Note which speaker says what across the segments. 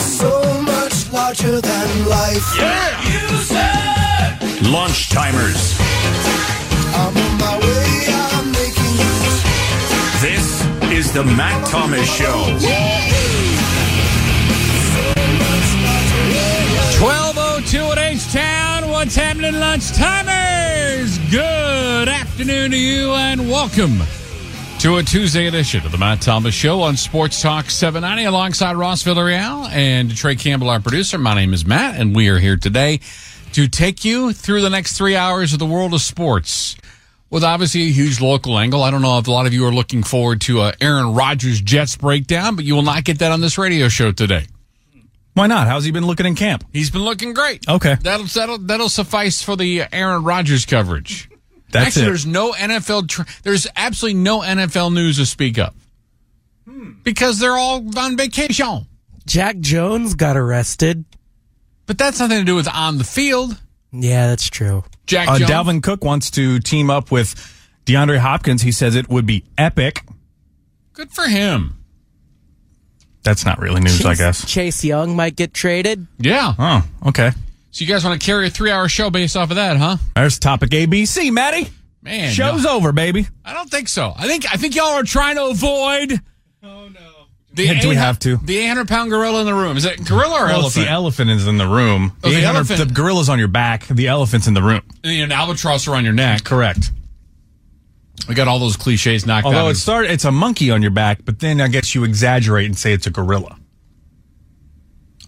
Speaker 1: So much larger than life.
Speaker 2: Lunch timers.
Speaker 1: I'm on my way, I'm making moves.
Speaker 2: This is the Matt Thomas Show.
Speaker 3: 1202 at H Town. What's happening, lunch timers? Good afternoon to you and welcome to a Tuesday edition of the Matt Thomas Show on Sports Talk 790 alongside Ross Villarreal and Trey Campbell, our producer. My name is Matt, and we are here today to take you through the next three hours of the world of sports with obviously a huge local angle. I don't know if a lot of you are looking forward to uh, Aaron Rodgers Jets breakdown, but you will not get that on this radio show today.
Speaker 4: Why not? How's he been looking in camp?
Speaker 3: He's been looking great.
Speaker 4: Okay.
Speaker 3: that'll that'll that'll suffice for the Aaron Rodgers coverage.
Speaker 4: That's
Speaker 3: Actually,
Speaker 4: it.
Speaker 3: there's no NFL. Tr- there's absolutely no NFL news to speak of because they're all on vacation.
Speaker 5: Jack Jones got arrested.
Speaker 3: But that's nothing to do with on the field.
Speaker 5: Yeah, that's true.
Speaker 3: Jack
Speaker 4: Uh,
Speaker 3: Jones.
Speaker 4: Dalvin Cook wants to team up with DeAndre Hopkins. He says it would be epic.
Speaker 3: Good for him.
Speaker 4: That's not really news, I
Speaker 5: Chase-
Speaker 4: guess.
Speaker 5: Chase Young might get traded.
Speaker 3: Yeah.
Speaker 4: Oh, okay.
Speaker 3: So you guys want to carry a three-hour show based off of that, huh?
Speaker 4: There's topic ABC, Maddie.
Speaker 3: Man,
Speaker 4: Show's
Speaker 3: y'all-
Speaker 4: over, baby.
Speaker 3: I don't think so. I think I think y'all are trying to avoid. Oh no. The
Speaker 4: Yeah, do we
Speaker 3: eight-
Speaker 4: have to?
Speaker 3: The 800 pound gorilla in the room. Is it gorilla or
Speaker 4: Well, it's
Speaker 3: elephant?
Speaker 4: the elephant is in the room.
Speaker 3: Oh, the
Speaker 4: 800
Speaker 3: elephant.
Speaker 4: The gorilla's on your back. The elephant's in the room.
Speaker 3: And an albatross around your neck.
Speaker 4: Correct.
Speaker 3: We got all those cliches knocked out.
Speaker 4: Although
Speaker 3: of
Speaker 4: it started, it's a monkey on your back, but then I guess you exaggerate and say it's a gorilla.
Speaker 3: us.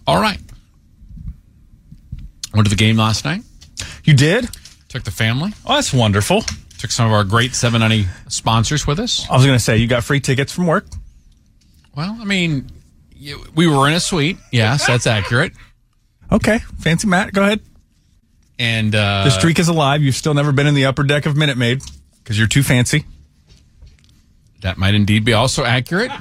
Speaker 3: all right. Went to the game last night.
Speaker 4: You did?
Speaker 3: Took the family.
Speaker 4: Oh, that's wonderful.
Speaker 3: Took some of our great 790 sponsors with us.
Speaker 4: I was going to say you got free tickets from work.
Speaker 3: Well, I mean, you, we were in a suite. Yes, that's accurate.
Speaker 4: Okay, fancy Matt. Go ahead.
Speaker 3: And uh,
Speaker 4: The streak is alive. You've still never been in the upper deck of Minute Maid because you're too fancy.
Speaker 3: that might indeed be also accurate.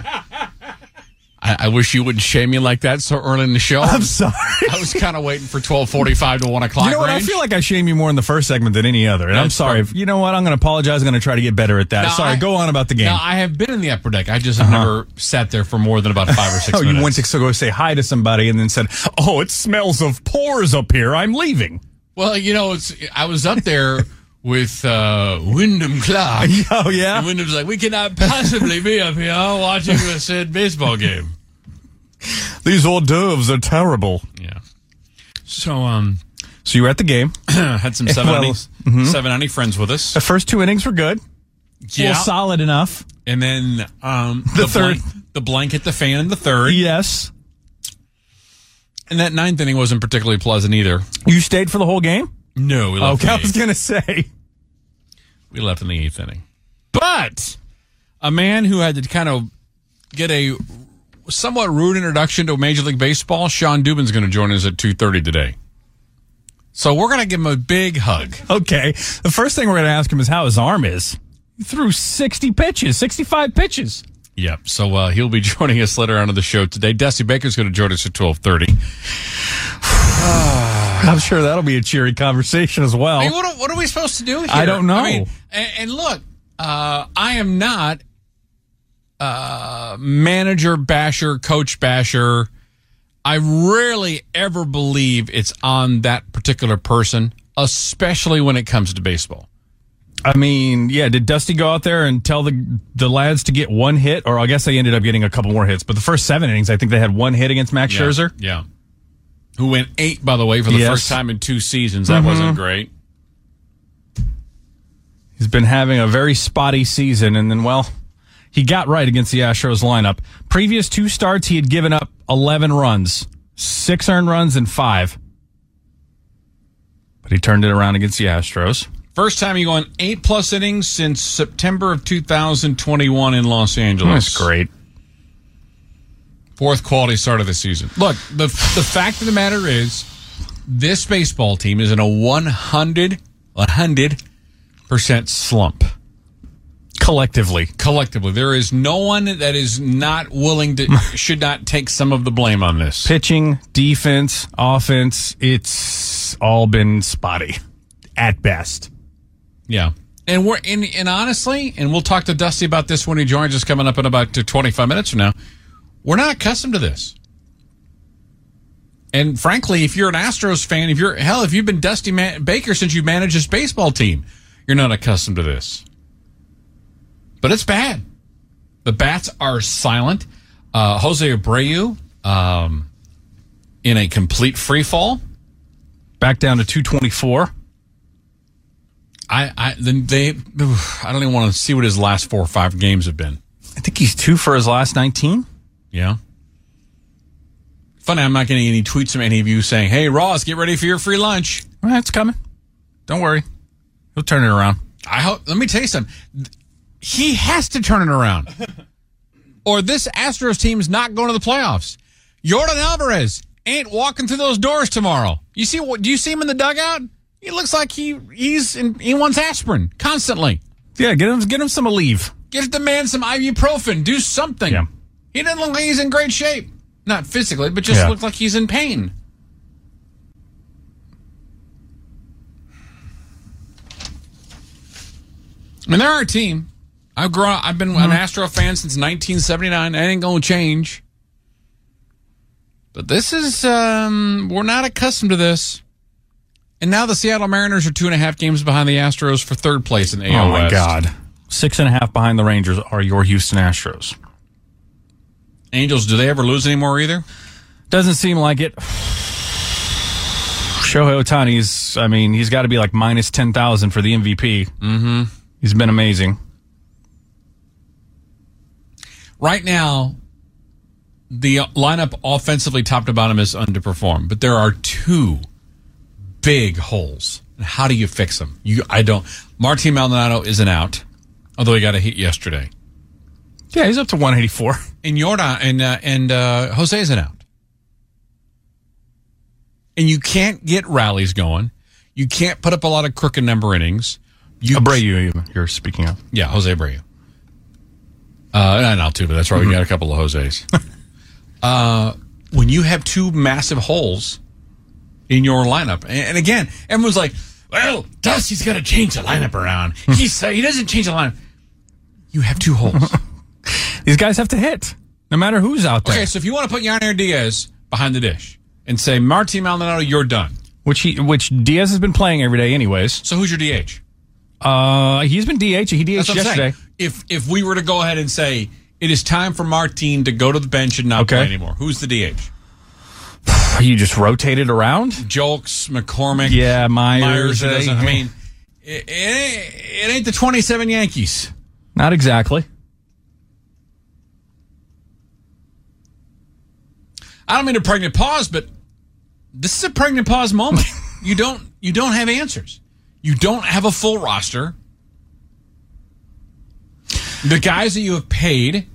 Speaker 3: I, I wish you wouldn't shame me like that so early in the show.
Speaker 4: I'm sorry.
Speaker 3: I was kind of waiting for 12:45 to one o'clock.
Speaker 4: You know what? I
Speaker 3: range.
Speaker 4: feel like I shame you more in the first segment than any other. And I'm
Speaker 3: That's
Speaker 4: sorry.
Speaker 3: fine.
Speaker 4: You know what? I'm going to apologize. I'm going to try to get better at that.
Speaker 3: No,
Speaker 4: sorry.
Speaker 3: I-
Speaker 4: go on about the game. Uh-huh.
Speaker 3: Now I have been in the upper deck. I just have never sat there for more than about five or six.
Speaker 4: oh, you
Speaker 3: minutes.
Speaker 4: went to go say hi to somebody and then said, "Oh, it smells of pores up here. I'm leaving."
Speaker 3: Well, you know, it's I was up there with uh, Wyndham Clark.
Speaker 4: Oh
Speaker 3: And
Speaker 4: yeah.
Speaker 3: Wyndham's like, we cannot possibly be up here watching a said baseball game.
Speaker 4: These hors d'oeuvres are terrible.
Speaker 3: Yeah. So, um,
Speaker 4: So you were at the game.
Speaker 3: had some 790, 790 friends with us.
Speaker 4: mm-hmm. The first two innings were good. Well, solid enough.
Speaker 3: And then, um,
Speaker 4: The third.
Speaker 3: blank- the blanket, the fan in the third.
Speaker 4: Yes.
Speaker 3: And that ninth inning wasn't particularly pleasant either.
Speaker 4: You stayed for the whole game.
Speaker 3: No, we left,
Speaker 4: Okay. I
Speaker 3: in, the
Speaker 4: was
Speaker 3: eighth.
Speaker 4: going to say.
Speaker 3: we left in the eighth inning. But a man who had to kind of get a somewhat rude introduction to Major League Baseball, Sean Dubin's going to join us at 2.30 today. So we're going to give him a big hug.
Speaker 4: Okay. The first thing we're going to ask him is how his arm is. He threw 60 pitches, 65 pitches.
Speaker 3: Yep. So uh, he'll be joining us later on in the show today. Dusty Baker's going to join us at twelve thirty.
Speaker 4: I'm sure that'll be a cheery conversation as well.
Speaker 3: what, are- what are we supposed to do here?
Speaker 4: Oh. I don't know.
Speaker 3: mean, and, and look, uh, I am not uh, manager basher, coach basher. I rarely ever believe it's on that particular person, especially when it comes to baseball.
Speaker 4: I mean, yeah, did Dusty go out there and tell the the lads to get one hit? Or I guess they ended up getting a couple more hits. But the first seven innings, I think they had one hit against Max Scherzer.
Speaker 3: Yeah. Who went eight, by the way, for the
Speaker 4: Yes. Mm-hmm.
Speaker 3: first time in two seasons. That wasn't great.
Speaker 4: He's been having a very spotty season. And then, well, he got right against the Astros lineup. Previous two starts, he had given up 11 runs, six earned runs, and five. But he turned it around against the Astros.
Speaker 3: First time you go on eight plus innings since September of 2021 in Los Angeles.
Speaker 4: That's great.
Speaker 3: Fourth quality start of the season. Look, the the fact of the matter is, this baseball team is in a 100 100 percent slump
Speaker 6: collectively.
Speaker 3: collectively. There is no one that is not willing to should not take some of the blame on this.
Speaker 6: Pitching, defense, offense, it's all been spotty at best.
Speaker 3: Yeah. And we're and, and honestly, and we'll talk to Dusty about this when he joins us coming up in about uh, 25 minutes from now. We're not accustomed to this. And frankly, if you're an Astros fan, if you're hell, if you've been Dusty Ma- Baker since you managed this baseball team, you're not accustomed to this. But it's bad. The bats are silent. Uh, Jose Abreu um, in a complete free fall.
Speaker 6: Back down to 224.
Speaker 3: I, I then they I don't even want to see what his last four or five games have been.
Speaker 6: I think he's two for his last 19.
Speaker 3: Yeah. Funny, I'm not getting any tweets from any of you saying, "Hey, Ross, get ready for your free lunch."
Speaker 6: Well, it's coming. Don't worry. He'll turn it around.
Speaker 3: I hope. Let me tell you something. He has to turn it around, or this Astros team's not going to the playoffs. Jordan Alvarez ain't walking through those doors tomorrow. You see what? Do you see him in the dugout? He looks like he he's in, he wants aspirin constantly.
Speaker 6: Yeah, get him get him some Aleve.
Speaker 3: Give the man some ibuprofen. Do something.
Speaker 6: Yeah.
Speaker 3: He didn't look like he's in great shape. Not physically, but just
Speaker 6: Yeah.
Speaker 3: looked like he's in pain. I mean, they're our team. I've grown. I've been
Speaker 6: Mm-hmm.
Speaker 3: an Astro fan since 1979. That ain't gonna change. But this is um, we're not accustomed to this. And now the Seattle Mariners are two and a half games behind the Astros for third place in the AL
Speaker 6: Oh my
Speaker 3: West.
Speaker 6: God. Six and a half behind the Rangers are your Houston Astros.
Speaker 3: Angels, do they ever lose anymore either?
Speaker 6: Doesn't seem like it. Shohei Otani's, I mean, he's got to be like minus 10,000 for the MVP. Mm-hmm. He's been amazing.
Speaker 3: right now the lineup offensively top to bottom is underperformed but there are two big holes and how do you fix them you i don't martin maldonado isn't out although he got a hit yesterday
Speaker 6: Yeah, he's up to 184.
Speaker 3: and Yordan and uh, and uh, Jose isn't out. And you can't get rallies going. You can't put up a lot of crooked number innings. You
Speaker 6: Abreu, you're speaking of.
Speaker 3: Yeah, Jose Abreu. Uh, and Altuve. That's right.
Speaker 6: Mm-hmm.
Speaker 3: We got a couple of Jose's. uh, when you have two massive holes in your lineup, and, and again, everyone's like, "Well, Dusty's got to change the lineup around." He say he doesn't change the lineup. You have two holes.
Speaker 6: These guys have to hit, no matter who's out there.
Speaker 3: okay, so if you want to put Yonier Diaz behind the dish and say, "Martin Maldonado, you're done."
Speaker 6: Which he, which Diaz has been playing every day, anyways.
Speaker 3: So who's your DH?
Speaker 6: Uh, he's been DH. He DH
Speaker 3: That's what I'm
Speaker 6: yesterday.
Speaker 3: saying. If if we were to go ahead and say it is time for Martin to go to the bench and not
Speaker 6: Okay.
Speaker 3: play anymore, who's the DH?
Speaker 6: You just rotated around.
Speaker 3: Jolks, McCormick.
Speaker 6: Yeah, Myers,
Speaker 3: Myers. it
Speaker 6: eh?
Speaker 3: doesn't- I mean, it, it, ain't, it ain't the 27 Yankees.
Speaker 6: Not exactly.
Speaker 3: I don't mean a pregnant pause, but this is a pregnant pause moment. you don't you don't have answers. You don't have a full roster. The guys that you have paid,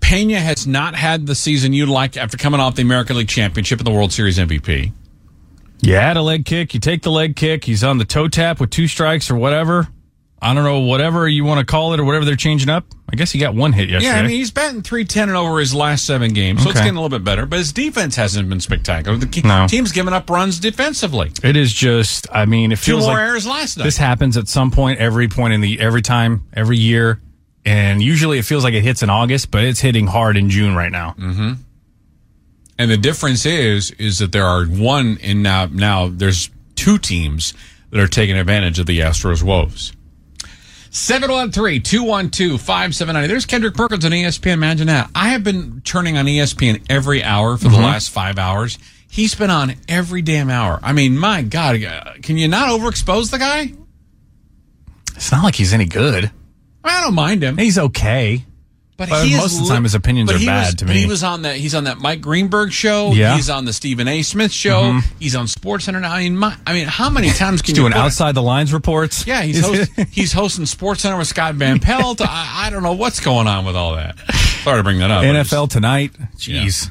Speaker 3: Pena has not had the season you'd like after coming off the American League Championship and the World Series MVP.
Speaker 6: You had a leg kick. You take the leg kick. He's on the toe tap with two strikes or whatever. I don't know, whatever you want to call it or whatever they're changing up. I guess he got one hit yesterday.
Speaker 3: Yeah, I mean he's batting three ten and over his last seven games, so it's
Speaker 6: Okay.
Speaker 3: getting a little bit better. But his defense hasn't been spectacular. The ke-
Speaker 6: No.
Speaker 3: team's giving up runs defensively.
Speaker 6: it is just. I mean, it
Speaker 3: Two
Speaker 6: feels
Speaker 3: more
Speaker 6: like
Speaker 3: errors last night.
Speaker 6: this happens at some point, every point in the every time, every year, and usually it feels like it hits in August, but it's hitting hard in June right now.
Speaker 3: and the difference is is that there are one in now now there's two teams that are taking advantage of the Astros woes. 713-212-5790. There's Kendrick Perkins on E ESPN. Imagine that. I have been turning on E ESPN every hour for
Speaker 6: Mm-hmm.
Speaker 3: the last five hours. He's been on every damn hour. I mean, my God, uh, can you not overexpose the guy?
Speaker 6: It's not like he's any good.
Speaker 3: I don't mind him.
Speaker 6: He's okay.
Speaker 3: But,
Speaker 6: But
Speaker 3: he is
Speaker 6: most of the
Speaker 3: li-
Speaker 6: time his opinions
Speaker 3: but
Speaker 6: are
Speaker 3: he
Speaker 6: bad
Speaker 3: was-
Speaker 6: to
Speaker 3: but
Speaker 6: me.
Speaker 3: He was on that. He's on that Mike Greenberg show.
Speaker 6: Yeah. Mm-hmm.
Speaker 3: He's on the Stephen A. Smith show. He's on Sports Center. I mean, my, I mean, how many times can
Speaker 6: He's
Speaker 3: you
Speaker 6: doing
Speaker 3: put-
Speaker 6: outside the lines reports.
Speaker 3: Yeah, he's host, he's hosting Sports Center with Scott Van Pelt. I, I don't know what's going on with all that. Sorry to bring that up. but it's-
Speaker 4: NFL tonight. Jeez.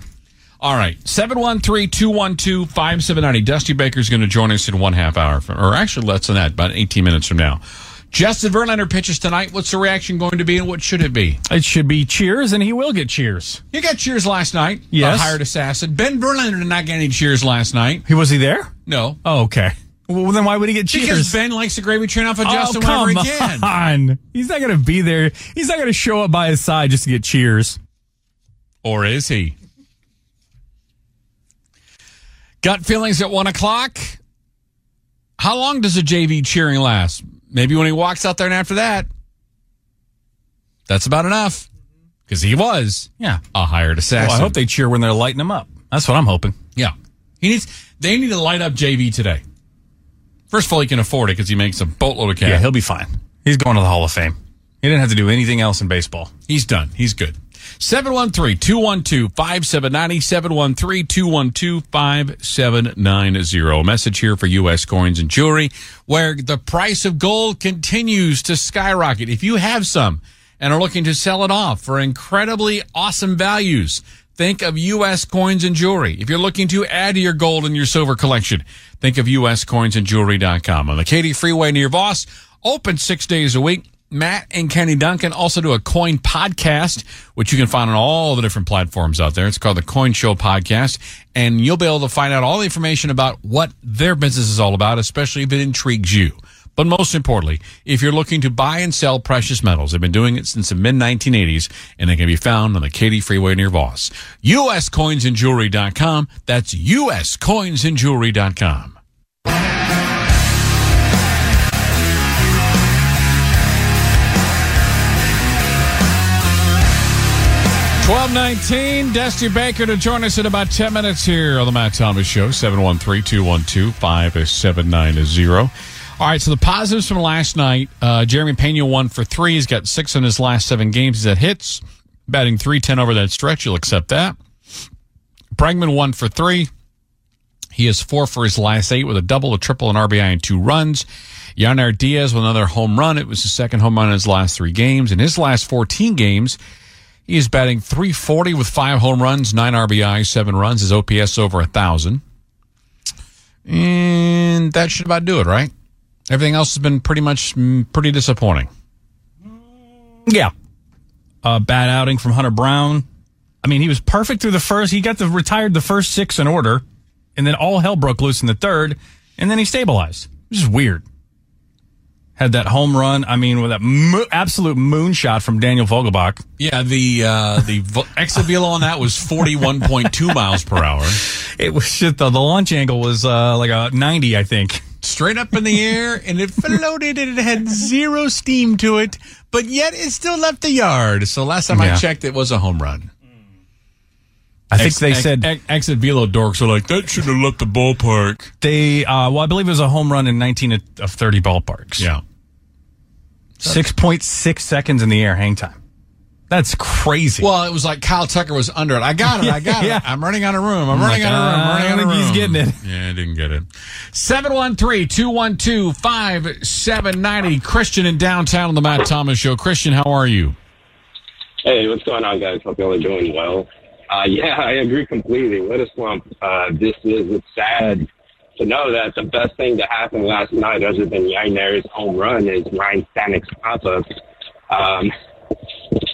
Speaker 3: All right. 713 212 5790. Dusty Baker's going to join us in one half hour, from, or actually less than that, about 18 minutes from now. Justin Verlander pitches tonight. What's the reaction going to be and what should it be?
Speaker 4: It should be cheers, and he will get cheers.
Speaker 3: You got cheers last night.
Speaker 4: Yes.
Speaker 3: A hired assassin. Ben Verlander did not get any cheers last night.
Speaker 4: He was he there?
Speaker 3: No.
Speaker 4: Oh, okay. Well, then why would he get
Speaker 3: Because
Speaker 4: cheers?
Speaker 3: Ben likes the gravy train off of Justin
Speaker 4: oh, come
Speaker 3: whenever he can.
Speaker 4: on. He's not going to be there. He's not going to show up by his side just to get cheers.
Speaker 3: Or is he? Gut feelings at one o'clock. How long does a JV cheering last? Maybe when he walks out there and after that, that's about enough. Because he was
Speaker 4: Yeah.
Speaker 3: a hired assassin.
Speaker 4: Well, I hope they cheer when they're lighting him up. That's what I'm hoping.
Speaker 3: Yeah, he needs. They need to light up JV today. First of all, he can afford it because he makes a boatload of cash.
Speaker 4: Yeah, he'll be fine. He's going to the Hall of Fame. He didn't have to do anything else in baseball.
Speaker 3: He's done. He's good. 713 212 5790. 713 212 5790. Message here for U.S. coins and jewelry, where the price of gold continues to skyrocket. If you have some and are looking to sell it off for incredibly awesome values, think of U.S. coins and jewelry. If you're looking to add to your gold and your silver collection, think of uscoinsandjewelry.com. On the Katy Freeway near Voss, open six days a week. Matt and Kenny Duncan also do a coin podcast, which you can find on all the different platforms out there. It's called the Coin Show Podcast, and you'll be able to find out all the information about what their business is all about, especially if it intrigues you. But most importantly, if you're looking to buy and sell precious metals, they've been doing it since the mid 1980s, and they can be found on the Katy Freeway near Voss. USCoinsandJewelry.com. That's USCoinsandJewelry.com. Twelve nineteen, Dusty Baker to join us in about ten minutes here on the Matt Thomas Show, 713-212-5790. All right, so the positives from last night, uh, Jeremy Pena won for three. He's got six in his last seven games. He's at hits, batting three ten over that stretch. You'll accept that. Bregman one for three. He is four for his last eight with a double, a triple, an RBI, and two runs. Yanir Diaz with another home run. It was his second home run in his last three games. In his last 14 games, he is batting 340 with five home runs, nine RBI, seven runs. His OPS over 1,000. And that should about do it, right? Everything else has been pretty much mm, pretty disappointing.
Speaker 4: Yeah. Uh, bad outing from Hunter Brown. I mean, he was perfect through the first. He got the retired the first six in order, and then all hell broke loose in the third, and then he stabilized. Which is weird. Had that home run. I mean, with that mo- absolute moonshot from Daniel Vogelbach.
Speaker 3: Yeah, the uh, the vo- exit velo on that was 41.2 miles per hour.
Speaker 4: It was shit though. The launch angle was uh, like a ninety, I think.
Speaker 3: straight up in the air and it floated and it had zero steam to it, but yet it still left the yard. So last time I
Speaker 4: Yeah.
Speaker 3: checked, it was a home run.
Speaker 4: I think they said
Speaker 3: exit velo dorks are like, that should have left the ballpark.
Speaker 4: they. Uh, well, I believe it was a home run in nineteen of of thirty ballparks.
Speaker 3: Yeah.
Speaker 4: six point six seconds in the air hang time. That's crazy.
Speaker 3: Well, it was like Kyle Tucker was under it. I got it. I got
Speaker 4: Yeah.
Speaker 3: it. I'm running out of room. I'm, running
Speaker 4: like,
Speaker 3: out of room. I'm running
Speaker 4: I
Speaker 3: out
Speaker 4: don't
Speaker 3: of room.
Speaker 4: think he's getting it.
Speaker 3: Yeah, I didn't get it. 713 212 5790. Christian in downtown on the Matt Thomas Show. Christian, how are you?
Speaker 7: Hey, what's going on, guys? Hope y'all are doing well. Uh, yeah, I agree completely. What a slump. Uh, this is it's sad to know that the best thing that happened last night, other than Yainer's home run, is Ryan Stanek's pop up. Um,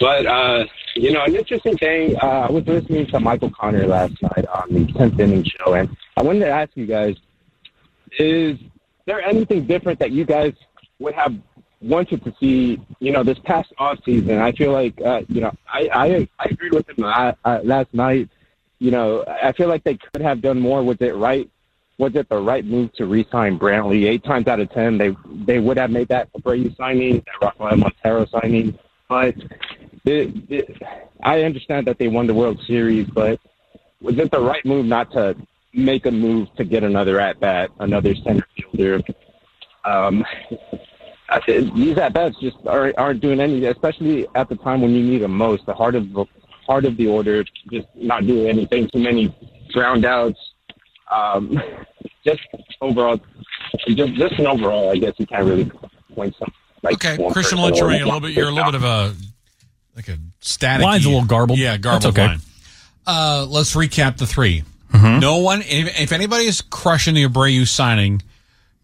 Speaker 7: but, uh, you know, an interesting thing, uh, I was listening to Michael Connor last night on the 10th inning show, and I wanted to ask you guys is there anything different that you guys would have wanted to see, you know, this past off season? I feel like, uh, you know, I, I, I agreed with him la- uh, last night. You know, I feel like they could have done more. Was it right? Was it the right move to re-sign Brantley? Eight times out of ten, they they would have made that Abreu signing, that Rafael Montero signing. But the, the, I understand that they won the World Series, but was it the right move not to make a move to get another at bat, another center fielder? Um, I said, these at bats just are, aren't doing anything, especially at the time when you need them most. The heart of the heart of the order just not doing anything. Too many ground outs. Um, just overall, just just an overall. I guess you can't really point some. Like
Speaker 3: Okay,
Speaker 7: one person
Speaker 3: Christian, I'll let you
Speaker 7: or
Speaker 3: ring a
Speaker 7: one
Speaker 3: little bit. You're a little bit of a like a static
Speaker 6: Line's a little garbled.
Speaker 3: Yeah, garbled
Speaker 6: That's okay.
Speaker 3: line. Uh, let's recap the 3 No one. If, if anybody is crushing the Abreu signing,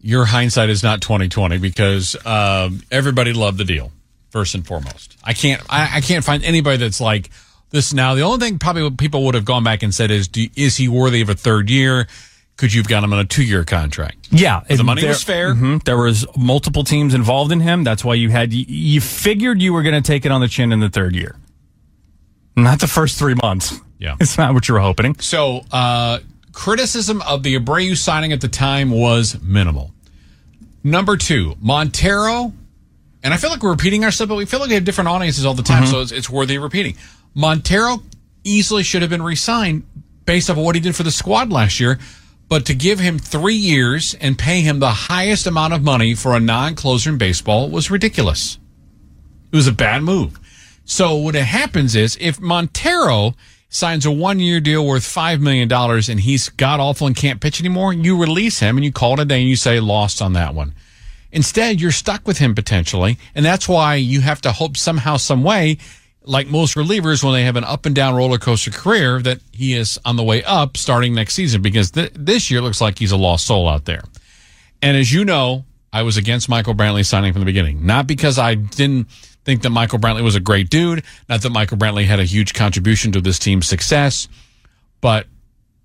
Speaker 3: your hindsight is not twenty twenty because um, everybody loved the deal first and foremost. I can't. I, I can't find anybody that's like this now. The only thing probably people would have gone back and said is, do, is he worthy of a third year? Could you've got him on a two year contract?
Speaker 6: Yeah,
Speaker 3: The
Speaker 6: and
Speaker 3: money was fair.
Speaker 6: mhm, there was multiple teams involved in him. That's why you had you, you figured you were going to take it on the chin in the third year, not the first three months.
Speaker 3: Yeah.
Speaker 6: it's not what you were hoping.
Speaker 3: So, uh, criticism of the Abreu signing at the time was minimal. Number two, Montero, and I feel like we're repeating ourselves, but we feel like we have different audiences all the time,
Speaker 6: Mm-hmm.
Speaker 3: so it's, it's worthy of repeating. Montero easily should have been re signed based off of what he did for the squad last year, but to give him three years and pay him the highest amount of money for a non closer in baseball was ridiculous. It was a bad move. So what happens is if Montero signs a one year deal worth $5 million and he's god awful and can't pitch anymore, you release him and you call it a day and you say lost on that one. Instead, you're stuck with him potentially. And that's why you have to hope somehow, some way, like most relievers when they have an up and down roller coaster career, that he is on the way up starting next season because th- this year looks like he's a lost soul out there. And as you know, I was against Michael Brantley signing from the beginning. Not because I didn't think that Michael Brantley was a great dude, not that Michael Brantley had a huge contribution to this team's success, but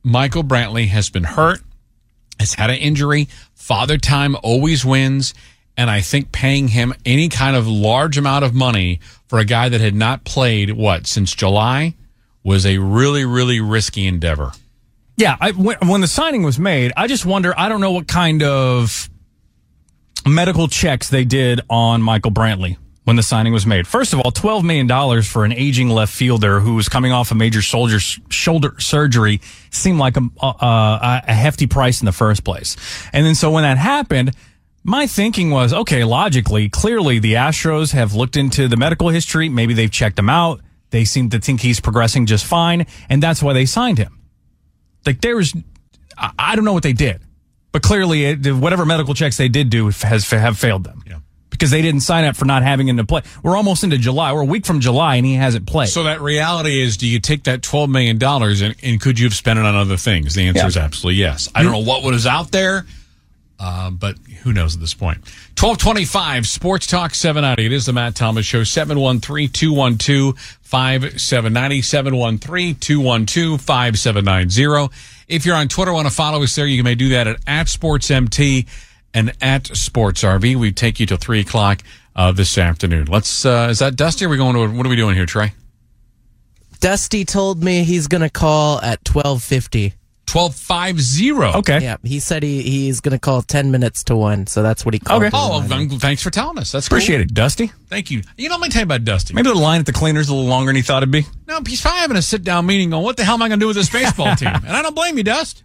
Speaker 3: Michael Brantley has been hurt, has had an injury. Father time always wins. And I think paying him any kind of large amount of money for a guy that had not played, what, since July was a really, really risky endeavor.
Speaker 6: Yeah, I, when, when the signing was made, I just wonder. I don't know what kind of medical checks they did on Michael Brantley when the signing was made. First of all, twelve million dollars for an aging left fielder who was coming off a major soldier shoulder surgery seemed like a, a, a hefty price in the first place. And then so when that happened. My thinking was, okay, logically, clearly the Astros have looked into the medical history. Maybe they've checked him out. They seem to think he's progressing just fine. And that's why they signed him like there was I, I don't know what they did but clearly it, whatever medical checks they did do has have failed them
Speaker 3: Yeah.
Speaker 6: because they didn't sign up for not having him to play we're almost into july we're a week from july and he hasn't played
Speaker 3: So that reality is, do you take that twelve million dollars and, and could you have spent it on other things? The answer is absolutely yes. I don't know what was out there, uh, but who knows at this point. Twelve twenty-five, Sports Talk seven ninety. It is the Matt Thomas Show. 713-212-5790. 713-212-5790. If you're on Twitter, want to follow us there, you may do that at at SportsMT and at SportsRV. We take you till three o'clock. Uh, this afternoon. Let's, uh, is that Dusty? Or are we going to, what are we doing here, Trey?
Speaker 5: Dusty told me he's gonna call at twelve fifty.
Speaker 3: Twelve five zero.
Speaker 6: okay
Speaker 5: Yeah, he said he he's gonna call ten minutes to one, so that's what he called.
Speaker 6: Okay.
Speaker 5: to
Speaker 3: Oh,
Speaker 5: remind me.
Speaker 3: well, thanks for telling us. That's cool.
Speaker 6: appreciate it dusty
Speaker 3: Thank you. You know, let me tell you about Dusty.
Speaker 6: maybe the line at the cleaners a little longer than he thought it'd be
Speaker 3: No, he's probably having a sit down meeting on what the hell am I going to do with this baseball team? And I don't blame you, Dust.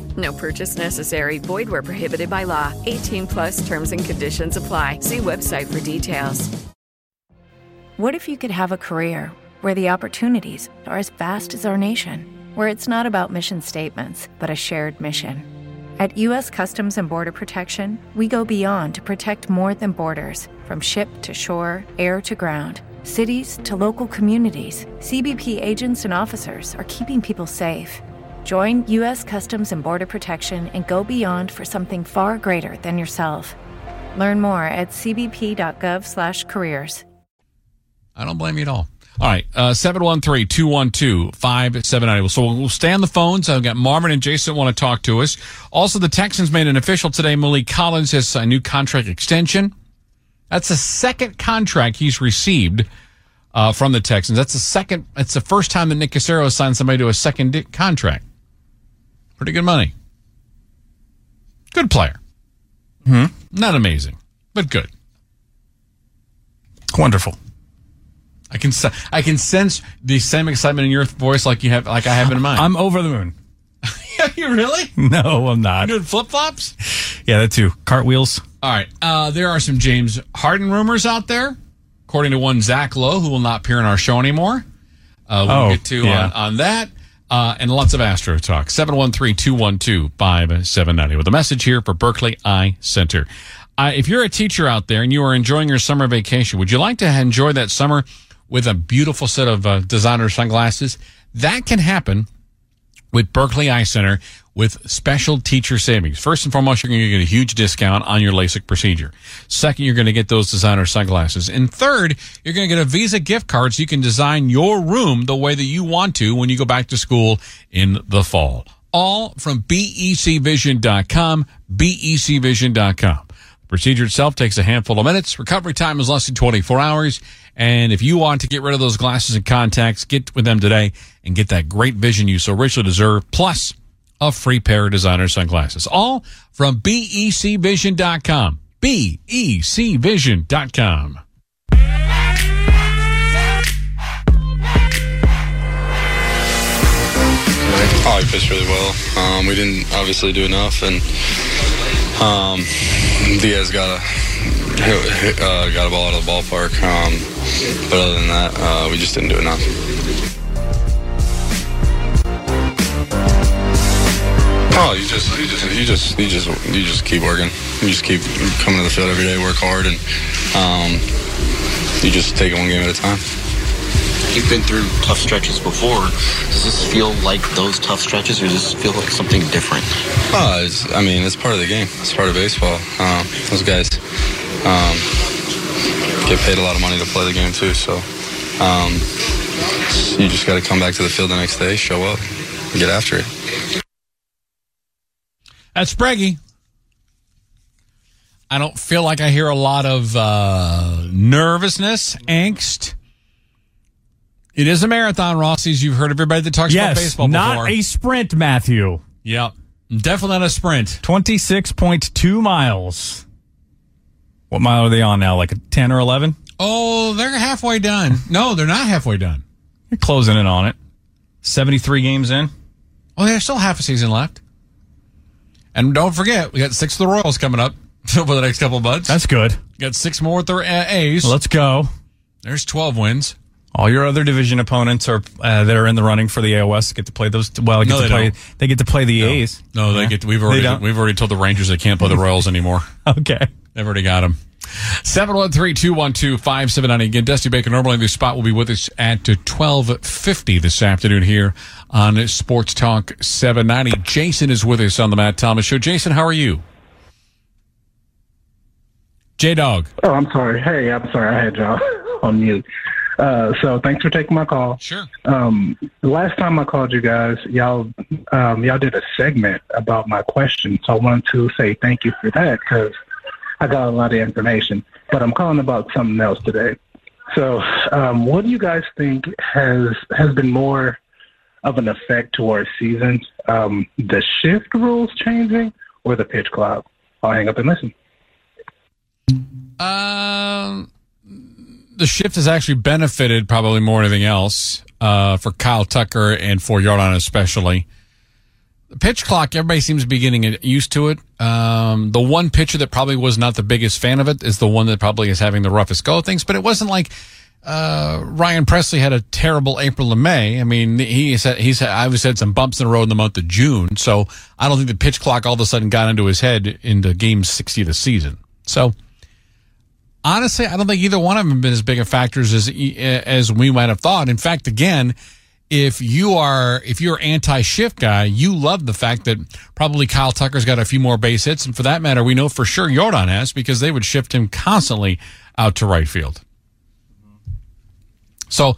Speaker 8: No purchase necessary. Void where prohibited by law. 18 plus terms and conditions apply. See website for details.
Speaker 9: What if you could have a career where the opportunities are as vast as our nation, where it's not about mission statements, but a shared mission? At U.S. Customs and Border Protection, we go beyond to protect more than borders from ship to shore, air to ground. Cities to local communities, CBP agents and officers are keeping people safe. Join U.S. Customs and Border Protection and go beyond for something far greater than yourself. Learn more at cbp.gov/careers.
Speaker 3: I don't blame you at all. All right, uh, 713-212-5790. So we'll stay on the phones. I've got Marvin and Jason want to talk to us. Also, the Texans made an official today. Malik Collins has a new contract extension. That's the second contract he's received uh, from the Texans. That's the second. It's the first time that Nick Casario signed somebody to a second di- contract. Pretty good money. Good player. Hmm. Not amazing, but good.
Speaker 6: wonderful
Speaker 3: I can se- I can sense the same excitement in your voice, like you have, like I have in mine.
Speaker 6: i'm over the moon
Speaker 3: you really?
Speaker 6: No, I'm not.
Speaker 3: Doing flip flops?
Speaker 6: Yeah, that too. Cartwheels.
Speaker 3: All right. Uh, there are some James Harden rumors out there, according to one Zach Lowe, who will not appear in our show anymore. Uh, we'll
Speaker 6: Oh,
Speaker 3: get to
Speaker 6: yeah.
Speaker 3: on, on that. Uh, and lots of Astro talk. 713 212 5790 with a message here for Berkeley Eye Center. Uh, if you're a teacher out there and you are enjoying your summer vacation, would you like to enjoy that summer with a beautiful set of uh, designer sunglasses? That can happen with Berkeley Eye Center with special teacher savings. First and foremost, you're going to get a huge discount on your LASIK procedure. Second, you're going to get those designer sunglasses. And third, you're going to get a Visa gift card so you can design your room the way that you want to when you go back to school in the fall. All from E becvision.com, E becvision.com. The procedure itself takes a handful of minutes. Recovery time is less than 24 hours. And if you want to get rid of those glasses and contacts, get with them today and get that great vision you so richly deserve, plus a free pair of designer sunglasses. All from E becvision.com. E becvision.com.
Speaker 10: Oh, he pitched really well. Um, we didn't obviously do enough, and um, Diaz got a uh, got a ball out of the ballpark. Um, but other than that, uh, we just didn't do enough. Oh, you just you just you just you just you just keep working. You just keep coming to the field every day, work hard, and um, you just take it one game at a time.
Speaker 11: You've been through tough stretches before. Does this feel like those tough stretches, or does this feel like something different?
Speaker 10: Uh, it's, I mean, it's part of the game. It's part of baseball. Um, those guys um, get paid a lot of money to play the game too. So um, you just got to come back to the field the next day, show up, and get after it.
Speaker 3: That's Breggy. I don't feel like I hear a lot of uh, nervousness, angst. It is a marathon, Rossies. You've heard everybody that talks
Speaker 6: yes,
Speaker 3: about baseball
Speaker 6: not
Speaker 3: before.
Speaker 6: a sprint, Matthew.
Speaker 3: Yep. Definitely not a sprint.
Speaker 6: 26.2 miles. What mile are they on now? Like a 10 or 11?
Speaker 3: Oh, they're halfway done. No, they're not halfway done.
Speaker 6: They're closing in on it. 73 games in.
Speaker 3: Oh, there's still half a season left. And don't forget, we got six of the Royals coming up over the next couple of months. That's
Speaker 6: good.
Speaker 3: Got six more with the uh, A's.
Speaker 6: Let's go.
Speaker 3: There's 12 wins.
Speaker 6: All your other division opponents are uh, that are in the running for the AOS get to play those. Well, get
Speaker 3: No,
Speaker 6: to
Speaker 3: they
Speaker 6: play.
Speaker 3: don't.
Speaker 6: They get to play the A's.
Speaker 3: No, they
Speaker 6: Yeah.
Speaker 3: get. We've
Speaker 6: They
Speaker 3: already
Speaker 6: don't.
Speaker 3: we've already told the Rangers they can't play the Royals anymore.
Speaker 6: okay,
Speaker 3: they've already got them. 713-212-5790. Again, Dusty Baker normally this spot will be with us at 1250 this afternoon here on Sports Talk 790. Jason is with us on the Matt Thomas Show. Jason, how are you? J Dog.
Speaker 12: Oh, I'm sorry. Hey, I'm sorry. I had y'all on mute. Uh, so thanks for taking my call.
Speaker 3: Sure.
Speaker 12: Um, the last time I called you guys, y'all um, y'all did a segment about my question, so I wanted to say thank you for that because I got a lot of information. But I'm calling about something else today. So, um, what do you guys think has has been more of an effect to our season? Um, the shift rules changing or the pitch clock? I'll hang up and listen.
Speaker 3: Um, the shift has actually benefited probably more than anything else uh, for Kyle Tucker and for Jordan especially. The pitch clock, everybody seems to be getting used to it. Um, the one pitcher that probably was not the biggest fan of it is the one that probably is having the roughest go of things. But it wasn't like uh, Ryan Presley had a terrible April and May. I mean, he said he's had, obviously had some bumps in the road in the month of June. So I don't think the pitch clock all of a sudden got into his head into Game 60 of the season. So honestly, I don't think either one of them have been as big of factors as e, as we might have thought. In fact, again, if you are if you're anti shift guy, you love the fact that probably Kyle Tucker's got a few more base hits, and for that matter, we know for sure Jordan has because they would shift him constantly out to right field. So,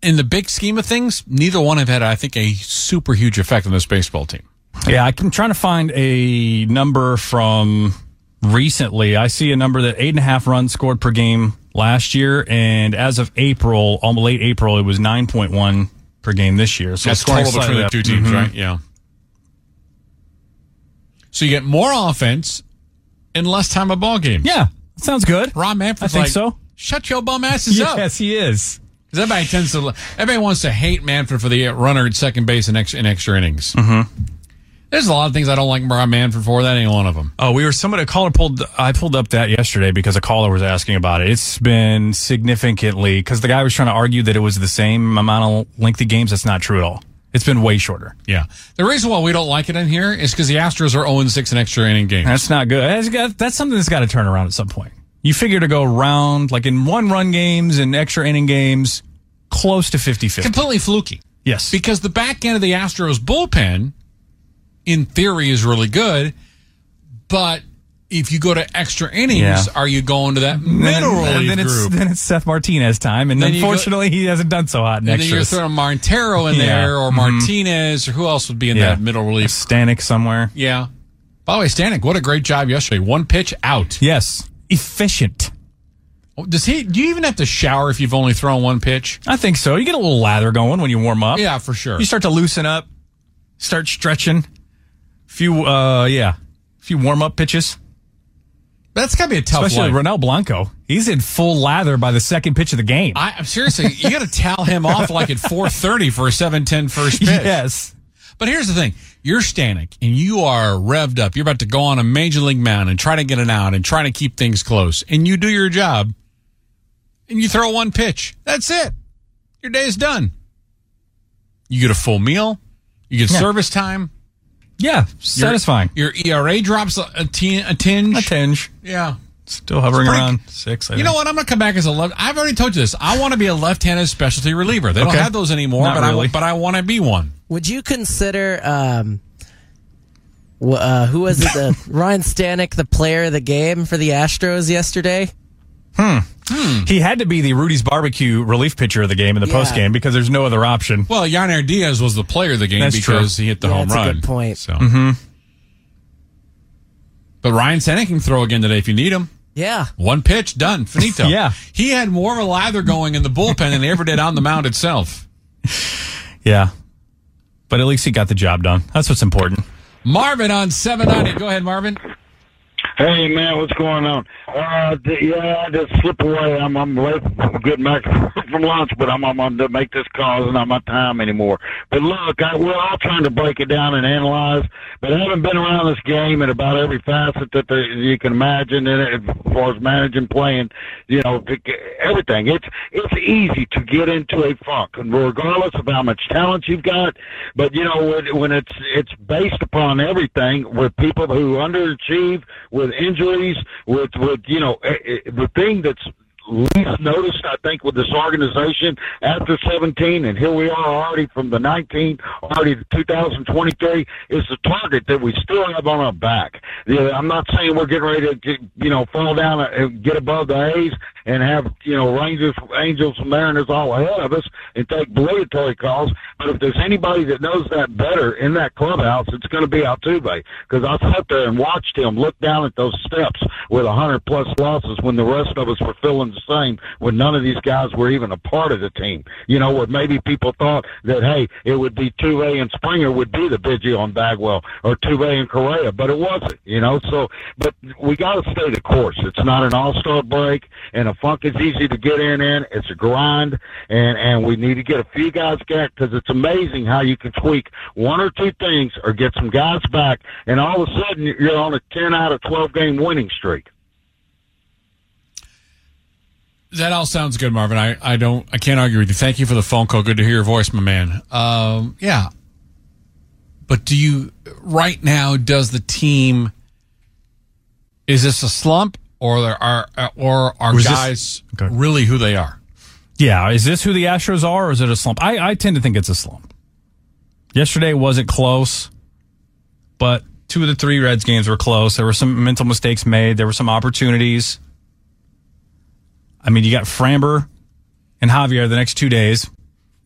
Speaker 3: in the big scheme of things, neither one have had, I think, a super huge effect on this baseball team.
Speaker 6: Yeah, I can- I'm trying to find a number from recently. I see a number that eight and a half runs scored per game last year, and as of April, almost late April, it was nine point one per game this year. So
Speaker 3: That's
Speaker 6: it's scoring
Speaker 3: total between
Speaker 6: slightly
Speaker 3: the
Speaker 6: up.
Speaker 3: two teams,
Speaker 6: Mhm.
Speaker 3: right? Yeah. So you get more offense in less time of ball games.
Speaker 6: Yeah, sounds good.
Speaker 3: Ron Manfred's
Speaker 6: I think
Speaker 3: like,
Speaker 6: so.
Speaker 3: Shut your bum asses up.
Speaker 6: Yes, he is.
Speaker 3: Because everybody tends
Speaker 6: Mm-hmm.
Speaker 3: to, everybody wants to hate Manfred for the runner at second base in extra, in extra innings. There's a lot of things I don't like Brian Manford for. That ain't one of them.
Speaker 6: Oh, we were somebody a caller pulled. I pulled up that yesterday because a caller was asking about it. It's been significantly because the guy was trying to argue that it was the same amount of lengthy games. That's not true at all. It's been way shorter.
Speaker 3: Yeah. The reason why we don't like it in here is because the Astros are 0 6 in extra inning games.
Speaker 6: That's not good. That's, got, that's something that's got to turn around at some point. You figure to go around like in one run games and extra inning games, close to 50 50.
Speaker 3: Completely fluky.
Speaker 6: Yes.
Speaker 3: Because the back end of the Astros bullpen, in theory, is really good. But if you go to extra innings,
Speaker 6: Yeah.
Speaker 3: are you going to that
Speaker 6: And then,
Speaker 3: middle relief
Speaker 6: and then it's
Speaker 3: group?
Speaker 6: then it's Seth Martinez time, and
Speaker 3: Then you go-
Speaker 6: unfortunately he hasn't done so hot in
Speaker 3: and then you're
Speaker 6: extras.
Speaker 3: throwing Montero in
Speaker 6: Yeah.
Speaker 3: there or
Speaker 6: Mhm.
Speaker 3: Martinez or who else would be in
Speaker 6: Yeah.
Speaker 3: that middle relief?
Speaker 6: Stanek somewhere.
Speaker 3: Yeah. By the way, Stanek, what a great job yesterday. One pitch out.
Speaker 6: Yes. Efficient.
Speaker 3: Oh, Does he? Do you even have to shower if you've only thrown one pitch?
Speaker 6: I think so. You get a little lather going when you warm up.
Speaker 3: Yeah, for sure.
Speaker 6: You start to loosen up, start stretching. Few, uh, yeah, few warm up pitches.
Speaker 3: That's gotta be a tough
Speaker 6: Especially
Speaker 3: life.
Speaker 6: Ronel Blanco. He's in full lather by the second pitch of the game.
Speaker 3: I, I'm seriously, you got to towel him off like at 4:30 for a 7:10 first pitch.
Speaker 6: Yes.
Speaker 3: But here's the thing: you're Stanek, and you are revved up. You're about to go on a major league mound and try to get an out and trying to keep things close, and you do your job, and you throw one pitch. That's it. Your day is done. You get a full meal. You get
Speaker 6: Yeah.
Speaker 3: service time.
Speaker 6: yeah,
Speaker 3: Your-
Speaker 6: satisfying.
Speaker 3: Your, ERA drops a, a, tin- a tinge.
Speaker 6: A tinge.
Speaker 3: Yeah.
Speaker 6: Still hovering
Speaker 3: It's pretty-
Speaker 6: around six. I
Speaker 3: You
Speaker 6: think.
Speaker 3: know what? I'm going to come back as a left. I've already told you this. I want to be a left-handed specialty reliever. They
Speaker 6: Okay.
Speaker 3: don't have those anymore,
Speaker 6: Not
Speaker 3: but I
Speaker 6: really.
Speaker 3: but I want to be one.
Speaker 5: Would you consider um, wh- uh, who was it? The Ryan Stanek, the player of the game for the Astros yesterday.
Speaker 6: Hmm. He had to be the Rudy's barbecue relief pitcher of the game in the
Speaker 5: Yeah.
Speaker 6: postgame because there's no other option.
Speaker 3: Well, Yanair Diaz was the player of the game
Speaker 6: That's
Speaker 3: because
Speaker 6: true.
Speaker 3: he hit the
Speaker 6: Yeah,
Speaker 3: home
Speaker 6: that's a
Speaker 3: run.
Speaker 6: good
Speaker 5: point.
Speaker 3: So,
Speaker 6: Mhm.
Speaker 3: but Ryan Senna can throw again today if you need him.
Speaker 5: Yeah.
Speaker 3: One pitch, done, finito.
Speaker 6: Yeah.
Speaker 3: he had more of a lather going in the bullpen than he ever did on the mound itself.
Speaker 6: Yeah, but at least he got the job done. That's what's important.
Speaker 3: Marvin uh, on seven ninety. Go ahead, Marvin.
Speaker 13: Hey man, what's going on? Uh, th- yeah, I just slip away. I'm I'm late from a good mac from lunch, but I'm I'm to make this call. It's not my time anymore. But look, I, we're all trying to break it down and analyze. But having been around this game in about every facet that there, you can imagine, in it, as far as managing, playing, you know, everything. It's it's easy to get into a funk, and regardless of how much talent you've got. But you know, when, when it's it's based upon everything with people who underachieve, with injuries, with with you know, eh, eh, the thing that's least noticed, I think, with this organization after 17, and here we are already from the 19, already to 2023, is the target that we still have on our back. Yeah, I'm not saying we're getting ready to, get, you know, fall down and get above the A's and have, you know, Rangers, Angels, and Mariners all ahead of us and take obligatory calls. But if there's anybody that knows that better in that clubhouse, it's going to be Altuve because I sat there and watched him look down at those steps with a 100 plus losses when the rest of us were feeling the same when none of these guys were even a part of the team. You know, where maybe people thought that, hey, it would be Tuve and Springer would be the biggie on Bagwell or Tuve and Correa, but it wasn't, you know. So, but we got to stay the course. It's not an all star break, and a funk is easy to get in in. It's a grind, and, and we need to get a few guys back because it's amazing how you can tweak one or two things or get some guys back, and all of a sudden you're on a 10 out of 12 game winning streak.
Speaker 3: That all sounds good, Marvin. I, I don't I can't argue with you. Thank you for the phone call. Good to hear your voice, my man. Um, yeah. But do you right now? Does the team is this a slump or there are uh, or are
Speaker 6: Was this-
Speaker 3: guys really who they are?
Speaker 6: Yeah, is this who the Astros are, or is it a slump? I, I tend to think it's a slump. Yesterday wasn't close, but two of the three Reds games were close. There were some mental mistakes made. There were some opportunities. I mean, you got Framber and Javier the next two days.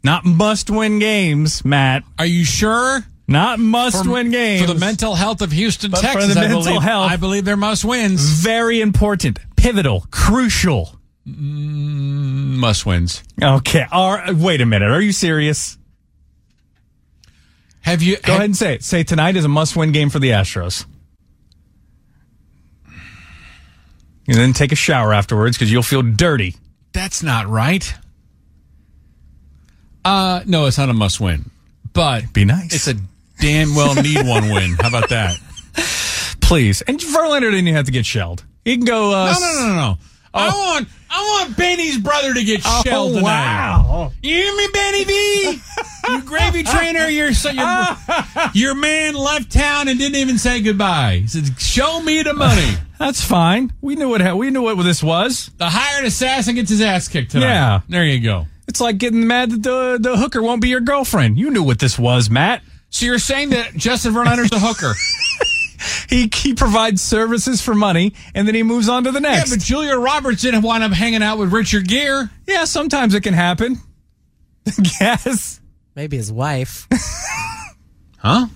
Speaker 6: Not must-win games, Matt.
Speaker 3: Are you sure?
Speaker 6: Not must-win
Speaker 3: For-
Speaker 6: games
Speaker 3: for the mental health of Houston,
Speaker 6: But for
Speaker 3: Texas.
Speaker 6: the
Speaker 3: I
Speaker 6: mental
Speaker 3: believe,
Speaker 6: health-
Speaker 3: I believe there must wins.
Speaker 6: Very important, pivotal, crucial.
Speaker 3: must wins.
Speaker 6: Okay. Are, wait a minute. Are you serious?
Speaker 3: Have you?
Speaker 6: Go ahead and say it. Say tonight is a must-win game for the Astros. And then take a shower afterwards because you'll feel dirty.
Speaker 3: That's not right. Uh no, it's not a must win. But
Speaker 6: be nice.
Speaker 3: It's a damn well need one win. How about that?
Speaker 6: Please. And Verlander didn't even have to get shelled. He can go. Uh,
Speaker 3: No, no, no, no, no. I want I want Benny's brother to get
Speaker 6: Oh,
Speaker 3: shelled tonight.
Speaker 6: wow.
Speaker 3: You hear me, Benny B? you gravy trainer, your son- your,
Speaker 6: Ah.
Speaker 3: your man left town and didn't even say goodbye. He said, "Show me the money."
Speaker 6: That's fine. We knew what ha- we knew what this was.
Speaker 3: The hired assassin gets his ass kicked tonight.
Speaker 6: Yeah.
Speaker 3: there you go.
Speaker 6: It's like getting mad that the the hooker won't be your girlfriend. You knew what this was, Matt.
Speaker 3: So you're saying that Justin Verlander's a hooker?
Speaker 6: he he provides services for money, and then he moves on to the next.
Speaker 3: Yeah, but Julia Roberts didn't wind up hanging out with Richard Gere.
Speaker 6: Yeah, sometimes it can happen. yes.
Speaker 5: Maybe his wife.
Speaker 3: Huh?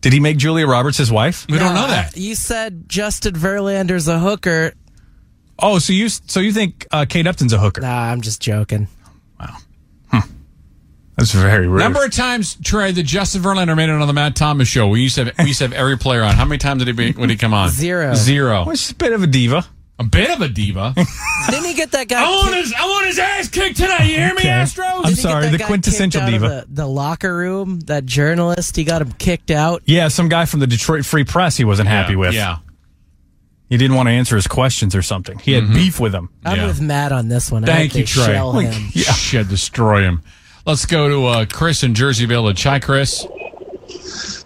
Speaker 6: Did he make Julia Roberts his wife?
Speaker 5: No, You said Justin Verlander's a hooker.
Speaker 6: Oh, so you so you think uh, Kate Upton's a hooker? Hmm.
Speaker 5: Nah, I'm just joking.
Speaker 6: That's very rude.
Speaker 3: Number of times, Trey, that Justin Verlander made it on the Matt Thomas show. We used to have, we used to have every player on. How many times did he be, would he come on?
Speaker 5: Zero.
Speaker 3: Zero.
Speaker 6: Which is a bit of a diva.
Speaker 3: A bit of a diva.
Speaker 5: Didn't he get that guy?
Speaker 3: I want his I want his ass kicked tonight. You hear me,
Speaker 5: Okay.
Speaker 3: Astros?
Speaker 5: Didn't he get that guy kicked out of the, the locker room, that journalist, he got him kicked out.
Speaker 6: Yeah, some guy from the Detroit Free Press he wasn't happy with.
Speaker 3: Yeah.
Speaker 6: He didn't want to answer his questions or something. He
Speaker 3: Mm-hmm.
Speaker 6: had beef with him.
Speaker 5: I'm with Matt on this one. I
Speaker 3: Thank
Speaker 5: hope
Speaker 3: you,
Speaker 5: they
Speaker 3: Trey.
Speaker 5: shell
Speaker 3: Like,
Speaker 5: him.
Speaker 3: yeah. Shit, destroy him. Let's go to uh, Chris in Jersey Village. Hi, Chris.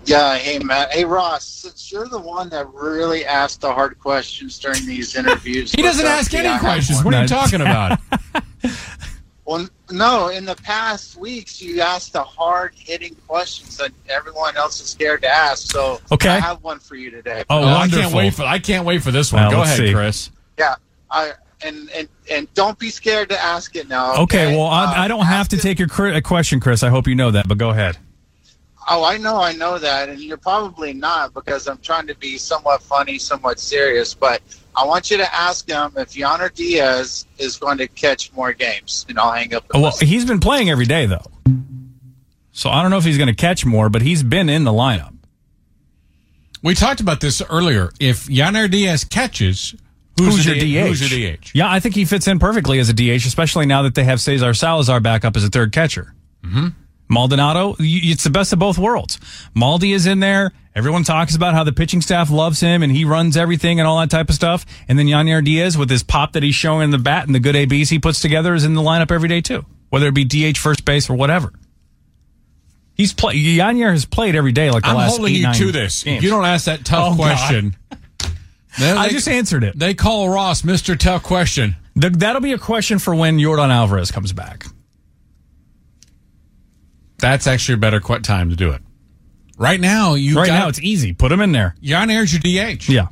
Speaker 14: Yeah, hey Matt, hey Ross. Since you're the one that really asked the hard questions during these interviews,
Speaker 3: He doesn't
Speaker 14: with us,
Speaker 3: ask
Speaker 14: yeah, I
Speaker 3: any
Speaker 14: have
Speaker 3: questions. What
Speaker 14: one.
Speaker 3: are you talking about?
Speaker 14: Well, no. In the past weeks, you asked the hard-hitting questions that everyone else is scared to ask. So,
Speaker 3: Okay. Oh,
Speaker 14: I have one for you today.
Speaker 3: I can't wait for I can't wait for this one.
Speaker 6: Oh, Well,
Speaker 3: go
Speaker 6: let's
Speaker 3: ahead,
Speaker 6: see.
Speaker 3: Chris.
Speaker 14: Yeah, I and and and don't be scared to ask it now.
Speaker 6: Okay, well,
Speaker 14: uh,
Speaker 6: I, I don't have to take your cri- uh, question, Chris. I hope you know that, but go ahead.
Speaker 14: Oh, I know, I know that, and you're probably not because I'm trying to be somewhat funny, somewhat serious. But I want you to ask him if Yonder Diaz is going to catch more games, and I'll hang up. the
Speaker 6: Oh, well, he's been playing every day, though. So I don't know if he's going to catch more, but he's been in the lineup.
Speaker 3: We talked about this earlier. If Yanner Diaz catches, who's,
Speaker 6: Who's
Speaker 3: the
Speaker 6: your
Speaker 3: D-
Speaker 6: DH?
Speaker 3: Who's your DH?
Speaker 6: Yeah, I think he fits in perfectly as a DH, especially now that they have Cesar Salazar back up as a third catcher. Mm-hmm. Maldonado, y- it's the best of both worlds. Maldi is in there. Everyone talks about how the pitching staff loves him and he runs everything and all that type of stuff. And then Yanir Diaz with his pop that he's showing in the bat and the good ABs he puts together is in the lineup every day too, whether it be DH, first base, or whatever. He's play Yanir has played every day like the
Speaker 3: I'm
Speaker 6: last
Speaker 3: holding
Speaker 6: eight,
Speaker 3: you
Speaker 6: nine
Speaker 3: to this. If
Speaker 6: games.
Speaker 3: you don't ask that tough
Speaker 6: Oh, God.
Speaker 3: question,
Speaker 6: I just answered it.
Speaker 3: They call Ross Mister Tough Question.
Speaker 6: Th- that'll be a question for when Jordan Alvarez comes back.
Speaker 3: That's actually a better qu- time to do it. Right now, you
Speaker 6: Right
Speaker 3: got,
Speaker 6: now, it's easy. Put him in there.
Speaker 3: Jan Ayres your DH.
Speaker 6: Yeah.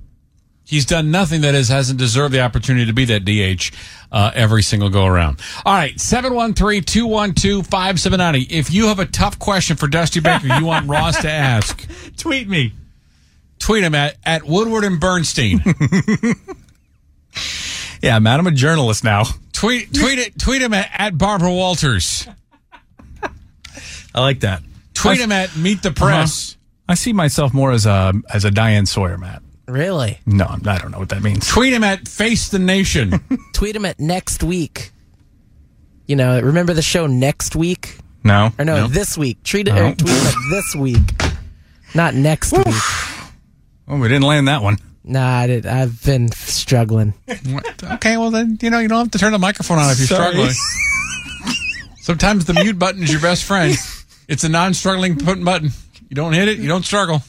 Speaker 3: He's done nothing that is, hasn't deserved the opportunity to be that DH uh, every single go around. All right, 713 212 5790. If you have a tough question for Dusty Baker you want Ross to ask,
Speaker 6: tweet me.
Speaker 3: Tweet him at, at Woodward and Bernstein.
Speaker 6: Yeah, man, I'm a journalist now.
Speaker 3: tweet tweet it tweet him at, at Barbara Walters.
Speaker 6: I like that.
Speaker 3: Tweet him at Meet the Press.
Speaker 6: I see myself more as a as a Diane Sawyer, Matt.
Speaker 5: Really?
Speaker 6: No, I'm- I don't know what that means.
Speaker 3: Tweet him at Face the Nation.
Speaker 5: Tweet him at next week. You know, remember the show next week?
Speaker 6: No.
Speaker 5: Or no, this week. Treat it, or
Speaker 6: No.
Speaker 5: tweet him at this week, not next week.
Speaker 6: Oh, we didn't land that one.
Speaker 5: Nah, I did, I've been struggling.
Speaker 3: okay, well then you know you don't have to turn the microphone on if you're
Speaker 5: Sorry.
Speaker 3: struggling. Sometimes the mute button is your best friend. It's a non-struggling put- button. You don't hit it, you don't struggle.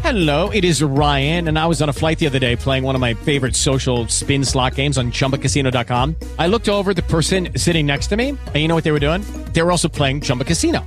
Speaker 15: Hello, it is Ryan, and I was on a flight the other day playing one of my favorite social spin slot games on chumbacasino.com. I looked over at the person sitting next to me, and you know what they were doing? They were also playing Chumba Casino.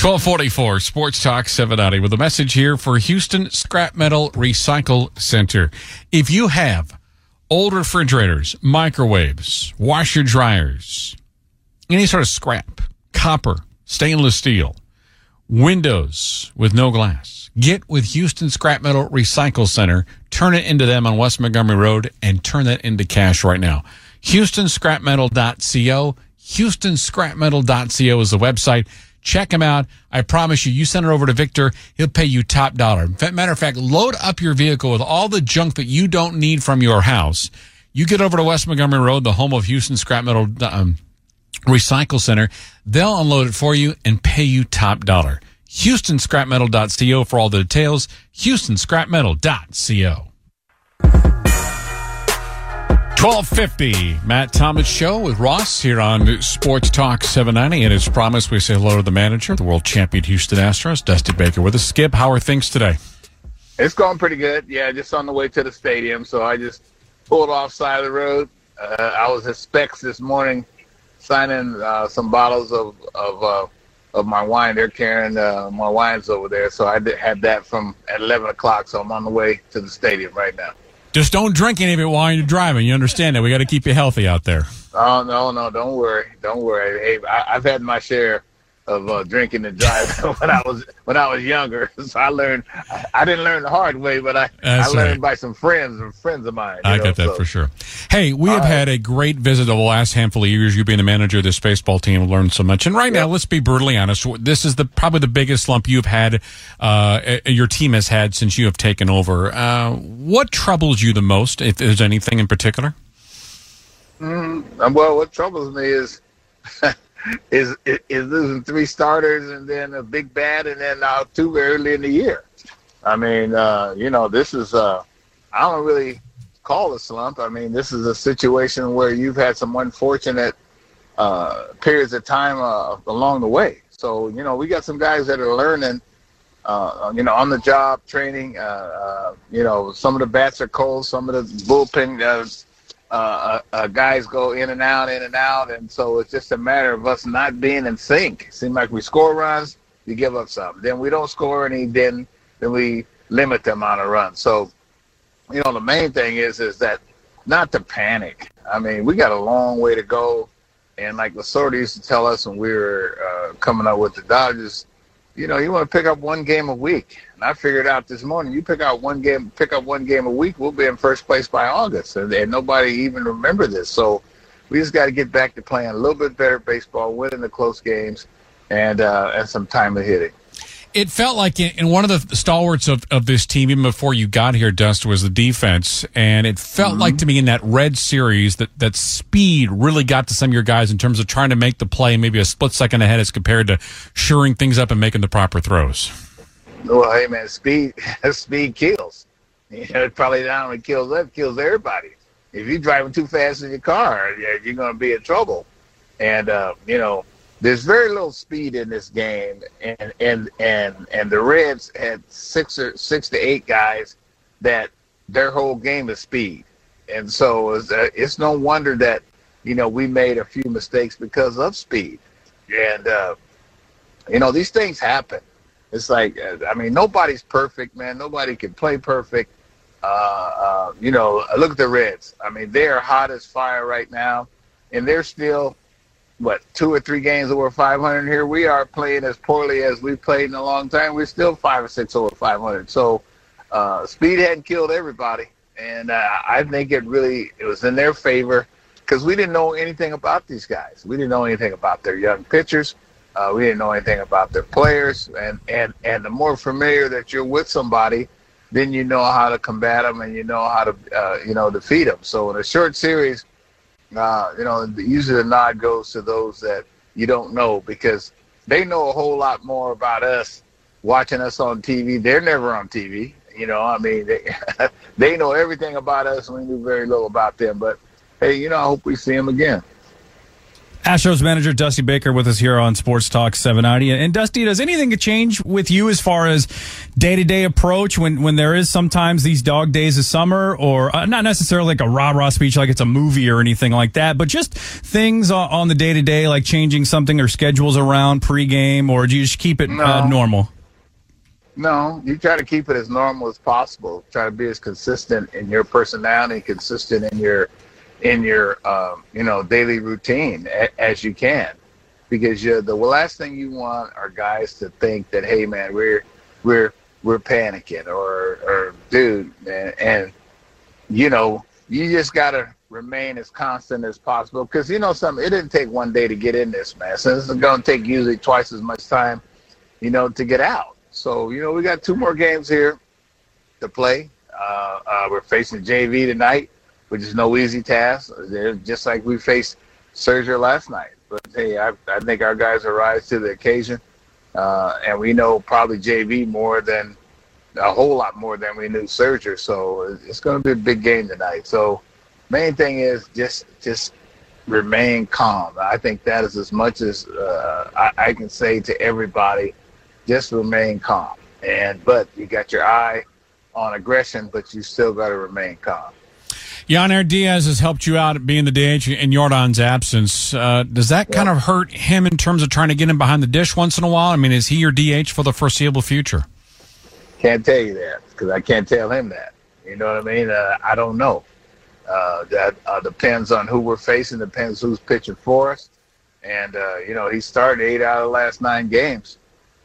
Speaker 3: 1244 Sports Talk 790 with a message here for Houston Scrap Metal Recycle Center. If you have old refrigerators, microwaves, washer dryers, any sort of scrap, copper, stainless steel, windows with no glass, get with Houston Scrap Metal Recycle Center, turn it into them on West Montgomery Road, and turn that into cash right now. HoustonScrapMetal.co. HoustonScrapMetal.co is the website. Check them out. I promise you, you send it over to Victor, he'll pay you top dollar. In fact, Matter of fact, load up your vehicle with all the junk that you don't need from your house. You get over to West Montgomery Road, the home of Houston Scrap Metal um, Recycle Center. They'll unload it for you and pay you top dollar. HoustonScrapMetal.co for all the details. HoustonScrapMetal.co. 1250 Matt Thomas Show with Ross here on Sports Talk 790. And as promised, we say hello to the manager, the world champion Houston Astros, Dusty Baker with us. Skip, how are things today?
Speaker 16: It's going pretty good. Yeah, just on the way to the stadium. So I just pulled off side of the road. Uh, I was at Specs this morning signing uh, some bottles of of, uh, of my wine. They're carrying uh, my wines over there. So I did, had that from at 11 o'clock. So I'm on the way to the stadium right now.
Speaker 3: Just don't drink any of it while you're driving. You understand that. We got to keep you healthy out there.
Speaker 16: Oh no, no, don't worry, don't worry. Hey, I, I've had my share of uh, drinking and driving when I was when I was younger. So I learned. I, I didn't learn the hard way, but I, I
Speaker 3: That's
Speaker 16: learned
Speaker 3: right.
Speaker 16: by some friends and friends of mine. you
Speaker 3: I
Speaker 16: know,
Speaker 3: got that
Speaker 16: so-
Speaker 3: for sure. Hey, we have had a great visit over the last handful of years. You being the manager of this baseball team, learned so much. And right now, let's be brutally honest. This is the probably the biggest slump you've had, uh, eh, your team has had since you have taken over. Uh, what troubles you the most, if there's anything in particular?
Speaker 16: Mm, um, well, what troubles me is is is losing three starters and then a big bat and then uh, two early in the year. I mean, uh, you know, this is uh, I don't really call a slump. I mean, this is a situation where you've had some unfortunate uh, periods of time uh, along the way. So you know, we got some guys that are learning. Uh, you know, on the job training. Uh, uh, you know, some of the bats are cold. Some of the bullpen uh, uh, uh, uh, guys go in and out, in and out, and so it's just a matter of us not being in sync. Seem like we score runs, you give up some. Then we don't score any, then then we limit the amount of runs. So, you know, the main thing is is that not to panic. I mean, we got a long way to go, and like Lasorda used to tell us when we were uh, coming up with the Dodgers, you know, you want to pick up one game a week. And I figured out this morning, you pick out one game, pick up one game a week, we'll be in first place by August, and, and nobody even remember this. So we just got to get back to playing a little bit better baseball, winning the close games, and uh, and some time of hitting.
Speaker 3: It felt like in, in one of the stalwarts of, of this team, even before you got here, Dust, was the defense. And it felt like to me in that red series that, that speed really got to some of your guys in terms of trying to make the play maybe a split second ahead as compared to shoring things up and making the proper throws.
Speaker 16: Well, hey man, speed speed kills. You know, it probably not only kills us, it kills everybody. If you're driving too fast in your car, yeah, you're going to be in trouble. And uh, you know, there's very little speed in this game, and and and and the Reds had six or six to eight guys that their whole game is speed, and so it's, uh, it's no wonder that you know we made a few mistakes because of speed, and uh, you know these things happen. It's like uh, I mean nobody's perfect, man. Nobody can play perfect. Uh, uh, you know, look at the Reds. I mean, they are hot as fire right now, and they're still what two or three games over 500. Here we are playing as poorly as we played in a long time. We're still five or six over 500. So uh, speed hadn't killed everybody, and uh, I think it really it was in their favor because we didn't know anything about these guys. We didn't know anything about their young pitchers. Uh, we didn't know anything about their players, and and and the more familiar that you're with somebody, then you know how to combat them and you know how to uh, you know defeat them. So in a short series, uh, you know, usually the nod goes to those that you don't know because they know a whole lot more about us watching us on TV. They're never on TV. You know, I mean, they, they know everything about us. We knew very little about them. But hey, you know, I hope we see them again.
Speaker 6: Astros manager Dusty Baker with us here on Sports Talk 790. And Dusty, does anything change with you as far as day to day approach when, when there is sometimes these dog days of summer or uh, not necessarily like a rah rah speech like it's a movie or anything like that, but just things on, on the day to day, like changing something or schedules around pregame, or do you just keep it uh,
Speaker 16: No.
Speaker 6: normal?
Speaker 16: No, you try to keep it as normal as possible. Try to be as consistent in your personality, consistent in your in your um, you know daily routine a- as you can, because you the last thing you want are guys to think that hey man we're we're we're panicking or or dude and, and you know you just gotta remain as constant as possible because you know something it didn't take one day to get in this man so this is gonna take usually twice as much time you know, to get out. So, you know, we got two more games here to play. Uh, uh, we're facing JV tonight, which is no easy task. They're just like we faced Sergio last night. But hey, I, I think our guys will rise to the occasion, uh, and we know probably JV more than a whole lot more than we knew Sergio. So it's going to be a big game tonight. So main thing is just just remain calm. I think that is as much as uh, I, I can say to everybody. Just remain calm, and but you got your eye on aggression, but you still got to remain calm.
Speaker 3: Yonir Diaz has helped you out being the DH in Yordan's absence. Uh, does that kind of hurt him in terms of trying to get him behind the dish once in a while? I mean, is he your DH for the foreseeable future?
Speaker 16: Can't tell you that because I can't tell him that. You know what I mean? Uh, I don't know. Uh, that uh, depends on who we're facing. Depends who's pitching for us. And uh, you know, he started eight out of the last nine games,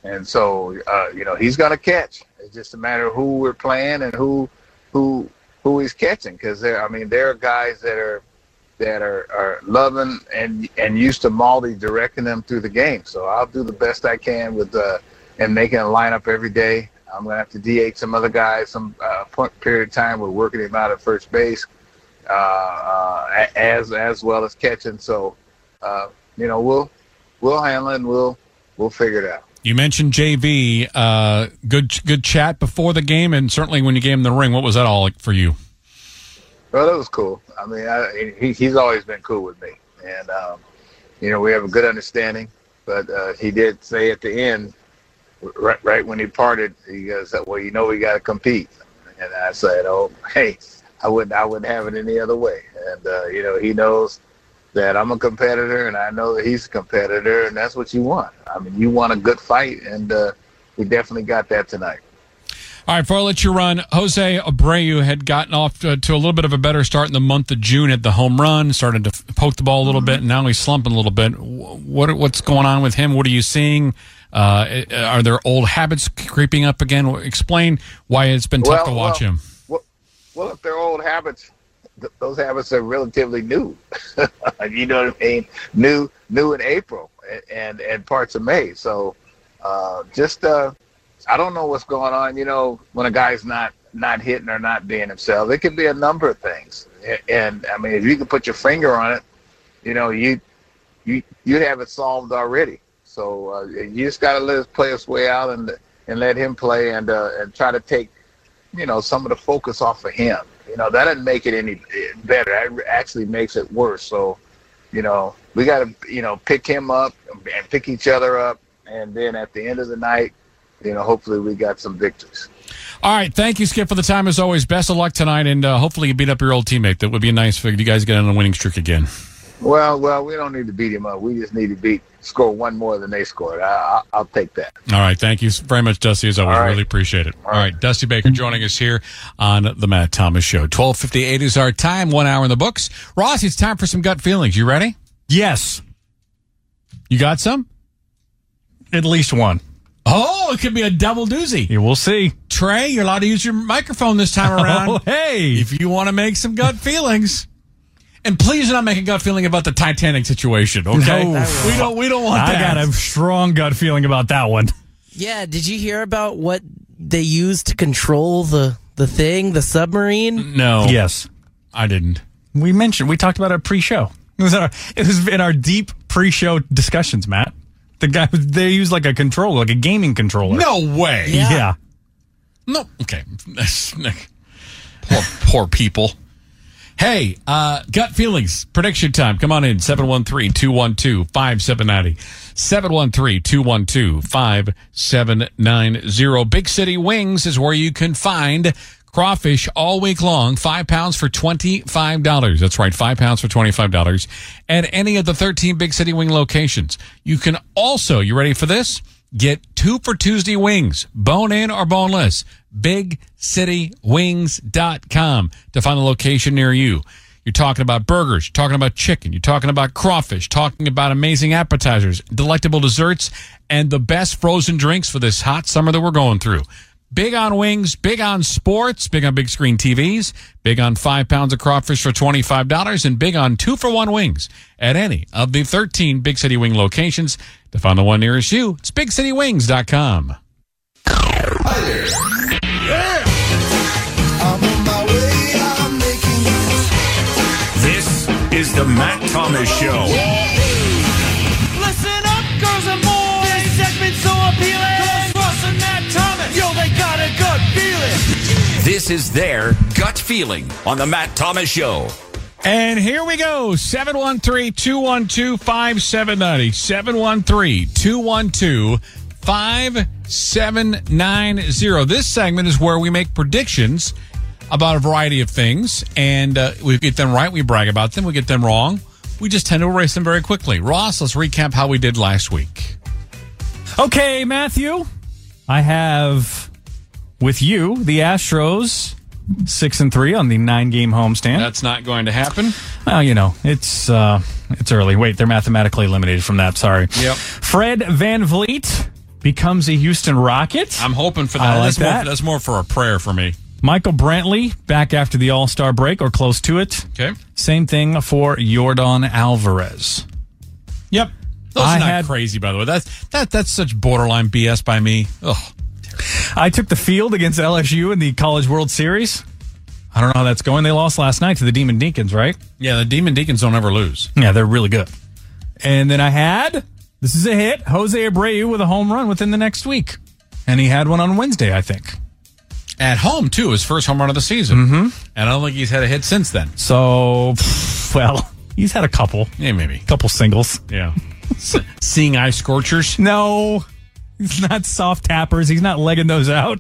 Speaker 16: and so uh, you know he's going to catch. It's just a matter of who we're playing and who who who he's catching. Because there, I mean, there are guys that are that are, are loving and and used to Maldi directing them through the game. So I'll do the best I can with uh, and making a lineup every day. I'm going to have to DH some other guys some uh, point period of time. We're working him out at first base uh, uh, a- as as well as catching. So uh, you know we'll we'll handle it and we'll we'll figure it out.
Speaker 3: You mentioned JV. Uh, good, good chat before the game, and certainly when you gave him the ring. What was that all like for you?
Speaker 16: Well, that was cool. I mean, I, he, he's always been cool with me, and um, you know we have a good understanding. But uh, he did say at the end, right, right when he parted, he goes, "Well, you know we got to compete," and I said, "Oh, hey, I wouldn't, I wouldn't have it any other way." And uh, you know he knows that I'm a competitor, and I know that he's a competitor, and that's what you want. I mean, you want a good fight, and uh, we definitely got that tonight.
Speaker 3: All right, before I let you run, Jose Abreu had gotten off uh, to, to a little bit of a better start in the month of June at the home run, started to f- poke the ball a little bit, and now he's slumping a little bit. Wh- What what's going on with him? What are you seeing? Uh, i- are there old habits creeping up again? Wh- Explain why it's been tough
Speaker 16: Well,
Speaker 3: to watch
Speaker 16: well,
Speaker 3: him.
Speaker 16: Well, well, if they're old habits, th- those habits are relatively new. you know what I mean? New, new in April a- and and parts of May. So, uh, just uh, I don't know what's going on. You know, when a guy's not not hitting or not being himself, it could be a number of things. A- And I mean, if you could put your finger on it, you know, you you you'd have it solved already. So uh, you just got to let us play its way out and and let him play and uh, and try to take you know some of the focus off of him. You know that doesn't make it any better. That actually makes it worse. So, you know we got to you know pick him up and pick each other up, and then at the end of the night, you know hopefully we got some victories.
Speaker 3: All right, thank you, Skip, for the time as always. Best of luck tonight, and uh, hopefully you beat up your old teammate. That would be nice for you guys to get on a winning streak again.
Speaker 16: Well, well, we don't need to beat him up. We just need to beat score one more than they scored. I, I, I'll take that.
Speaker 3: All right. Thank you very much, Dusty, as always.
Speaker 16: All right.
Speaker 3: Really appreciate it. All right. Dusty Baker joining us here on The Matt Thomas Show. 1258 is our time, one hour in the books. Ross, it's time for some gut feelings. You ready?
Speaker 6: Yes.
Speaker 3: You got some?
Speaker 6: At least one.
Speaker 3: Oh, it could be a double doozy.
Speaker 6: Yeah, we'll see.
Speaker 3: Trey, you're allowed to use your microphone this time around.
Speaker 6: Oh, hey.
Speaker 3: If you want to make some gut feelings. And please do not make a gut feeling about the Titanic situation, okay?
Speaker 6: No.
Speaker 3: We don't we don't want
Speaker 6: I
Speaker 3: that.
Speaker 6: got a strong gut feeling about that one.
Speaker 5: Yeah, did you hear about what they used to control the the thing, the submarine?
Speaker 3: No.
Speaker 6: Yes.
Speaker 3: I didn't.
Speaker 6: We mentioned we talked about it pre-show. It was, in our, it was in our deep pre-show discussions, Matt. The guy they use like a controller, like a gaming controller.
Speaker 3: No way.
Speaker 6: Yeah.
Speaker 3: No. Okay. Poor, poor people. Hey, uh, gut feelings, prediction time. Come on in, 713-212-5790. 713-212-5790. Big City Wings is where you can find crawfish all week long, five pounds for $25. That's right, five pounds for $25 at any of the 13 Big City Wing locations. You can also, you ready for this? Get two for Tuesday wings, bone in or boneless. BigCityWings.com to find a location near you. You're talking about burgers, you're talking about chicken, you're talking about crawfish, talking about amazing appetizers, delectable desserts, and the best frozen drinks for this hot summer that we're going through. Big on wings, big on sports, big on big screen TVs, big on five pounds of crawfish for $25, and big on two for one wings at any of the 13 Big City Wing locations. To find the one nearest you, it's bigcitywings.com.
Speaker 2: This is the Matt Thomas
Speaker 3: Oh.
Speaker 2: Show.
Speaker 17: Listen up, girls and boys. This segment's so appealing. Cause Russ and Matt Thomas, yo, they got a good feeling.
Speaker 2: This is their gut feeling on the Matt Thomas Show.
Speaker 3: And here we go 713-212-5790. 713-212-5790. This segment is where we make predictions about a variety of things. And uh, we get them right, we brag about them. We get them wrong, we just tend to erase them very quickly. Ross, let's recap how we did last week.
Speaker 6: Okay, Matthew, I have with you the Astros six and three on the nine game homestand.
Speaker 3: That's not going to happen.
Speaker 6: Well, you know it's uh, it's early. Wait, they're mathematically eliminated from that. Sorry.
Speaker 3: Yep.
Speaker 6: Fred Van Vliet becomes a Houston Rocket.
Speaker 3: I'm hoping for
Speaker 6: I
Speaker 3: that.
Speaker 6: like
Speaker 3: that's, More,
Speaker 6: that.
Speaker 3: that's more for a prayer for me.
Speaker 6: Michael Brantley back after the All Star break or close to it.
Speaker 3: Okay.
Speaker 6: Same thing for Yordan Alvarez. Yep.
Speaker 3: Those
Speaker 6: I
Speaker 3: are not
Speaker 6: had-
Speaker 3: crazy, by the way. That's that that's such borderline BS by me. Ugh.
Speaker 6: I took the field against LSU in the College World Series. I don't know how that's going. They lost last night to the Demon Deacons, right?
Speaker 3: Yeah, the Demon Deacons don't ever lose.
Speaker 6: Yeah, they're really good. And then I had this is a hit Jose Abreu with a home run within the next week. And he had one on Wednesday, I think.
Speaker 3: At home too, his first home run of the season. Mm-hmm. And I don't think he's had a hit since then.
Speaker 6: So, pff, well, he's had a couple.
Speaker 3: Yeah, maybe.
Speaker 6: couple singles.
Speaker 3: Yeah. S- Seeing eye scorchers.
Speaker 6: No, he's not soft tappers. He's not legging those out.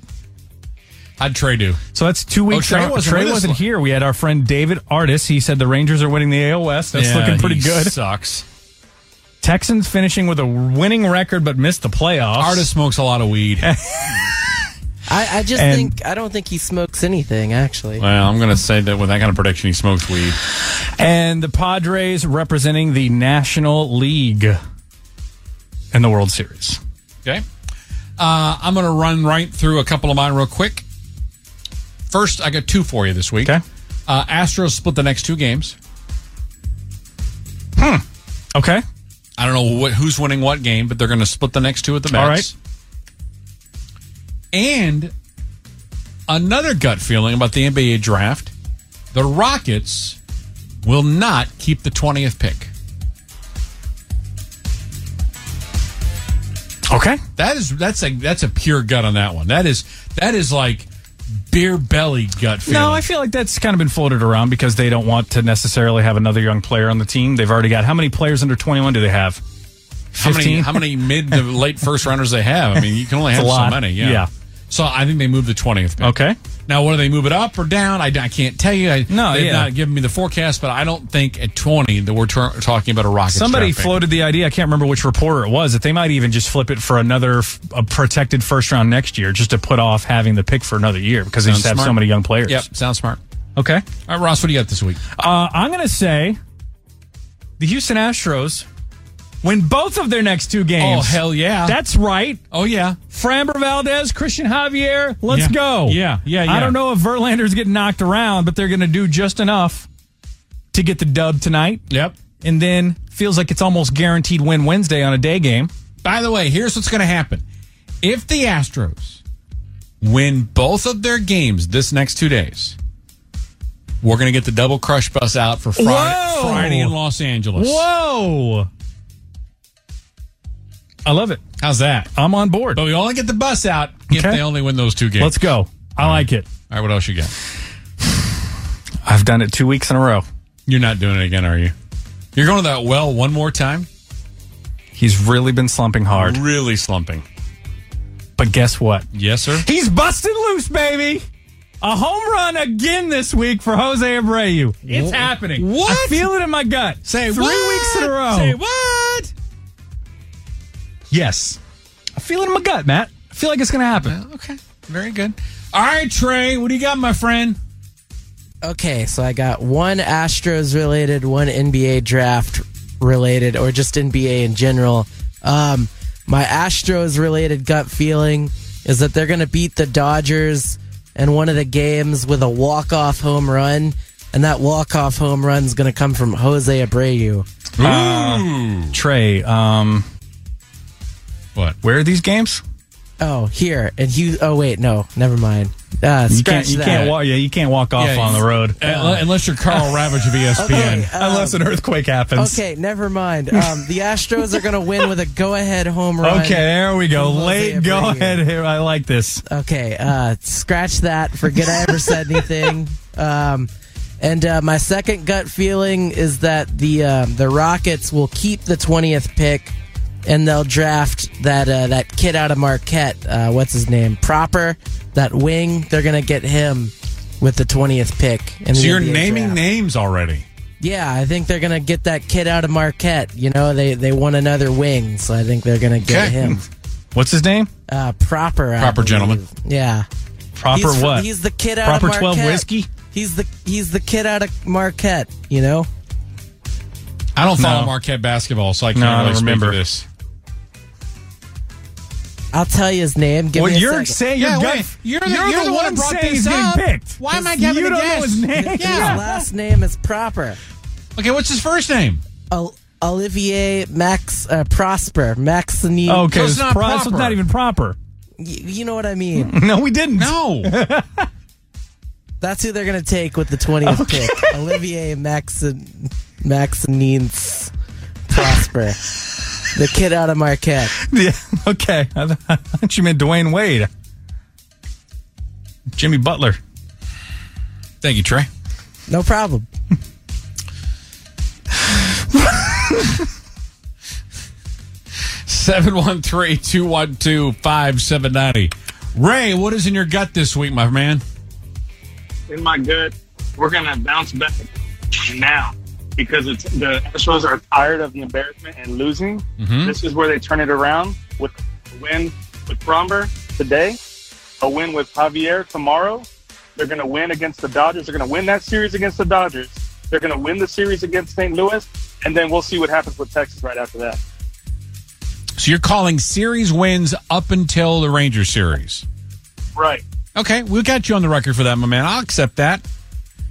Speaker 3: How'd Trey do?
Speaker 6: So that's two weeks.
Speaker 3: Oh, Trey
Speaker 6: out.
Speaker 3: wasn't with us
Speaker 6: wasn't
Speaker 3: la-
Speaker 6: here. We had our friend David Artis. He said the Rangers are winning the AL West. That's
Speaker 3: Yeah,
Speaker 6: looking pretty
Speaker 3: he
Speaker 6: good.
Speaker 3: Sucks.
Speaker 6: Texans finishing with a winning record but missed the playoffs.
Speaker 3: Artist smokes a lot of weed.
Speaker 5: I, I just
Speaker 6: And-
Speaker 5: think I don't think he smokes anything. Actually,
Speaker 3: well, I'm gonna say that with that kind of prediction, he smokes weed.
Speaker 6: And the Padres representing the National League in the World Series.
Speaker 3: Okay. Uh, I'm going to run right through a couple of mine real quick. First, I got two for you this week. Okay. Uh, Astros split the next two games.
Speaker 6: Hmm. Okay.
Speaker 3: I don't know what who's winning what game, but they're going to split the next two at the Mets.
Speaker 6: All
Speaker 3: And another gut feeling about the NBA draft: the Rockets will not keep the 20th pick.
Speaker 6: Okay.
Speaker 3: That is that's a that's a pure gut on that one. That is that is like beer belly gut feeling.
Speaker 6: No, I feel like that's kind of been floated around because they don't want to necessarily have another young player on the team. They've already got how many players under 21 do they have?
Speaker 3: how
Speaker 6: 15?
Speaker 3: many how many mid to late first rounders they have. I mean, you can only
Speaker 6: It's a
Speaker 3: have so
Speaker 6: lot.
Speaker 3: many. Yeah.
Speaker 6: Yeah.
Speaker 3: So I think they moved the twentieth.
Speaker 6: Okay.
Speaker 3: Now whether they move it up or down, I, I can't tell you. I,
Speaker 6: No,
Speaker 3: they've
Speaker 6: yeah.
Speaker 3: not given me the forecast, but I don't think at twenty that we're tar- talking about a rocket.
Speaker 6: Somebody floated the idea. I can't remember which reporter it was that they might even just flip it for another f- a protected first round next year, just to put off having the pick for another year because they just have so many young players.
Speaker 3: Yep, sounds smart.
Speaker 6: Okay.
Speaker 3: All right, Ross, what do you got this week?
Speaker 6: Uh, I'm going to say the Houston Astros win both of their next two games.
Speaker 3: Oh, hell yeah.
Speaker 6: That's right.
Speaker 3: Oh yeah,
Speaker 6: Framber Valdez, Christian Javier, let's
Speaker 3: Yeah.
Speaker 6: go.
Speaker 3: Yeah, yeah, yeah.
Speaker 6: I don't know if Verlander's getting knocked around, but they're going to do just enough to get the dub tonight.
Speaker 3: Yep.
Speaker 6: And then feels like it's almost guaranteed win Wednesday on a day game.
Speaker 3: By the way, here's what's going to happen. If the Astros win both of their games this next two days, we're going to get the double crush bus out for Friday,
Speaker 6: Whoa!
Speaker 3: Friday in Los Angeles.
Speaker 6: Whoa. I love it.
Speaker 3: How's that?
Speaker 6: I'm on board.
Speaker 3: But we only get the bus out if
Speaker 6: Okay.
Speaker 3: they only win those two games.
Speaker 6: Let's go. I like it.
Speaker 3: All right, what else you got?
Speaker 6: I
Speaker 4: I've done it two weeks in a row.
Speaker 3: You're not doing it again, are you? You're going to that well one more time?
Speaker 4: He's really been slumping hard.
Speaker 3: Really slumping.
Speaker 4: But guess what?
Speaker 3: Yes, sir.
Speaker 4: He's busted loose, baby. A home run again this week for Jose Abreu. It's
Speaker 3: Wha-
Speaker 4: happening.
Speaker 3: what?
Speaker 4: I feel it in my gut.
Speaker 3: Say
Speaker 4: three
Speaker 3: what?
Speaker 4: weeks in a row.
Speaker 3: Say what?
Speaker 4: Yes. I feel it in my gut, Matt. I feel like it's going to happen.
Speaker 3: okay. Very good. All right, Trey, what do you got, my friend?
Speaker 5: Okay, so I got one Astros related, one NBA draft related, or just NBA in general. Um, my Astros related gut feeling is that they're going to beat the Dodgers in one of the games with a walk off home run, and that walk off home run is going to come from Jose Abreu.
Speaker 4: Uh, Trey, um,
Speaker 3: what?
Speaker 4: Where are these games?
Speaker 5: Oh, here and he. Oh, wait, no, never mind. Uh,
Speaker 4: you
Speaker 5: scratch
Speaker 4: can't, you
Speaker 5: that.
Speaker 4: can't walk. Yeah, you can't walk off
Speaker 3: Yeah,
Speaker 4: on the road
Speaker 3: Uh, unless you're Carl Ravage of E ESPN.
Speaker 5: Okay, um,
Speaker 4: unless an earthquake happens.
Speaker 5: Okay, never mind. Um, the Astros are going to win with a go-ahead home run.
Speaker 4: Okay, there we go.
Speaker 5: from Jose
Speaker 4: Late
Speaker 5: Abreu.
Speaker 4: go ahead here. I like this.
Speaker 5: Okay, uh, scratch that. Forget I ever said anything. Um, and uh, my second gut feeling is that the um, the Rockets will keep the twentieth pick, and they'll draft that uh, that kid out of Marquette. Uh, what's his name? Proper. That wing. They're gonna get him with the twentieth pick. in
Speaker 3: so
Speaker 5: the
Speaker 3: you're
Speaker 5: NBA
Speaker 3: naming
Speaker 5: draft.
Speaker 3: names already.
Speaker 5: Yeah, I think they're gonna get that kid out of Marquette. You know, they they want another wing, so I think they're gonna get
Speaker 3: Okay.
Speaker 5: him.
Speaker 4: What's his name?
Speaker 5: Uh, proper. I
Speaker 3: Proper
Speaker 5: believe.
Speaker 3: gentleman.
Speaker 5: Yeah.
Speaker 4: Proper
Speaker 5: he's,
Speaker 4: what?
Speaker 5: He's the kid out
Speaker 4: Proper
Speaker 5: of Marquette.
Speaker 4: 12 whiskey?
Speaker 5: He's the he's the kid out of Marquette. You know.
Speaker 3: I don't follow
Speaker 4: No.
Speaker 3: Marquette basketball, so I can't
Speaker 4: No, I
Speaker 3: really
Speaker 4: don't
Speaker 3: speak
Speaker 4: remember.
Speaker 3: to this.
Speaker 5: I'll tell you his name. Give
Speaker 4: Well,
Speaker 5: me a
Speaker 4: you're
Speaker 5: second.
Speaker 4: saying your gut- saying he's getting picked. You don't know his name.
Speaker 5: His last name is proper.
Speaker 3: Okay, what's his first name?
Speaker 5: Ol- Olivier Max uh, Prosper Maxine.
Speaker 4: Okay,
Speaker 3: So it's
Speaker 4: it's
Speaker 3: not
Speaker 4: pro- so it's
Speaker 3: proper.
Speaker 4: not even proper.
Speaker 5: Y- you know what I mean.
Speaker 4: No, we didn't.
Speaker 3: No.
Speaker 5: That's who they're gonna take with the twentieth pick. Olivier Maxin Maxinines Prosper. the kid out of Marquette.
Speaker 4: Yeah, okay. I th- I thought you meant Dwayne Wade. Jimmy Butler.
Speaker 3: Thank you, Trey.
Speaker 5: No problem.
Speaker 3: Seven one three two one two five seven ninety. Ray, what is in your gut this week, my man?
Speaker 18: in my gut, we're going to bounce back now because it's, the Astros are tired of the embarrassment and losing.
Speaker 3: Mm-hmm.
Speaker 19: Mhm.
Speaker 18: This is where they turn it around with a win with Bromber today, a win with Javier tomorrow. They're going to win against the Dodgers. They're going to win that series against the Dodgers. They're going to win the series against St. Louis, and then we'll see what happens with Texas right after that.
Speaker 3: So you're calling series wins up until the Ranger series.
Speaker 18: Right.
Speaker 3: Okay, we got you on the record for that, my man. I'll accept that.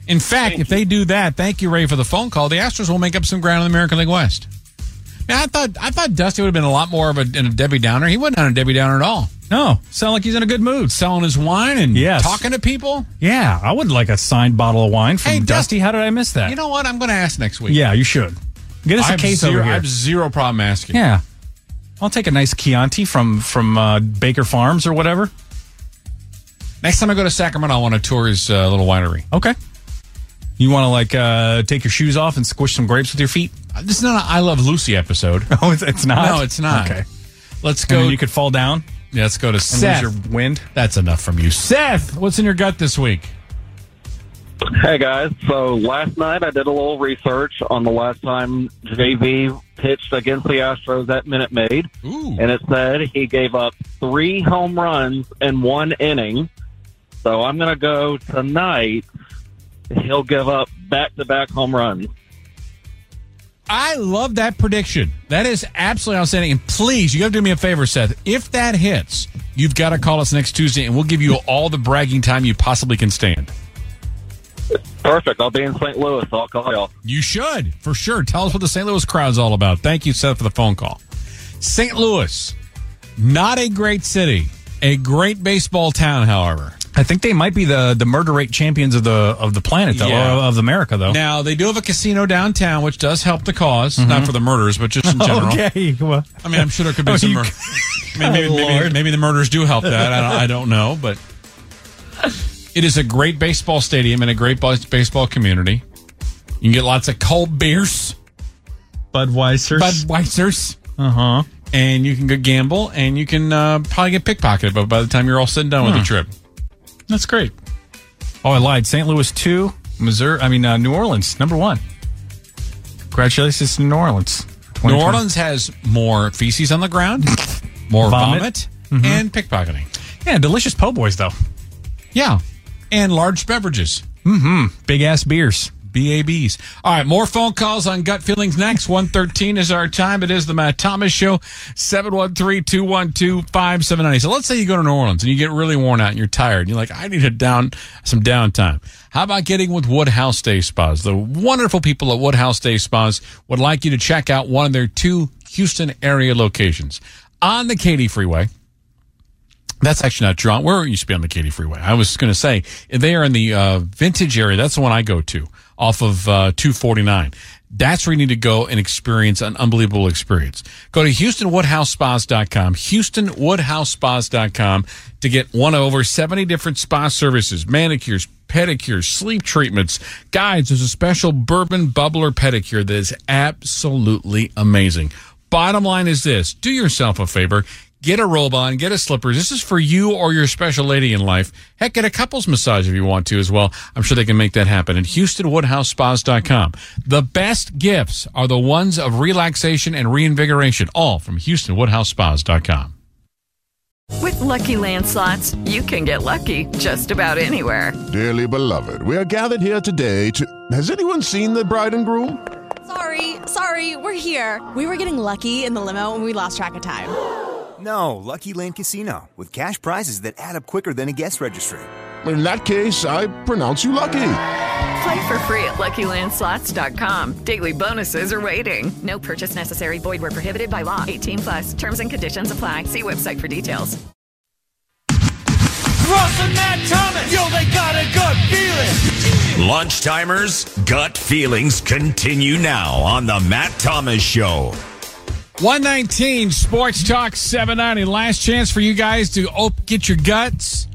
Speaker 3: In fact, if they do that, thank you, Ray, for the phone call. The Astros will make up some ground in the American League West. Man, I thought I thought Dusty would have been a lot more of a, in a Debbie Downer. He wasn't on a Debbie Downer at all.
Speaker 4: No, sound like he's in a good mood.
Speaker 3: Selling his wine and
Speaker 4: Yes.
Speaker 3: talking to people.
Speaker 4: Yeah, I would like a signed bottle of wine from Dusty. How did I miss that?
Speaker 3: You know what? I'm going to ask next week.
Speaker 4: yeah, you should. Get us
Speaker 3: I
Speaker 4: a
Speaker 3: have
Speaker 4: case
Speaker 3: zero,
Speaker 4: over
Speaker 3: I
Speaker 4: here.
Speaker 3: have zero problem asking.
Speaker 4: Yeah. I'll take a nice Chianti from from uh, Baker Farms or whatever.
Speaker 3: Next time I go to Sacramento, I want to tour his uh, little winery.
Speaker 4: Okay. You want to like uh, take your shoes off and squish some grapes with your feet?
Speaker 3: Uh, This is not an I Love Lucy episode.
Speaker 4: Oh, it's, it's not.
Speaker 3: No, it's not.
Speaker 4: Okay.
Speaker 3: Let's
Speaker 4: And
Speaker 3: go.
Speaker 4: then you could fall down.
Speaker 3: Yeah, let's go to
Speaker 4: lose
Speaker 3: Seth.
Speaker 4: your wind.
Speaker 3: That's enough from you, Seth. What's in your gut this week?
Speaker 11: Hey guys, so last night I did a little research on the last time JV pitched against the Astros at Minute Maid, and it said he gave up three home runs in one inning. So I'm going to go tonight. He'll give up back-to-back home runs.
Speaker 3: I love that prediction. That is absolutely outstanding. And please, you got to do me a favor, Seth. If that hits, you've got to call us next Tuesday, and we'll give you all the bragging time you possibly can stand.
Speaker 11: Perfect. I'll be in St. Louis. I'll call y'all.
Speaker 3: You should, for sure. Tell us what the St. Louis crowd's all about. Thank you, Seth, for the phone call. St. Louis, not a great city, a great baseball town, however.
Speaker 4: I think they might be the the murder rate champions of the of the planet though,
Speaker 3: Yeah.
Speaker 4: or of America though.
Speaker 3: Now, they do have a casino downtown, which does help the because not for the murders, but just in general.
Speaker 4: okay. Well,
Speaker 3: I mean, I'm sure there could be
Speaker 4: Oh,
Speaker 3: some.
Speaker 4: you-
Speaker 3: Mur- I mean, maybe,
Speaker 4: Oh,
Speaker 3: maybe,
Speaker 4: Lord.
Speaker 3: maybe the murders do help that. I don't, I don't know, but It is a great baseball stadium and a great bas- baseball community. You can get lots of cold beers,
Speaker 4: Budweiser's.
Speaker 3: Budweiser's,
Speaker 4: Uh huh.
Speaker 3: and you can go gamble, and you can uh, probably get pickpocketed. But by the time you're all said and done with the trip,
Speaker 4: That's great. Oh, I lied. St. Louis two, Missouri. I mean uh, New Orleans number one. Congratulations to New Orleans.
Speaker 3: New
Speaker 4: 2020.
Speaker 3: Orleans has more feces on the ground, more vomit,
Speaker 4: Vomit. Mhm.
Speaker 3: and pickpocketing.
Speaker 4: Yeah, delicious po' boys though.
Speaker 3: Yeah, and large beverages.
Speaker 4: Mm-hmm. Big ass beers.
Speaker 3: BABs. All right, more phone calls on gut feelings next. 113 is our time. It is the Matt Thomas Show, 713 212 5790. So let's say you go to New Orleans and you get really worn out and you're tired. And you're like, I need a down some downtime. How about getting with Woodhouse Day Spas? The wonderful people at Woodhouse Day Spas would like you to check out one of their two Houston area locations on the Katy Freeway. That's actually not drawn. Where it used to be on the Katy Freeway. I was going to say they are in the uh, vintage area. That's the one I go to off of uh, 249. That's where you need to go and experience an unbelievable experience. Go to HoustonWoodhouseSpas.com, HoustonWoodhouseSpas.com to get one of over 70 different spa services, manicures, pedicures, sleep treatments. Guys, there's a special bourbon bubbler pedicure that is absolutely amazing. Bottom line is this do yourself a favor. Get a robe on, get a slippers. This is for you or your special lady in life. Heck, get a couples massage if you want to as well. I'm sure they can make that happen at HoustonWoodhouseSpas.com. The best gifts are the ones of relaxation and reinvigoration, all from HoustonWoodhouseSpas.com.
Speaker 8: With Lucky Land slots, you can get lucky just about anywhere.
Speaker 20: Dearly beloved, we are gathered here today to. Has anyone seen the bride and groom?
Speaker 21: Sorry, sorry, we're here. We were getting lucky in the limo and we lost track of time.
Speaker 22: No, Lucky Land Casino, with cash prizes that add up quicker than a guest registry.
Speaker 20: In that case, I pronounce you lucky.
Speaker 8: Play for free at LuckyLandSlots.com. Daily bonuses are waiting. No purchase necessary. Void where prohibited by law. 18 plus. Terms and conditions apply. See website for details.
Speaker 1: Ross and Matt Thomas. Yo, they got a good feeling.
Speaker 2: Lunchtimers, gut feelings continue now on the Matt Thomas Show.
Speaker 3: 119 Sports Talk 790. Last chance for you guys to op- get your guts,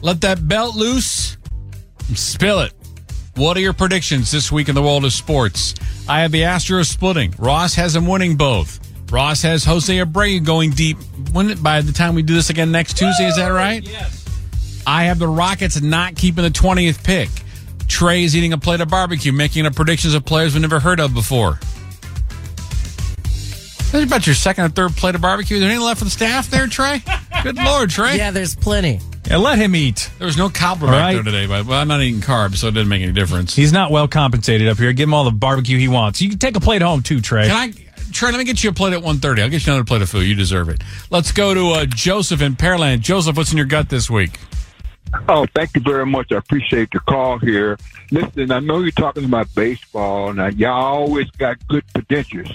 Speaker 3: let that belt loose, and spill it. What are your predictions this week in the world of sports? I have the Astros splitting. Ross has them winning both. Ross has Jose Abreu going deep. When by the time we do this again next Tuesday, is that right? Yes. I have the Rockets not keeping the 20th pick. Trey's eating a plate of barbecue, making up predictions of players we never heard of before. There's about your second or third plate of barbecue. Is there any left for the staff there, Trey? Good lord, Trey.
Speaker 23: Yeah, there's plenty.
Speaker 4: Yeah, let him eat.
Speaker 3: There was no cobbler
Speaker 4: All
Speaker 3: back
Speaker 4: right.
Speaker 3: there today, but well, I'm not eating carbs, so it didn't make any difference.
Speaker 4: He's not well compensated up here. Give him all the barbecue he wants. You can take a plate home too, Trey.
Speaker 3: Can I, Trey? Let me get you a plate at 1:30. I'll get you another plate of food. You deserve it. Let's go to uh, Joseph in Pearland. Joseph, what's in your gut this week?
Speaker 24: Oh, thank you very much. I appreciate the call here. Listen, I know you're talking about baseball, and I- y'all always got good credentials,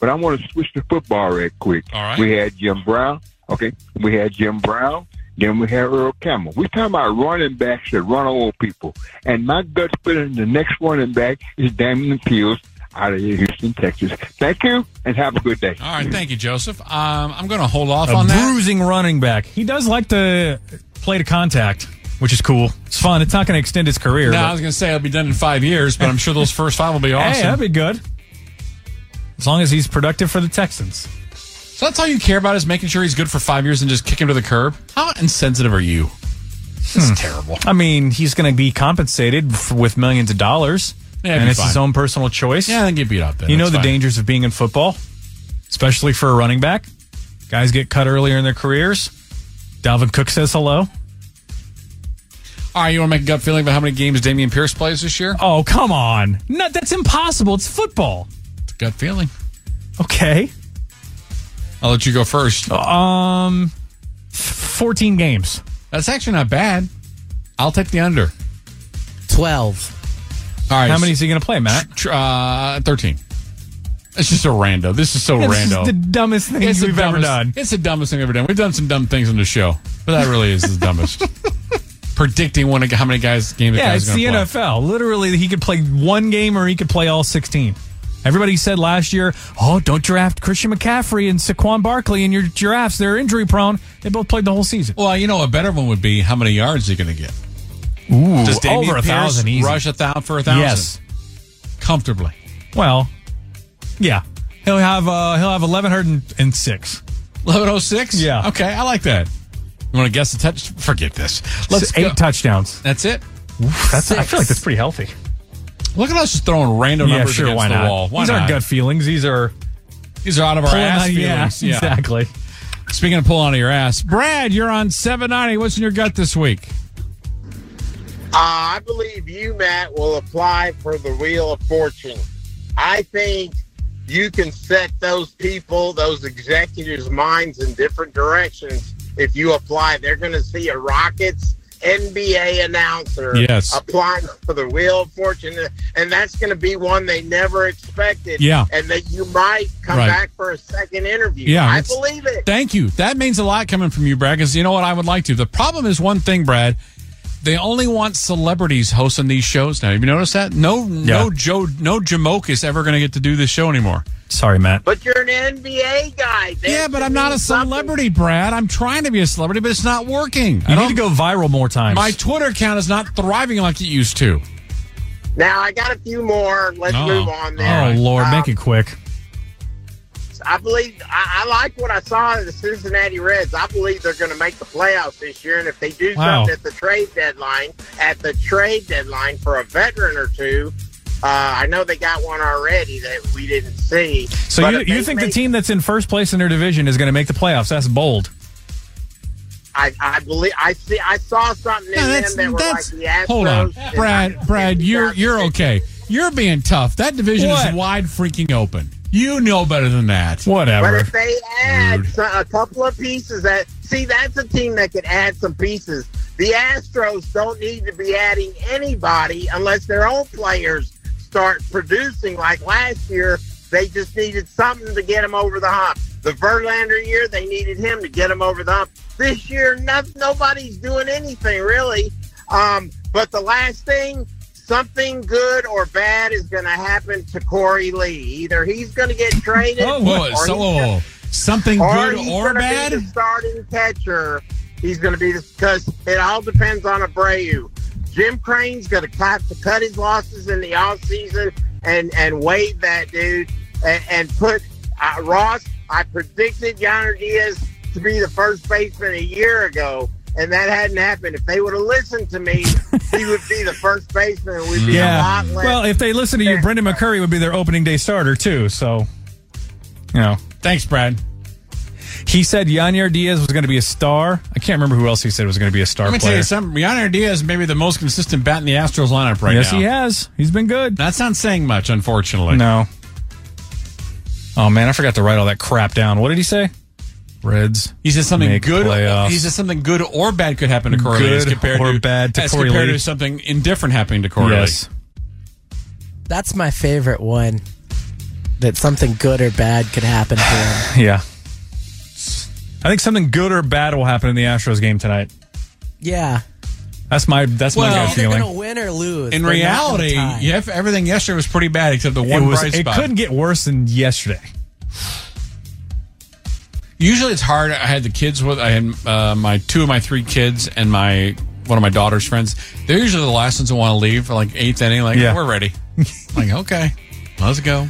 Speaker 24: but I want to switch to football right quick.
Speaker 25: All right.
Speaker 24: We had Jim Brown. Okay, we had Jim Brown. Then we had Earl Campbell. We're talking about running backs that run over people. And my gut feeling the next running back is Damon Peels out of Houston, Texas. Thank you, and have a good day.
Speaker 3: All right, thank you, Joseph. Um, I'm going to hold off
Speaker 4: a
Speaker 3: on that.
Speaker 4: bruising running back. He does like to play to contact, which is cool. It's fun. It's not going to extend his career.
Speaker 3: No,
Speaker 4: but-
Speaker 3: I was going to say I'll be done in five years, but I'm sure those first five will be awesome.
Speaker 4: Hey, that'd be good. As long as he's productive for the Texans.
Speaker 3: So that's all you care about is making sure he's good for five years and just kick him to the curb. How insensitive are you? This is terrible.
Speaker 4: Hmm. I mean, he's going to be compensated f with millions of dollars,
Speaker 3: Yeah, it'd
Speaker 4: and
Speaker 3: be
Speaker 4: it's his
Speaker 3: fine.
Speaker 4: own personal choice.
Speaker 3: Yeah, then get beat up. Then
Speaker 4: you know
Speaker 3: That's
Speaker 4: the
Speaker 3: fine.
Speaker 4: dangers of being in football, especially for a running back. Guys get cut earlier in their careers. Dalvin Cook says hello.
Speaker 3: All right, you want to make a gut feeling about how many games Damian Pierce plays this year?
Speaker 4: Oh, come on. No, that's impossible. It's football.
Speaker 3: It's a gut feeling.
Speaker 4: Okay.
Speaker 3: I'll let you go first.
Speaker 4: Um, 14 games.
Speaker 3: That's actually not bad. I'll take the under.
Speaker 23: 12.
Speaker 3: All right.
Speaker 4: How many is he going to play, Matt?
Speaker 3: Tr- uh, 13. It's just a rando. This is so
Speaker 4: Yeah, this is
Speaker 3: rando.
Speaker 4: the dumbest thing
Speaker 3: It's the
Speaker 4: we've ever
Speaker 3: dumbest-
Speaker 4: done.
Speaker 3: It's the dumbest thing we've ever done. We've done some dumb things on the show, but that really is the dumbest. Predicting when, how many guys game the
Speaker 4: Yeah,
Speaker 3: guy's
Speaker 4: it's
Speaker 3: going
Speaker 4: the
Speaker 3: to play.
Speaker 4: NFL. Literally, he could play one game or he could play all 16. Everybody said last year, oh, don't draft Christian McCaffrey and Saquon Barkley in your drafts. They're injury prone. They both played the whole season.
Speaker 3: Well, you know, a better one would be how many yards are you going to get?
Speaker 6: Ooh,
Speaker 3: Does Dameon
Speaker 6: over a
Speaker 3: Pierce
Speaker 6: thousand easy.
Speaker 3: rush a thou- for a thousand?
Speaker 6: Yes.
Speaker 3: comfortably.
Speaker 6: Well, yeah, he'll have uh, he'll have eleven hundred and six.
Speaker 3: Eleven oh six.
Speaker 6: Yeah.
Speaker 3: Okay, I like that. You want to guess the touch? Forget this.
Speaker 6: Let's eight
Speaker 3: go-
Speaker 6: touchdowns.
Speaker 3: That's it.
Speaker 6: That's, I feel like that's pretty healthy.
Speaker 3: Look at us just throwing random
Speaker 6: yeah,
Speaker 3: numbers
Speaker 6: sure.
Speaker 3: against
Speaker 6: Why
Speaker 3: the
Speaker 6: not?
Speaker 3: wall. Why
Speaker 6: These
Speaker 3: not?
Speaker 6: aren't gut feelings. These are
Speaker 3: These are out of our
Speaker 6: pulling
Speaker 3: ass
Speaker 6: out- yeah,
Speaker 3: feelings. Yeah.
Speaker 6: exactly.
Speaker 3: Speaking of pulling out of your ass, Brad, you're on seven ninety. What's in your gut this week?
Speaker 1: Uh, I believe you, Matt, will apply for the Wheel of Fortune. I think you can set those people, those executives' minds in different directions if you apply. They're going to see a Rockets NBA announcer
Speaker 3: Yes.
Speaker 1: applying for the Wheel of Fortune, and that's going to be one they never expected.
Speaker 3: Yeah.
Speaker 1: And that you might come
Speaker 3: Right.
Speaker 1: back for a second interview.
Speaker 3: Yeah,
Speaker 1: I
Speaker 3: it's-
Speaker 1: believe it.
Speaker 3: Thank you. That means a lot coming from you, Brad. Because you know what, I would like to. The problem is one thing, Brad. They only want celebrities hosting these shows now. Have you noticed that? No, no Joe, no Jamoke is ever going to get to do this show anymore.
Speaker 6: Sorry, Matt.
Speaker 1: But you're an NBA guy.
Speaker 3: yeah, but I'm not a celebrity, Brad. I'm trying to be a celebrity, but it's not working. I
Speaker 6: You
Speaker 3: don't,
Speaker 6: need to go viral more times.
Speaker 3: my Twitter account is not thriving like it used to.
Speaker 1: Now I got a few more. Let's
Speaker 3: Oh.
Speaker 1: move on. There.
Speaker 6: oh Lord,
Speaker 1: Um,
Speaker 6: make it quick.
Speaker 1: I believe I, I like what I saw in the Cincinnati Reds. I believe they're going to make the playoffs this year, and if they do
Speaker 6: Wow.
Speaker 1: something at the trade deadline, at the trade deadline for a veteran or two, uh, I know they got one already that we didn't see.
Speaker 6: So
Speaker 1: But
Speaker 6: you,
Speaker 1: if
Speaker 6: you
Speaker 1: they
Speaker 6: think
Speaker 1: make-
Speaker 6: the team that's in first place in their division is going to make the playoffs? That's bold.
Speaker 1: I, I believe I see. I saw something in them that were like the Astros.
Speaker 3: hold on,
Speaker 1: and
Speaker 3: Brad. Brad, you're you're okay. You're being tough. That division is
Speaker 1: What?
Speaker 3: wide freaking open. You know better than that.
Speaker 1: But if they add so- a couple of pieces, that see, that's a team that could add some pieces. The Astros don't need to be adding anybody unless their own players start producing. Like last year, they just needed something to get them over the hump. The Verlander year, they needed him to get them over the hump. This year, no, nobody's doing anything really. Um, but the last thing, something good or bad is going to happen to Corey Lee. Either he's going to get traded,
Speaker 3: Oh, whoa,
Speaker 1: or
Speaker 3: so-
Speaker 1: he's
Speaker 3: whoa, whoa. something
Speaker 1: or
Speaker 3: good
Speaker 1: he's
Speaker 3: or
Speaker 1: gonna
Speaker 3: bad?
Speaker 1: Be the starting catcher. He's going to be because it all depends on Abreu. Jim Crane's going to have to cut his losses in the offseason and and waive that dude and, and put uh, Ross. I predicted Yonder Diaz to be the first baseman a year ago, and that hadn't happened. If they would have listened to me, he would be the first baseman. and We'd be a
Speaker 6: Yeah.
Speaker 1: lot less.
Speaker 6: Well, if they listen to you, Brendan McCurry would be their opening day starter too. So, you know.
Speaker 3: Thanks, Brad.
Speaker 6: He said Yanier Diaz was going to be a star. I can't remember who else he said was going to be a star
Speaker 3: Let me tell
Speaker 6: player.
Speaker 3: you something. Yannick Diaz is maybe the most consistent bat in the Astros lineup right
Speaker 6: yes,
Speaker 3: now.
Speaker 6: he has. He's been good.
Speaker 3: That's not saying much, unfortunately.
Speaker 6: No. Oh man, I forgot to write all that crap down. What did he say? Reds.
Speaker 3: He said something
Speaker 6: make
Speaker 3: good.
Speaker 6: Playoffs.
Speaker 3: He said something good or bad could happen to Corey Lee as
Speaker 6: Good
Speaker 3: compared
Speaker 6: or
Speaker 3: to
Speaker 6: bad to
Speaker 3: as
Speaker 6: Corey
Speaker 3: compared
Speaker 6: Lee.
Speaker 3: to something indifferent happening to Corey
Speaker 6: Yes.
Speaker 5: That's my favorite one. That something good or bad could happen to him.
Speaker 6: yeah. I think something good or bad will happen in the Astros game tonight.
Speaker 5: Yeah.
Speaker 6: That's my that's
Speaker 3: Well-
Speaker 6: my gut
Speaker 3: Either
Speaker 6: feeling.
Speaker 5: Gonna win or lose.
Speaker 3: Lee. In
Speaker 5: They're not gonna
Speaker 3: reality,
Speaker 5: tie.
Speaker 3: yeah, everything yesterday was pretty bad except the one
Speaker 6: it was-
Speaker 3: bright
Speaker 6: it
Speaker 3: spot.
Speaker 6: couldn't get worse than yesterday.
Speaker 3: Usually it's hard. I had the kids with I had uh, my two of my three kids and my one of my daughter's friends. They're usually the last ones that want to leave for like eighth inning. Like
Speaker 6: Yeah.
Speaker 3: we're ready. like okay, let's go.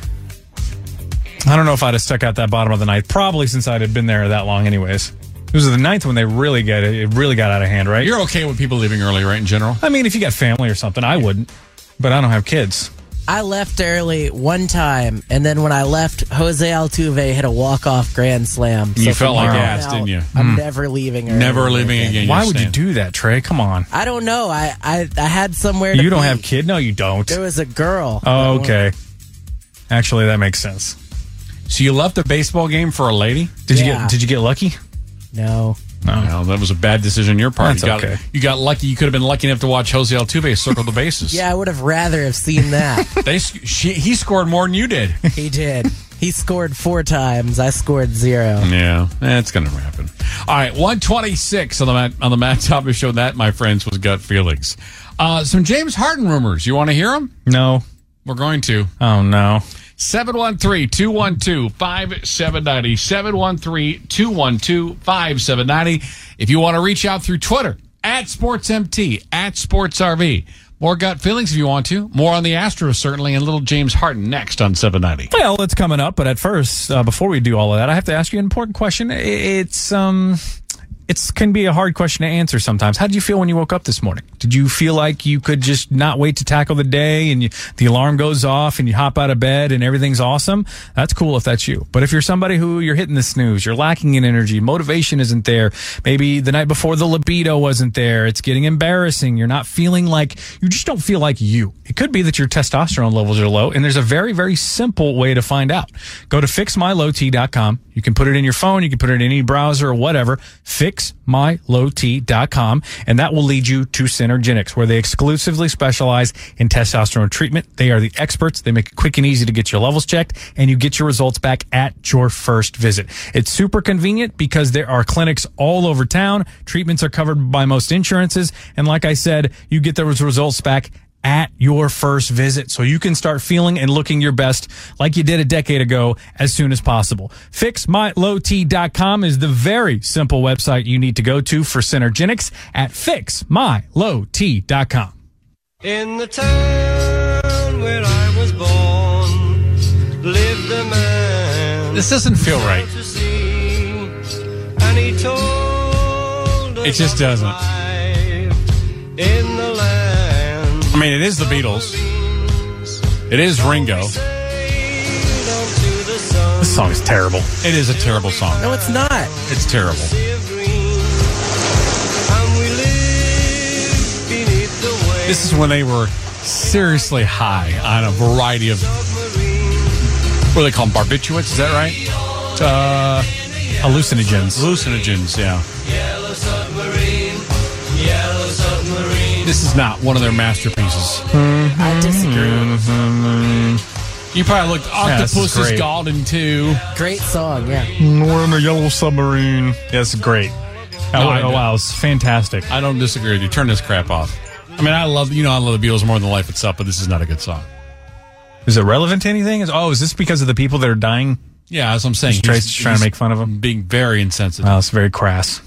Speaker 6: I don't know if I'd have stuck out that bottom of the ninth. Probably since I'd have been there that long, anyways. It was the ninth when they really get it. It really got out of hand, right?
Speaker 3: You're okay with people leaving early, right? In general,
Speaker 6: I mean, if you got family or something, I wouldn't. But I don't have kids.
Speaker 5: I left early one time, and then when I left, Jose Altuve hit a walk-off grand slam.
Speaker 3: You
Speaker 5: from
Speaker 3: felt like
Speaker 5: here on
Speaker 3: ass,
Speaker 5: out,
Speaker 3: didn't you?
Speaker 5: I'm
Speaker 6: Hmm.
Speaker 3: Mm.
Speaker 5: never leaving. Early
Speaker 3: Never leaving again.
Speaker 6: Why
Speaker 3: Yes,
Speaker 6: would you
Speaker 3: Stan.
Speaker 6: do that, Trey? Come on.
Speaker 5: I don't know. I I, I had somewhere. To
Speaker 6: You don't
Speaker 5: be.
Speaker 6: have kid? No, you don't.
Speaker 5: There was a girl.
Speaker 6: Oh, okay. Actually, that makes sense.
Speaker 3: So you left the baseball game for a lady?
Speaker 6: Did you
Speaker 3: Yeah.
Speaker 6: get? Did you get lucky?
Speaker 5: No.
Speaker 6: No.
Speaker 3: Well, that was a bad decision on your part.
Speaker 6: That's
Speaker 3: you got,
Speaker 6: okay.
Speaker 3: You got lucky. You could have been lucky enough to watch Jose Altuve circle the bases.
Speaker 5: Yeah, I would have rather have seen that.
Speaker 3: They she, he scored more than you did.
Speaker 5: he did. He scored four times. I scored zero.
Speaker 3: Yeah, that's going to happen. All right, one twenty six on the Matt, on the Matt Thomas show. That, my friends, was gut feelings. Uh, some James Harden rumors. You want to hear them?
Speaker 6: No.
Speaker 3: We're going to.
Speaker 6: Oh no.
Speaker 3: 713 212 5790. 713 212 5790. If you want to reach out through Twitter, at SportsMT, at SportsRV. More gut feelings if you want to. More on the Astros, certainly, and little James Harden next on 790.
Speaker 6: Well, it's coming up, but at first, uh, before we do all of that, I have to ask you an important question. I- It's um, it's can be a hard question to answer sometimes. How did you feel when you woke up this morning? Did you feel like you could just not wait to tackle the day, and you, the alarm goes off, and you hop out of bed, and everything's awesome? That's cool if that's you. But if you're somebody who you're hitting the snooze, you're lacking in energy, motivation isn't there. Maybe the night before the libido wasn't there. It's getting embarrassing. You're not feeling like you just don't feel like you. It could be that your testosterone levels are low, and there's a very, very simple way to find out. Go to fixmylowt.com. You can put it in your phone, you can put it in any browser or whatever. Fixmylowt.com, and that will lead you to Synergenics, where they exclusively specialize in testosterone treatment. They are the experts. They make it quick and easy to get your levels checked, and you get your results back at your first visit. It's super convenient because there are clinics all over town. Treatments are covered by most insurances, and like I said, you get those results back at your first visit so you can start feeling and looking your best like you did a decade ago as soon as possible. FixMyLowT.com is the very simple website you need to go to for Synergenics at FixMyLowT.com.
Speaker 17: In the town where I was born, lived a man.
Speaker 3: This doesn't feel right.
Speaker 17: to see, and he told
Speaker 3: It just doesn't. I
Speaker 17: in the land.
Speaker 3: mean, it is the Beatles. It is Ringo.
Speaker 6: This song is terrible.
Speaker 3: It is a terrible song.
Speaker 5: No, it's not.
Speaker 6: Mm-hmm.
Speaker 3: It's terrible. This is when they were seriously high on a variety of what do they call them? Barbiturates? Is that right? Uh, hallucinogens. Hallucinogens. Yeah.
Speaker 17: Yellow submarine, yellow submarine.
Speaker 3: This is not one of their masterpieces.
Speaker 5: I disagree.
Speaker 3: Mm-hmm. You probably looked
Speaker 6: Yeah, this is
Speaker 3: Octopus is
Speaker 6: great.
Speaker 3: Golden too.
Speaker 5: Great song, yeah.
Speaker 6: We're in a yellow submarine. That's great.
Speaker 3: No,
Speaker 6: Oh,
Speaker 3: I know.
Speaker 6: wow, it's fantastic.
Speaker 3: I don't disagree with you. Turn this crap off. I mean, I love you know I love the Beatles more than life itself, but this is not a good song.
Speaker 6: Is it relevant to anything? Is, oh, is this because of the people that are dying?
Speaker 3: Yeah, that's what I'm saying.
Speaker 6: Just tries- trying to make fun of him,
Speaker 3: being very insensitive.
Speaker 6: Wow, it's very crass.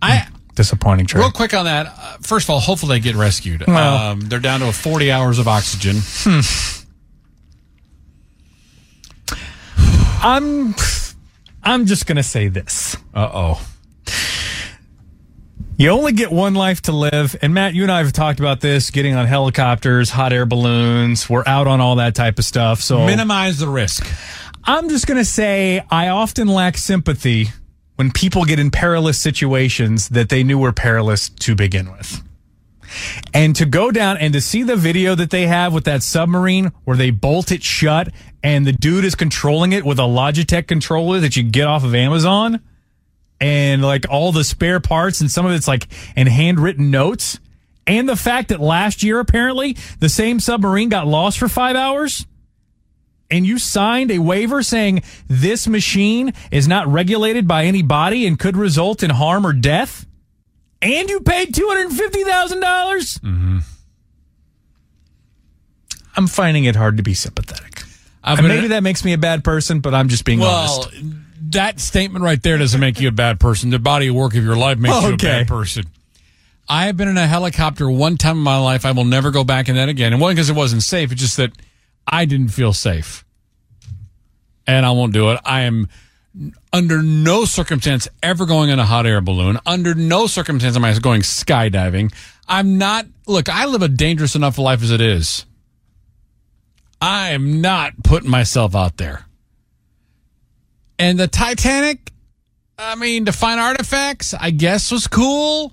Speaker 3: I
Speaker 6: Disappointing, Trey.
Speaker 3: real quick on that. Uh, first of all, hopefully they get rescued.
Speaker 6: Well-
Speaker 3: um, they're down to 40 hours of oxygen.
Speaker 6: Hmm. I'm I'm just gonna say this.
Speaker 3: Uh oh.
Speaker 6: You only get one life to live. And Matt, you and I have talked about this getting on helicopters, hot air balloons. We're out on all that type of stuff. So
Speaker 3: Minimize the risk.
Speaker 6: I'm just going to say I often lack sympathy when people get in perilous situations that they knew were perilous to begin with. And to go down and to see the video that they have with that submarine where they bolt it shut and the dude is controlling it with a Logitech controller that you get off of Amazon and like all the spare parts and some of it's like in handwritten notes. And the fact that last year, apparently, the same submarine got lost for five hours and you signed a waiver saying this machine is not regulated by any body and could result in harm or death, and you paid two hundred fifty thousand dollars. I'm finding it hard to be sympathetic.
Speaker 3: I'm
Speaker 6: And
Speaker 3: gonna-
Speaker 6: maybe that makes me a bad person, but I'm just being
Speaker 3: Well,
Speaker 6: honest.
Speaker 3: that statement right there doesn't make you a bad person. The body of work of your life makes you a
Speaker 6: Okay.
Speaker 3: bad person. I have been in a helicopter one time in my life. I will never go back in that again. And it wasn't because it wasn't safe. It's just that I didn't feel safe. And I won't do it. I am under no circumstance ever going in a hot air balloon. Under no circumstance am I going skydiving. I'm not, look, I live a dangerous enough life as it is. I am not putting myself out there. And the Titanic, I mean, the fine artifacts, I guess was cool.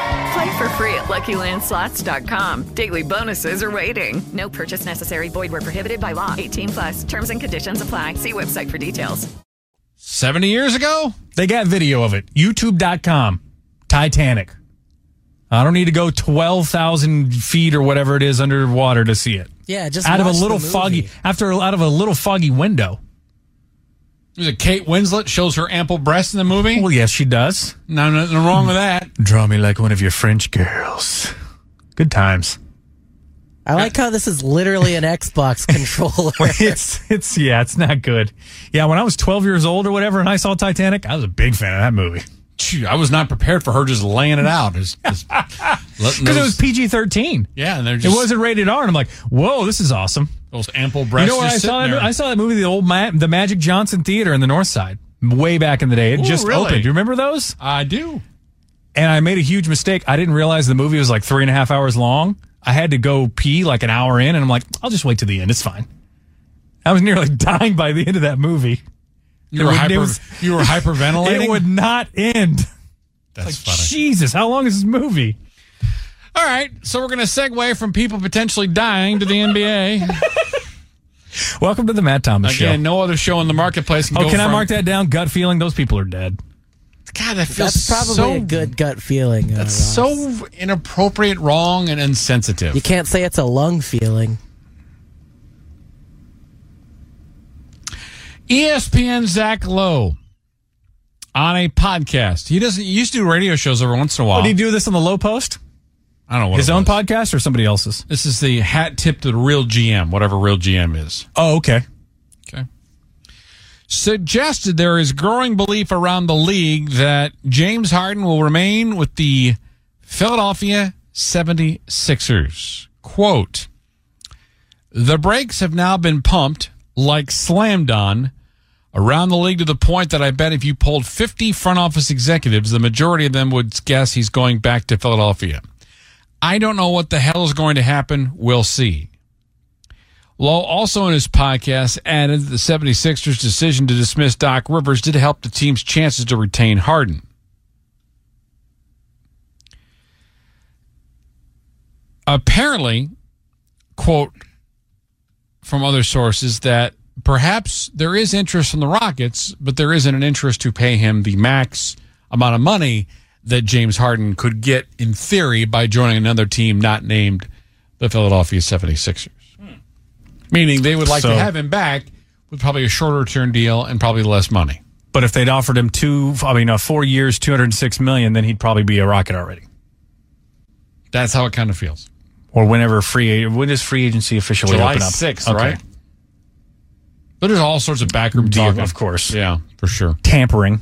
Speaker 8: Play for free at LuckyLandSlots.com. Daily bonuses are waiting. No purchase necessary. Void where prohibited by law. 18 plus. Terms and conditions apply. See website for details.
Speaker 3: 70 years ago?
Speaker 6: they got video of it. YouTube.com, Titanic. I don't need to go twelve thousand feet or whatever it is underwater to see it.
Speaker 5: Yeah, just
Speaker 6: out of a
Speaker 5: watch the
Speaker 6: little
Speaker 5: movie.
Speaker 6: foggy after out of a little foggy window.
Speaker 3: Is it Kate Winslet shows her ample breasts in the movie?
Speaker 6: Well, yes, she does.
Speaker 3: No, nothing wrong with that.
Speaker 6: Draw me like one of your French girls. Good times.
Speaker 5: I like how this is literally an Xbox controller.
Speaker 6: it's it's yeah, it's not good. Yeah, when I was 12 years old or whatever, and I saw Titanic, I was a big fan of that movie.
Speaker 3: Gee, I was not prepared for her just laying it out. Because
Speaker 6: Because it was PG 13.
Speaker 3: Yeah, and they're
Speaker 6: It
Speaker 3: just
Speaker 6: wasn't rated R, and I'm like, whoa, this is awesome.
Speaker 3: those ample breasts.
Speaker 6: you know what I
Speaker 3: just
Speaker 6: saw?
Speaker 3: sitting
Speaker 6: That,
Speaker 3: there.
Speaker 6: I saw that movie, the old Ma- the Magic Johnson Theater in the North Side, way back in the day. It
Speaker 3: Ooh,
Speaker 6: just
Speaker 3: really?
Speaker 6: opened. Do you remember those?
Speaker 3: I do.
Speaker 6: And I made a huge mistake. I didn't realize the movie was like three and a half hours long. I had to go pee like an hour in, and I'm like, I'll just wait to the end. It's fine. I was nearly dying by the end of that movie.
Speaker 3: You
Speaker 6: It
Speaker 3: were,
Speaker 6: would- it
Speaker 3: hyper,
Speaker 6: was-
Speaker 3: you were hyperventilating.
Speaker 6: It would not end.
Speaker 3: That's
Speaker 6: like,
Speaker 3: funny.
Speaker 6: Jesus, how long is this movie?
Speaker 3: All right, so we're going to segue from people potentially dying to the NBA.
Speaker 6: Welcome to the Matt Thomas
Speaker 3: Again,
Speaker 6: Show.
Speaker 3: no other show in the marketplace can
Speaker 6: oh,
Speaker 3: go
Speaker 6: can I
Speaker 3: from-
Speaker 6: mark that down? Gut feeling. Those people are dead.
Speaker 3: God, that feels
Speaker 5: That's probably
Speaker 3: so,
Speaker 5: a good gut feeling. uh,
Speaker 3: That's
Speaker 5: Ross.
Speaker 3: so inappropriate, wrong, and insensitive.
Speaker 5: You can't say it's a lung feeling.
Speaker 3: E ESPN Zach Lowe on a podcast. He doesn't. He used to do radio shows every once in a while.
Speaker 6: Oh, Did he do this on the low post?
Speaker 3: I don't know what
Speaker 6: His
Speaker 3: it
Speaker 6: own
Speaker 3: was.
Speaker 6: podcast or somebody else's?
Speaker 3: This is the hat tip to the real GM, whatever real GM is.
Speaker 6: Oh, okay.
Speaker 3: Okay. Suggested there is growing belief around the league that James Harden will remain with the Philadelphia 76ers. Quote The brakes have now been pumped like slammed on around the league to the point that I bet if you polled 50 front office executives, the majority of them would guess he's going back to Philadelphia. I don't know what the hell is going to happen. We'll see. Lowe also in his podcast added that the 76ers' decision to dismiss Doc Rivers did help the team's chances to retain Harden. Apparently, quote from other sources that perhaps there is interest from the Rockets, but there isn't an interest to pay him the max amount of money that James Harden could get in theory by joining another team not named the Philadelphia 76ers meaning they would like
Speaker 6: Hmm. So-
Speaker 3: to have him back with probably a shorter term deal and probably less money.
Speaker 6: But if they'd offered him two, I mean, uh, four years, two hundred six million, then he'd probably be a rocket already.
Speaker 3: That's how it kind of feels.
Speaker 6: Or whenever free, when does free agency officially
Speaker 3: July
Speaker 6: open up?
Speaker 3: 6th,
Speaker 6: Okay.
Speaker 3: right? But there's all sorts of backroom
Speaker 6: Deal,
Speaker 3: talk,
Speaker 6: of course.
Speaker 3: Yeah, for sure.
Speaker 6: Tampering,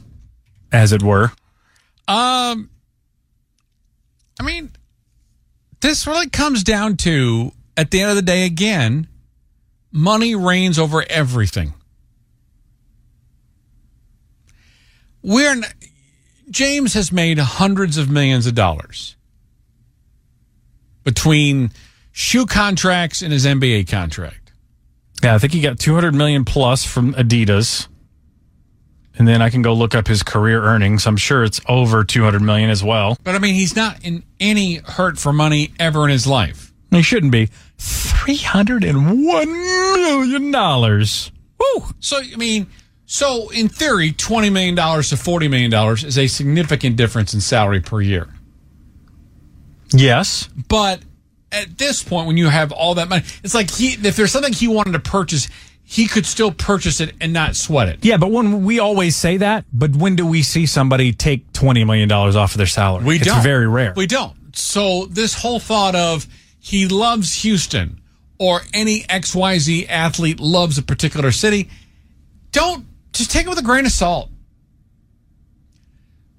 Speaker 6: as it were.
Speaker 3: Um, I mean, this really comes down to at the end of the day, again, money reigns over everything. We're n James has made hundreds of millions of dollars between shoe contracts and his NBA contract.
Speaker 6: Yeah, I think he got 200 million plus from Adidas. And then I can go look up his career earnings. I'm sure it's over 200 million as well.
Speaker 3: But I mean, he's not in any hurt for money ever in his life.
Speaker 6: He shouldn't be. 301 million dollars.
Speaker 3: Woo! So I mean, so in theory, twenty million dollars to forty million dollars is a significant difference in salary per year.
Speaker 6: Yes.
Speaker 3: But at this point, when you have all that money, it's like he if there's something he wanted to purchase, he could still purchase it and not sweat it.
Speaker 6: Yeah, but when we always say that, but when do we see somebody take 20 million dollars off of their salary?
Speaker 3: We
Speaker 6: it's
Speaker 3: don't.
Speaker 6: very rare.
Speaker 3: We don't. So this whole thought of he loves Houston or any XYZ athlete loves a particular city, don't just take it with a grain of salt.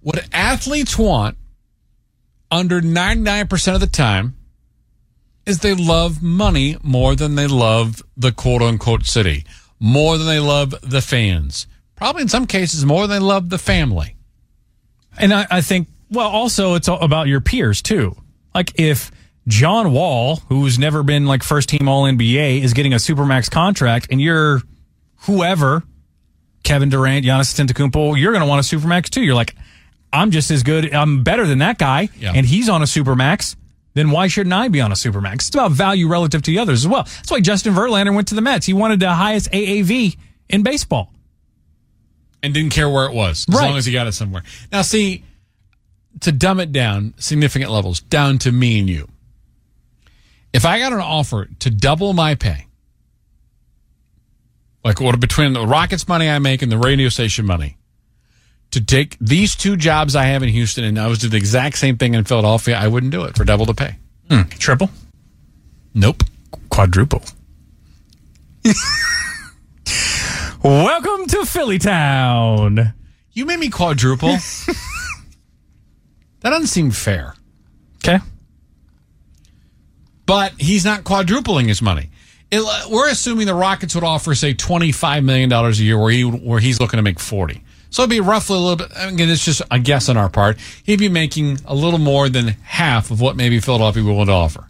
Speaker 3: What athletes want under 99% of the time is they love money more than they love the quote unquote city, more than they love the fans, probably in some cases more than they love the family.
Speaker 6: And I, I think, well, also it's all about your peers too. Like if John Wall, who's never been like first team All NBA, is getting a supermax contract, and you're whoever, Kevin Durant, Giannis Antetokounmpo, you're going to want a supermax too. You're like, I'm just as good. I'm better than that guy,
Speaker 3: Yeah.
Speaker 6: and he's on a supermax. Then why shouldn't I be on a supermax? It's about value relative to the others as well. That's why Justin Verlander went to the Mets. He wanted the highest AAV in baseball.
Speaker 3: and didn't care where it was as
Speaker 6: Right.
Speaker 3: long as he got it somewhere. Now, see, to dumb it down, significant levels down to me and you. If I got an offer to double my pay Like what between the Rockets money I make and the radio station money to take these two jobs I have in Houston and I was doing the exact same thing in Philadelphia, I wouldn't do it for double the pay.
Speaker 6: Hmm, Triple?
Speaker 3: Nope.
Speaker 6: Quadruple. Welcome to Philly Town.
Speaker 3: You made me quadruple. that doesn't seem fair.
Speaker 6: Okay.
Speaker 3: But he's not quadrupling his money. It- we're assuming the Rockets would offer, say, $25 million a year where, he, where he's looking to make 40 So it'd be roughly a little bit, again, it's just a guess on our part. He'd be making a little more than half of what maybe Philadelphia would want to offer.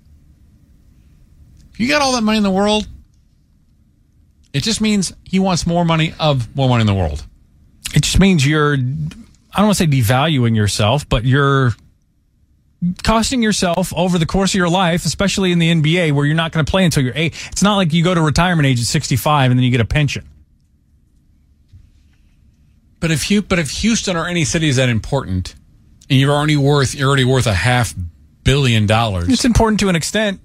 Speaker 3: If you got all that money in the world, it just means he wants more money of more money in the world.
Speaker 6: It just means you're, I don't want to say devaluing yourself, but you're costing yourself over the course of your life, especially in the NBA where you're not going to play until you're eight. It's not like you go to retirement age at 65 and then you get a pension.
Speaker 3: But if you but if Houston or any city is that important, and you're already worth you're already worth a half billion dollars.
Speaker 6: It's important to an extent.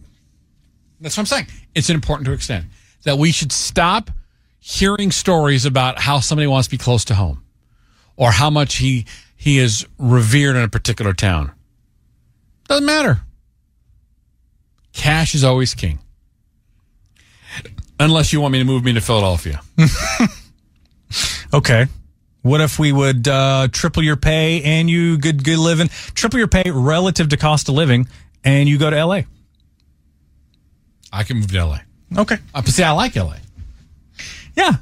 Speaker 3: That's what I'm saying. It's important to an extent that we should stop hearing stories about how somebody wants to be close to home, or how much he he is revered in a particular town. Doesn't matter. Cash is always king. Unless you want me to move me to Philadelphia.
Speaker 6: Okay. What if we would uh, triple your pay and you good good living, triple your pay relative to cost of living, and you go to LA?
Speaker 3: I can move to LA.
Speaker 6: Okay.
Speaker 3: Uh, but see, I like LA.
Speaker 6: Yeah.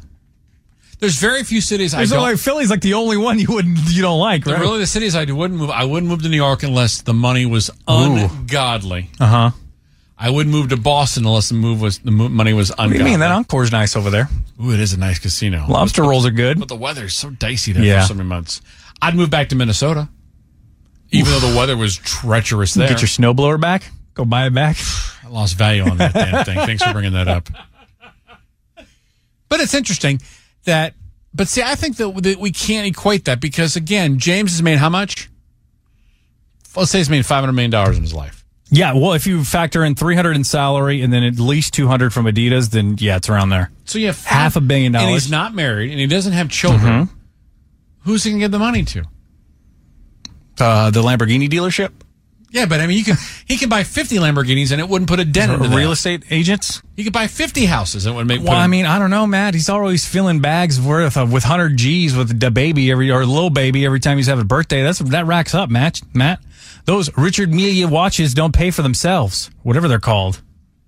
Speaker 3: There's very few cities I
Speaker 6: There's
Speaker 3: don't.
Speaker 6: only- Philly's like the only one you wouldn't you don't like,
Speaker 3: the-
Speaker 6: right?
Speaker 3: Really, the cities I wouldn't move. I wouldn't move to New York unless the money was ungodly.
Speaker 6: Uh huh.
Speaker 3: I wouldn't move to Boston unless the move was the mo- money was
Speaker 6: What do
Speaker 3: ungodly.
Speaker 6: you mean? That Encore's nice over there.
Speaker 3: Ooh, it is a nice casino.
Speaker 6: Lobster rolls are good.
Speaker 3: But the weather's so dicey there
Speaker 6: Yeah.
Speaker 3: for so many months. I'd move back to Minnesota, even though the weather was treacherous there.
Speaker 6: Get your snowblower back. Go buy it back.
Speaker 3: I lost value on that damn thing. Thanks for bringing that up. But it's interesting that. But see, I think that, that we can't equate that because again, James has made how much? Let's say he's made five hundred million dollars in his life.
Speaker 6: Yeah, well, if you factor in 300 in salary and then at least 200 from Adidas, then yeah, it's around there.
Speaker 3: So you have
Speaker 6: Half a billion
Speaker 3: and
Speaker 6: dollars.
Speaker 3: he's not married, and he doesn't have children. Who's he gonna give the money to?
Speaker 6: Uh, the Lamborghini dealership?
Speaker 3: Yeah, but I mean, you can he can buy fifty Lamborghinis, and it wouldn't put a dent into that.
Speaker 6: Real estate agents?
Speaker 3: He could buy fifty houses, and it would make.
Speaker 6: Well,
Speaker 3: put a-
Speaker 6: I mean, I don't know, Matt. He's always filling bags worth of, with hundred G's with the baby every or little baby every time he's having a birthday. That's that racks up, Matt. Matt, those Richard Mille watches don't pay for themselves. Whatever they're called,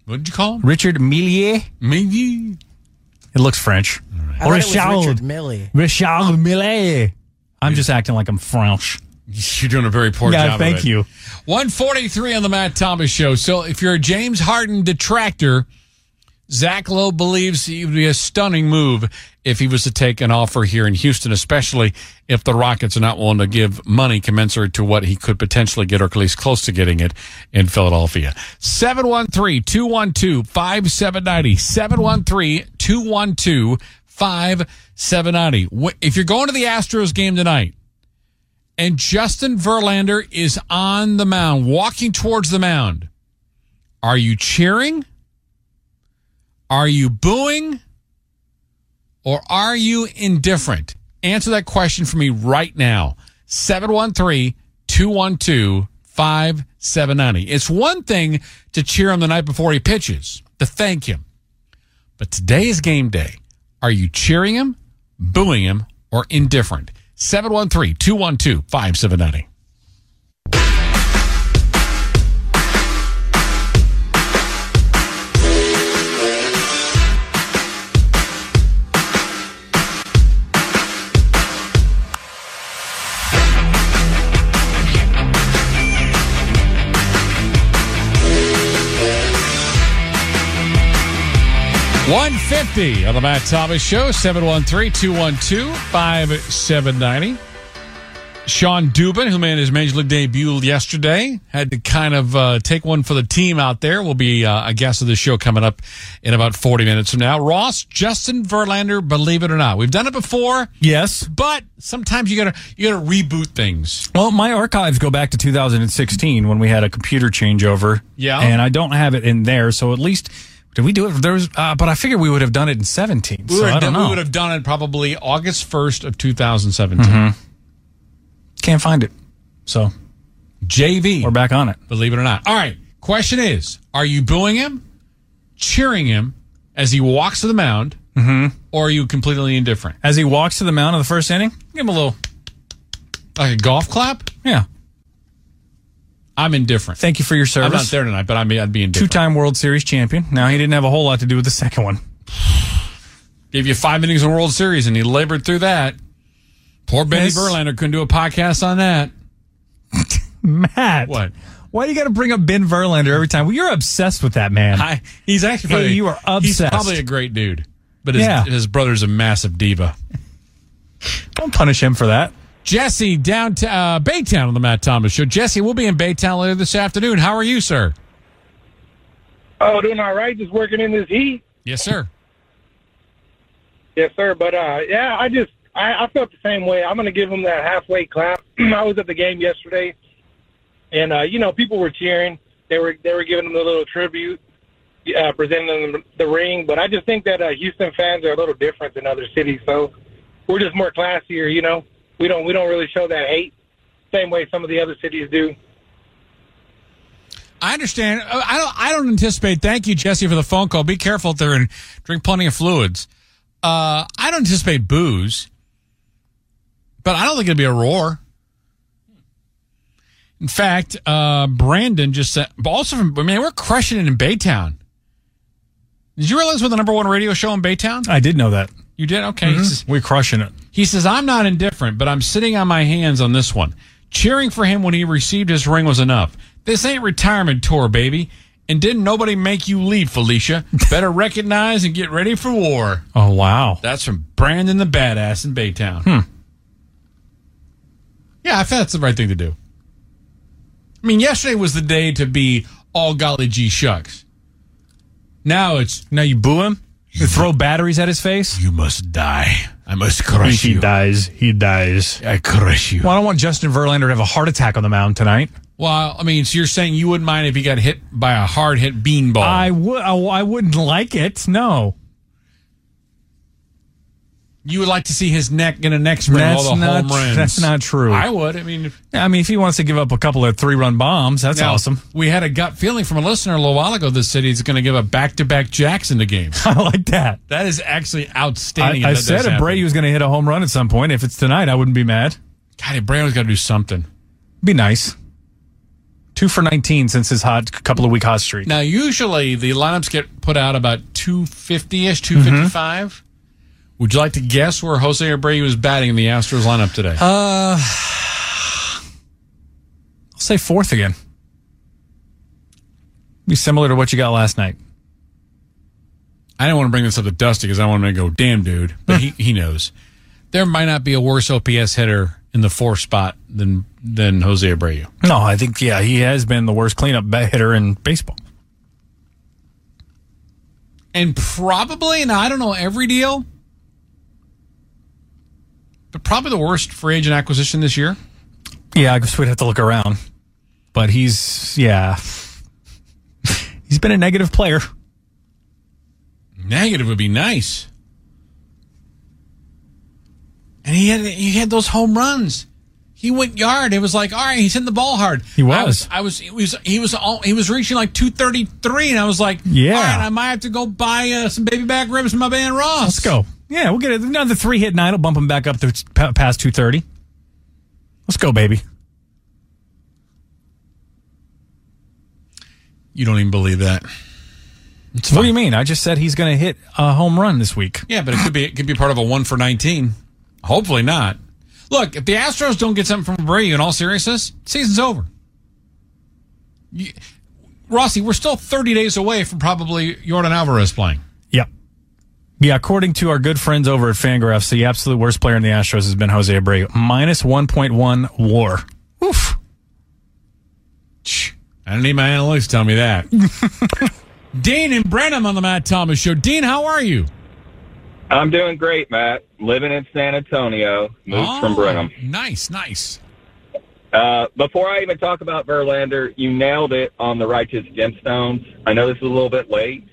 Speaker 3: what did you call him?
Speaker 6: Richard Mille.
Speaker 3: Maybe
Speaker 6: It looks French.
Speaker 5: I thought it was Richard Mille.
Speaker 6: Richard Mille. I'm just acting like I'm French.
Speaker 3: You're doing a very poor
Speaker 6: Yeah,
Speaker 3: job. of
Speaker 6: thank
Speaker 3: it.
Speaker 6: you.
Speaker 3: 143 on the Matt Thomas Show. So if you're a James Harden detractor, Zach Lowe believes it would be a stunning move if he was to take an offer here in Houston, especially if the Rockets are not willing to give money commensurate to what he could potentially get or at least close to getting it in Philadelphia. 713-212-5790. 713-212-5790. Wh- If you're going to the Astros game tonight, and Justin Verlander is on the mound, walking towards the mound. Are you cheering? Are you booing? Or are you indifferent? Answer that question for me right now. 713 212 5790. It's one thing to cheer him the night before he pitches, to thank him. But today is game day. Are you cheering him, booing him, or indifferent? 713 212 5790. One fifty on the Matt Thomas Show, 713-212-5790. Sean Dubin, who made his major league debut yesterday, had to kind of uh, take one for the team out there. Will be uh, a guest of the show coming up in about forty minutes from now. Ross, Justin Verlander, believe it or not, we've done it before,
Speaker 6: Yes.
Speaker 3: but sometimes you gotta you gotta reboot things.
Speaker 6: Well, my archives go back to 2016 when we had a computer changeover.
Speaker 3: Yeah.
Speaker 6: And I don't have it in there. So at least
Speaker 4: Did we do it? There was, uh, but I figured we would have done it in 17.
Speaker 3: We,
Speaker 4: so
Speaker 3: would
Speaker 4: I
Speaker 3: have
Speaker 4: don't
Speaker 3: done,
Speaker 4: know.
Speaker 3: we would have done it probably August 1st of 2017.
Speaker 4: Mm-hmm. Can't find it. So
Speaker 3: JV. We're
Speaker 4: back on it.
Speaker 3: Believe it or not. All right. Question is, are you booing him, cheering him as he walks to the mound, or are you completely indifferent?
Speaker 4: Mm-hmm. as he walks to the mound of the first inning,
Speaker 3: Give him a little like a golf clap.
Speaker 4: Yeah.
Speaker 3: I'm indifferent.
Speaker 4: Thank you for your service.
Speaker 3: I'm not there tonight, but I mean, I'd be indifferent.
Speaker 4: two-time World Series champion. Now he didn't have a whole lot to do with the second one.
Speaker 3: Gave you five innings in World Series, and he labored through that. Poor Benny Verlander couldn't do a podcast on that.
Speaker 4: Matt, what? Why do you got to bring up Ben Verlander every time? Well, you're obsessed with that man.
Speaker 3: I, he's actually
Speaker 4: Hey,
Speaker 3: probably-
Speaker 4: you are
Speaker 3: He's
Speaker 4: obsessed.
Speaker 3: probably a great dude, but his,
Speaker 4: Yeah.
Speaker 3: his brother's a massive diva.
Speaker 4: Don't punish him for that.
Speaker 3: Jesse downtown uh, Baytown on the Matt Thomas Show. Jesse, we'll be in Baytown later this afternoon. How are you, sir?
Speaker 26: Oh, doing all right. Just working in this heat.
Speaker 3: Yes, sir.
Speaker 26: Yes, sir. But uh, yeah, I just I, I felt the same way. I'm going to give him that halfway clap. I was at the game yesterday, and uh, you know people were cheering. They were they were giving him a little tribute, uh, presenting him the ring. But I just think that uh, Houston fans are a little different than other cities. So we're just more classier. You know, we don't we don't really show that hate same way some of the other cities do.
Speaker 3: I understand. Uh, I don't. I don't anticipate. Thank you, Jesse, for the phone call. Be careful out there and drink plenty of fluids. Uh, I don't anticipate booze, but I don't think it'll be a roar. In fact, uh, Brandon just said. but Also, from, I mean, we're crushing it in Baytown. Did you realize we're the number one radio show in Baytown?
Speaker 4: I did know that.
Speaker 3: You did? Okay. He
Speaker 4: Mhm.
Speaker 3: says-
Speaker 4: We're crushing it.
Speaker 3: He says, I'm not indifferent, but I'm sitting on my hands on this one. Cheering for him when he received his ring was enough. This ain't retirement tour, baby. And didn't nobody make you leave, Felicia? Better recognize and get ready for war.
Speaker 4: Oh wow.
Speaker 3: That's from Brandon the Badass in Baytown.
Speaker 4: Hmm.
Speaker 3: Yeah, I think that's the right thing to do. I mean, yesterday was the day to be all golly gee shucks. Now it's
Speaker 4: now you boo him. You throw batteries at his face.
Speaker 3: You must die. I must
Speaker 4: crush he you. He dies. He dies.
Speaker 3: I crush you.
Speaker 4: Well, I don't want Justin Verlander to have a heart attack on the mound tonight.
Speaker 3: Well, I mean, so you're saying you wouldn't mind if he got hit by a hard hit beanball?
Speaker 4: I would. I, I wouldn't like it. No.
Speaker 3: you would like to see his neck in a neck spring with all the
Speaker 4: not.
Speaker 3: home runs.
Speaker 4: That's not true.
Speaker 3: I would. I mean,
Speaker 4: I mean, if he wants to give up a couple of three-run bombs, that's
Speaker 3: now,
Speaker 4: awesome.
Speaker 3: We had a gut feeling from a listener a little while ago. This city is going to give a back to back Jackson to game.
Speaker 4: I like that.
Speaker 3: That is actually outstanding.
Speaker 4: I, I
Speaker 3: if that
Speaker 4: said
Speaker 3: does happen.
Speaker 4: Abreu was going to hit a home run at some point. If it's tonight, I wouldn't be mad.
Speaker 3: God, Abreu's got to do something.
Speaker 4: Be nice. Two for nineteen since his hot couple of week hot streak.
Speaker 3: Now, usually the lineups get put out about 250 ish, 255. Would you like to guess where Jose Abreu was batting in the Astros lineup today?
Speaker 4: Uh, I'll say fourth again. Be similar to what you got last night.
Speaker 3: I don't want to bring this up to Dusty because I want him to go, damn, dude. But he, he knows. There might not be a worse OPS hitter in the fourth spot than than Jose Abreu.
Speaker 4: No, I think yeah, he has been the worst cleanup bat hitter in baseball.
Speaker 3: And probably, and I don't know every deal, but probably the worst free agent acquisition this year.
Speaker 4: Yeah, I guess we'd have to look around. But he's yeah, he's been a negative player.
Speaker 3: Negative would be nice. And he had he had those home runs. He went yard. It was like, all right, he's hitting the ball hard.
Speaker 4: He was.
Speaker 3: I was. I was. He was. He was. All, he was reaching like two thirty three, and I was like,
Speaker 4: Yeah.
Speaker 3: all right, I might have to go buy uh, some baby back ribs from my man Ross.
Speaker 4: Let's go. Yeah, we'll get another three hit nine. Will bump him back up to pa- past two thirty. Let's go, baby.
Speaker 3: You don't even believe that.
Speaker 4: what do you mean? I just said he's going to hit a home run this week.
Speaker 3: Yeah, but it could be. It could be part of a one for nineteen. Hopefully not. Look, if the Astros don't get something from Abreu, in all seriousness, season's over. You, Rossi, we're still thirty days away from probably Jordan Alvarez playing.
Speaker 4: Yep. Yeah, according to our good friends over at Fangraphs, the absolute worst player in the Astros has been Jose Abreu, minus 1.1 WAR. Oof.
Speaker 3: I don't need my analytics telling me that. Dean and Brenham on the Matt Thomas Show. Dean, how are you?
Speaker 11: I'm doing great, Matt. Living in San Antonio, moved from Brenham.
Speaker 3: Nice, nice.
Speaker 11: Uh, before I even talk about Verlander, you nailed it on the Righteous Gemstones. I know this is a little bit late,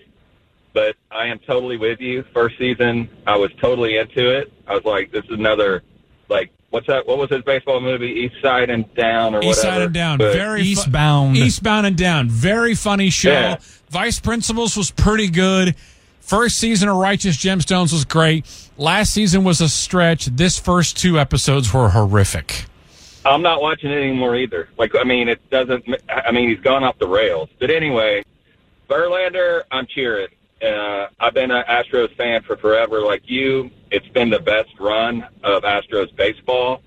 Speaker 11: but I am totally with you. First season, I was totally into it. I was like, this is another, like, what's that? What was his baseball movie? East Side and Down or whatever.
Speaker 3: East Side and Down.
Speaker 11: But-
Speaker 3: very fu-
Speaker 6: Eastbound.
Speaker 3: Eastbound and Down. Very funny show.
Speaker 11: Yeah.
Speaker 3: Vice Principals was pretty good. First season of Righteous Gemstones was great. Last season was a stretch. This first two episodes were horrific.
Speaker 11: I'm not watching it anymore either. Like, I mean, it doesn't. I mean, he's gone off the rails. But anyway, Verlander, I'm cheering. Uh, I've been an Astros fan for forever, like you. It's been the best run of Astros baseball.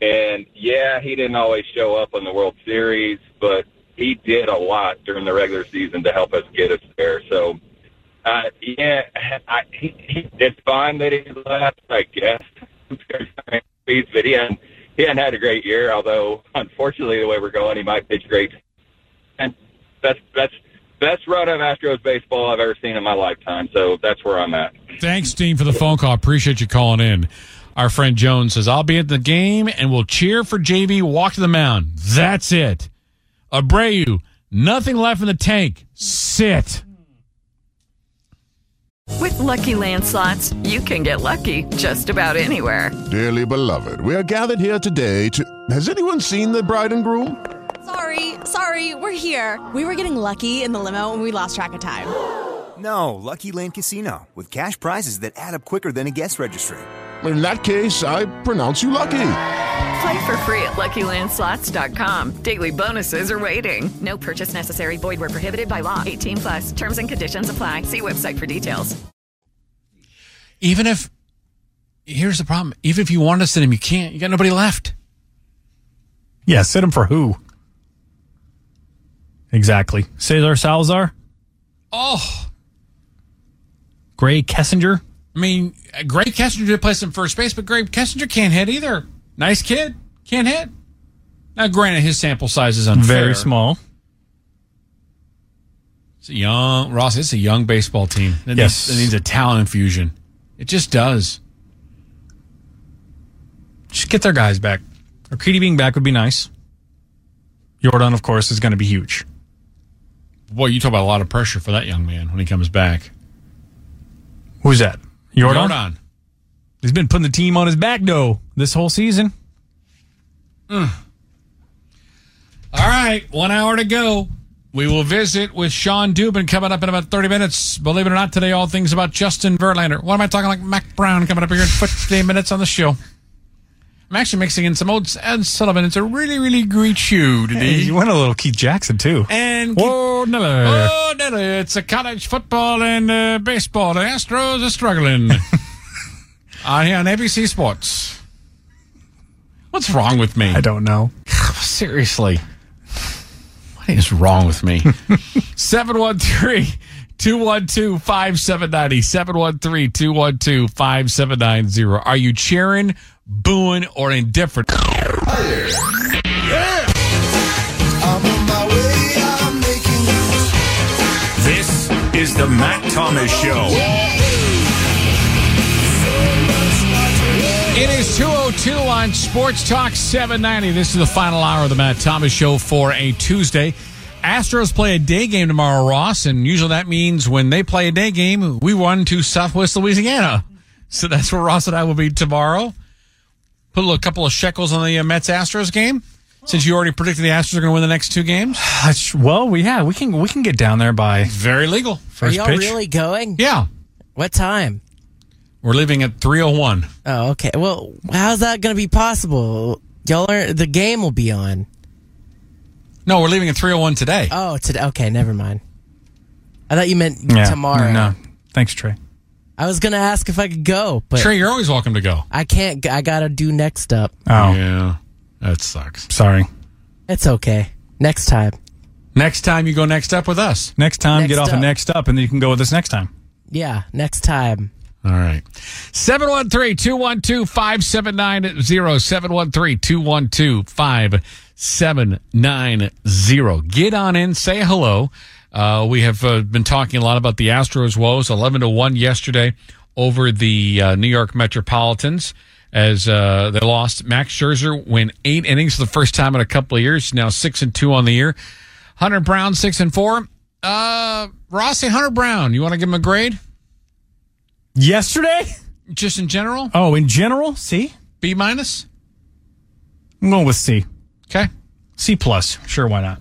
Speaker 11: And yeah, he didn't always show up in the World Series, but he did a lot during the regular season to help us get us there. So, uh, yeah, I, he, he, it's fine that he left, I guess. but he hadn't, he hadn't had a great year, although unfortunately the way we're going, he might pitch great. And that's that's best run of Astros baseball I've ever seen in my lifetime. So that's where I'm at.
Speaker 3: Thanks, Dean, for the phone call. Appreciate you calling in. Our friend Jones says, I'll be at the game and we'll cheer for JV walk to the mound. That's it. Abreu, nothing left in the tank. Sit.
Speaker 8: With Lucky Land slots, you can get lucky just about anywhere.
Speaker 20: Dearly beloved, we are gathered here today to. Has anyone seen the bride and groom?
Speaker 7: Sorry, sorry, we're here. We were getting lucky in the limo and we lost track of time.
Speaker 22: No, Lucky Land Casino with cash prizes that add up quicker than a guest registry.
Speaker 20: In that case, I pronounce you lucky.
Speaker 8: Play for free at LuckyLandSlots.com. Daily bonuses are waiting. No purchase necessary. Void where prohibited by law. 18 plus terms and conditions apply. See website for details.
Speaker 3: Even if, here's the problem. Even if you want to send him, you can't. You got nobody left.
Speaker 6: Yeah, sit him for who? Exactly. Cesar Salazar?
Speaker 3: Oh.
Speaker 6: Gray Kessinger?
Speaker 3: I mean, Gray Kessinger did play some first base, but Gray Kessinger can't hit either. Nice kid. Can't hit. Now, granted, his sample size is unfair.
Speaker 6: Very small.
Speaker 3: It's a young Ross. It's a young baseball team. That
Speaker 6: Yes.
Speaker 3: needs, that needs a talent infusion. It just does.
Speaker 6: Just get their guys back. Arcidi being back would be nice. Jordan, of course, is going to be huge.
Speaker 3: Boy, you talk about a lot of pressure for that young man when he comes back.
Speaker 6: Who's that? Jordan?
Speaker 3: Jordan.
Speaker 6: He's been putting the team on his back, though, this whole season. Hmm.
Speaker 3: All right, one hour to go. We will visit with Sean Dubin coming up in about 30 minutes. Believe it or not, today, all things about Justin Verlander. What am I talking like Mac Brown coming up here in 15 minutes on the show? I'm actually mixing in some old Ed Sullivan. It's a really, really great show today.
Speaker 6: Hey, you went a little Keith Jackson, too.
Speaker 3: And
Speaker 6: Whoa, Miller.
Speaker 3: Oh, Nelly, it's a college football and uh, baseball. The Astros are struggling. on here on ABC Sports. What's wrong with me?
Speaker 6: I don't know.
Speaker 3: Seriously. What is wrong with me? 713 212 5790. 713 212 5790. Are you cheering, booing, or indifferent?
Speaker 2: This is the Matt Thomas Show.
Speaker 3: It is 202 on Sports Talk 790. This is the final hour of the Matt Thomas Show for a Tuesday. Astros play a day game tomorrow, Ross, and usually that means when they play a day game, we run to Southwest Louisiana. So that's where Ross and I will be tomorrow. Put a little couple of shekels on the uh, Mets Astros game since you already predicted the Astros are going to win the next two games.
Speaker 6: That's- Well, we yeah, we can we can get down there by
Speaker 3: Very legal.
Speaker 5: Are
Speaker 6: first
Speaker 5: y'all
Speaker 6: pitch.
Speaker 5: really going?
Speaker 3: Yeah,
Speaker 5: What time?
Speaker 3: we're leaving at 301.
Speaker 5: Oh, okay. Well, how's that going to be possible? Y'all are the game will be on.
Speaker 3: No, we're leaving at 301 today.
Speaker 5: Oh, today. Okay, never mind. I thought you meant
Speaker 6: Yeah.
Speaker 5: tomorrow.
Speaker 6: No, thanks, Trey.
Speaker 5: I was going to ask if I could go, but
Speaker 3: Trey, you're always welcome to go.
Speaker 5: I can't. g- I got to do next up.
Speaker 6: Oh,
Speaker 3: Yeah, that sucks.
Speaker 6: sorry.
Speaker 5: It's okay. Next time.
Speaker 3: Next time you go next up with us.
Speaker 6: Next time,
Speaker 5: Next
Speaker 6: get off
Speaker 5: up.
Speaker 6: of next up, and then you can go with us next time.
Speaker 5: Yeah, next time.
Speaker 3: All right. 713-212-5790. 713-212-5790. Get on in, say hello. Uh, we have uh, been talking a lot about the Astros woes, 11 to 1 yesterday over the uh, New York Metropolitans as uh, they lost. Max Scherzer went 8 innings for the first time in a couple of years, now 6 and 2 on the year. Hunter Brown six and four. Uh, Rossi Hunter Brown, you want to give him a grade?
Speaker 6: Yesterday?
Speaker 3: Just in general?
Speaker 6: Oh, in general, C?
Speaker 3: B minus?
Speaker 6: I'm going with C.
Speaker 3: Okay.
Speaker 6: C plus. Sure, why not?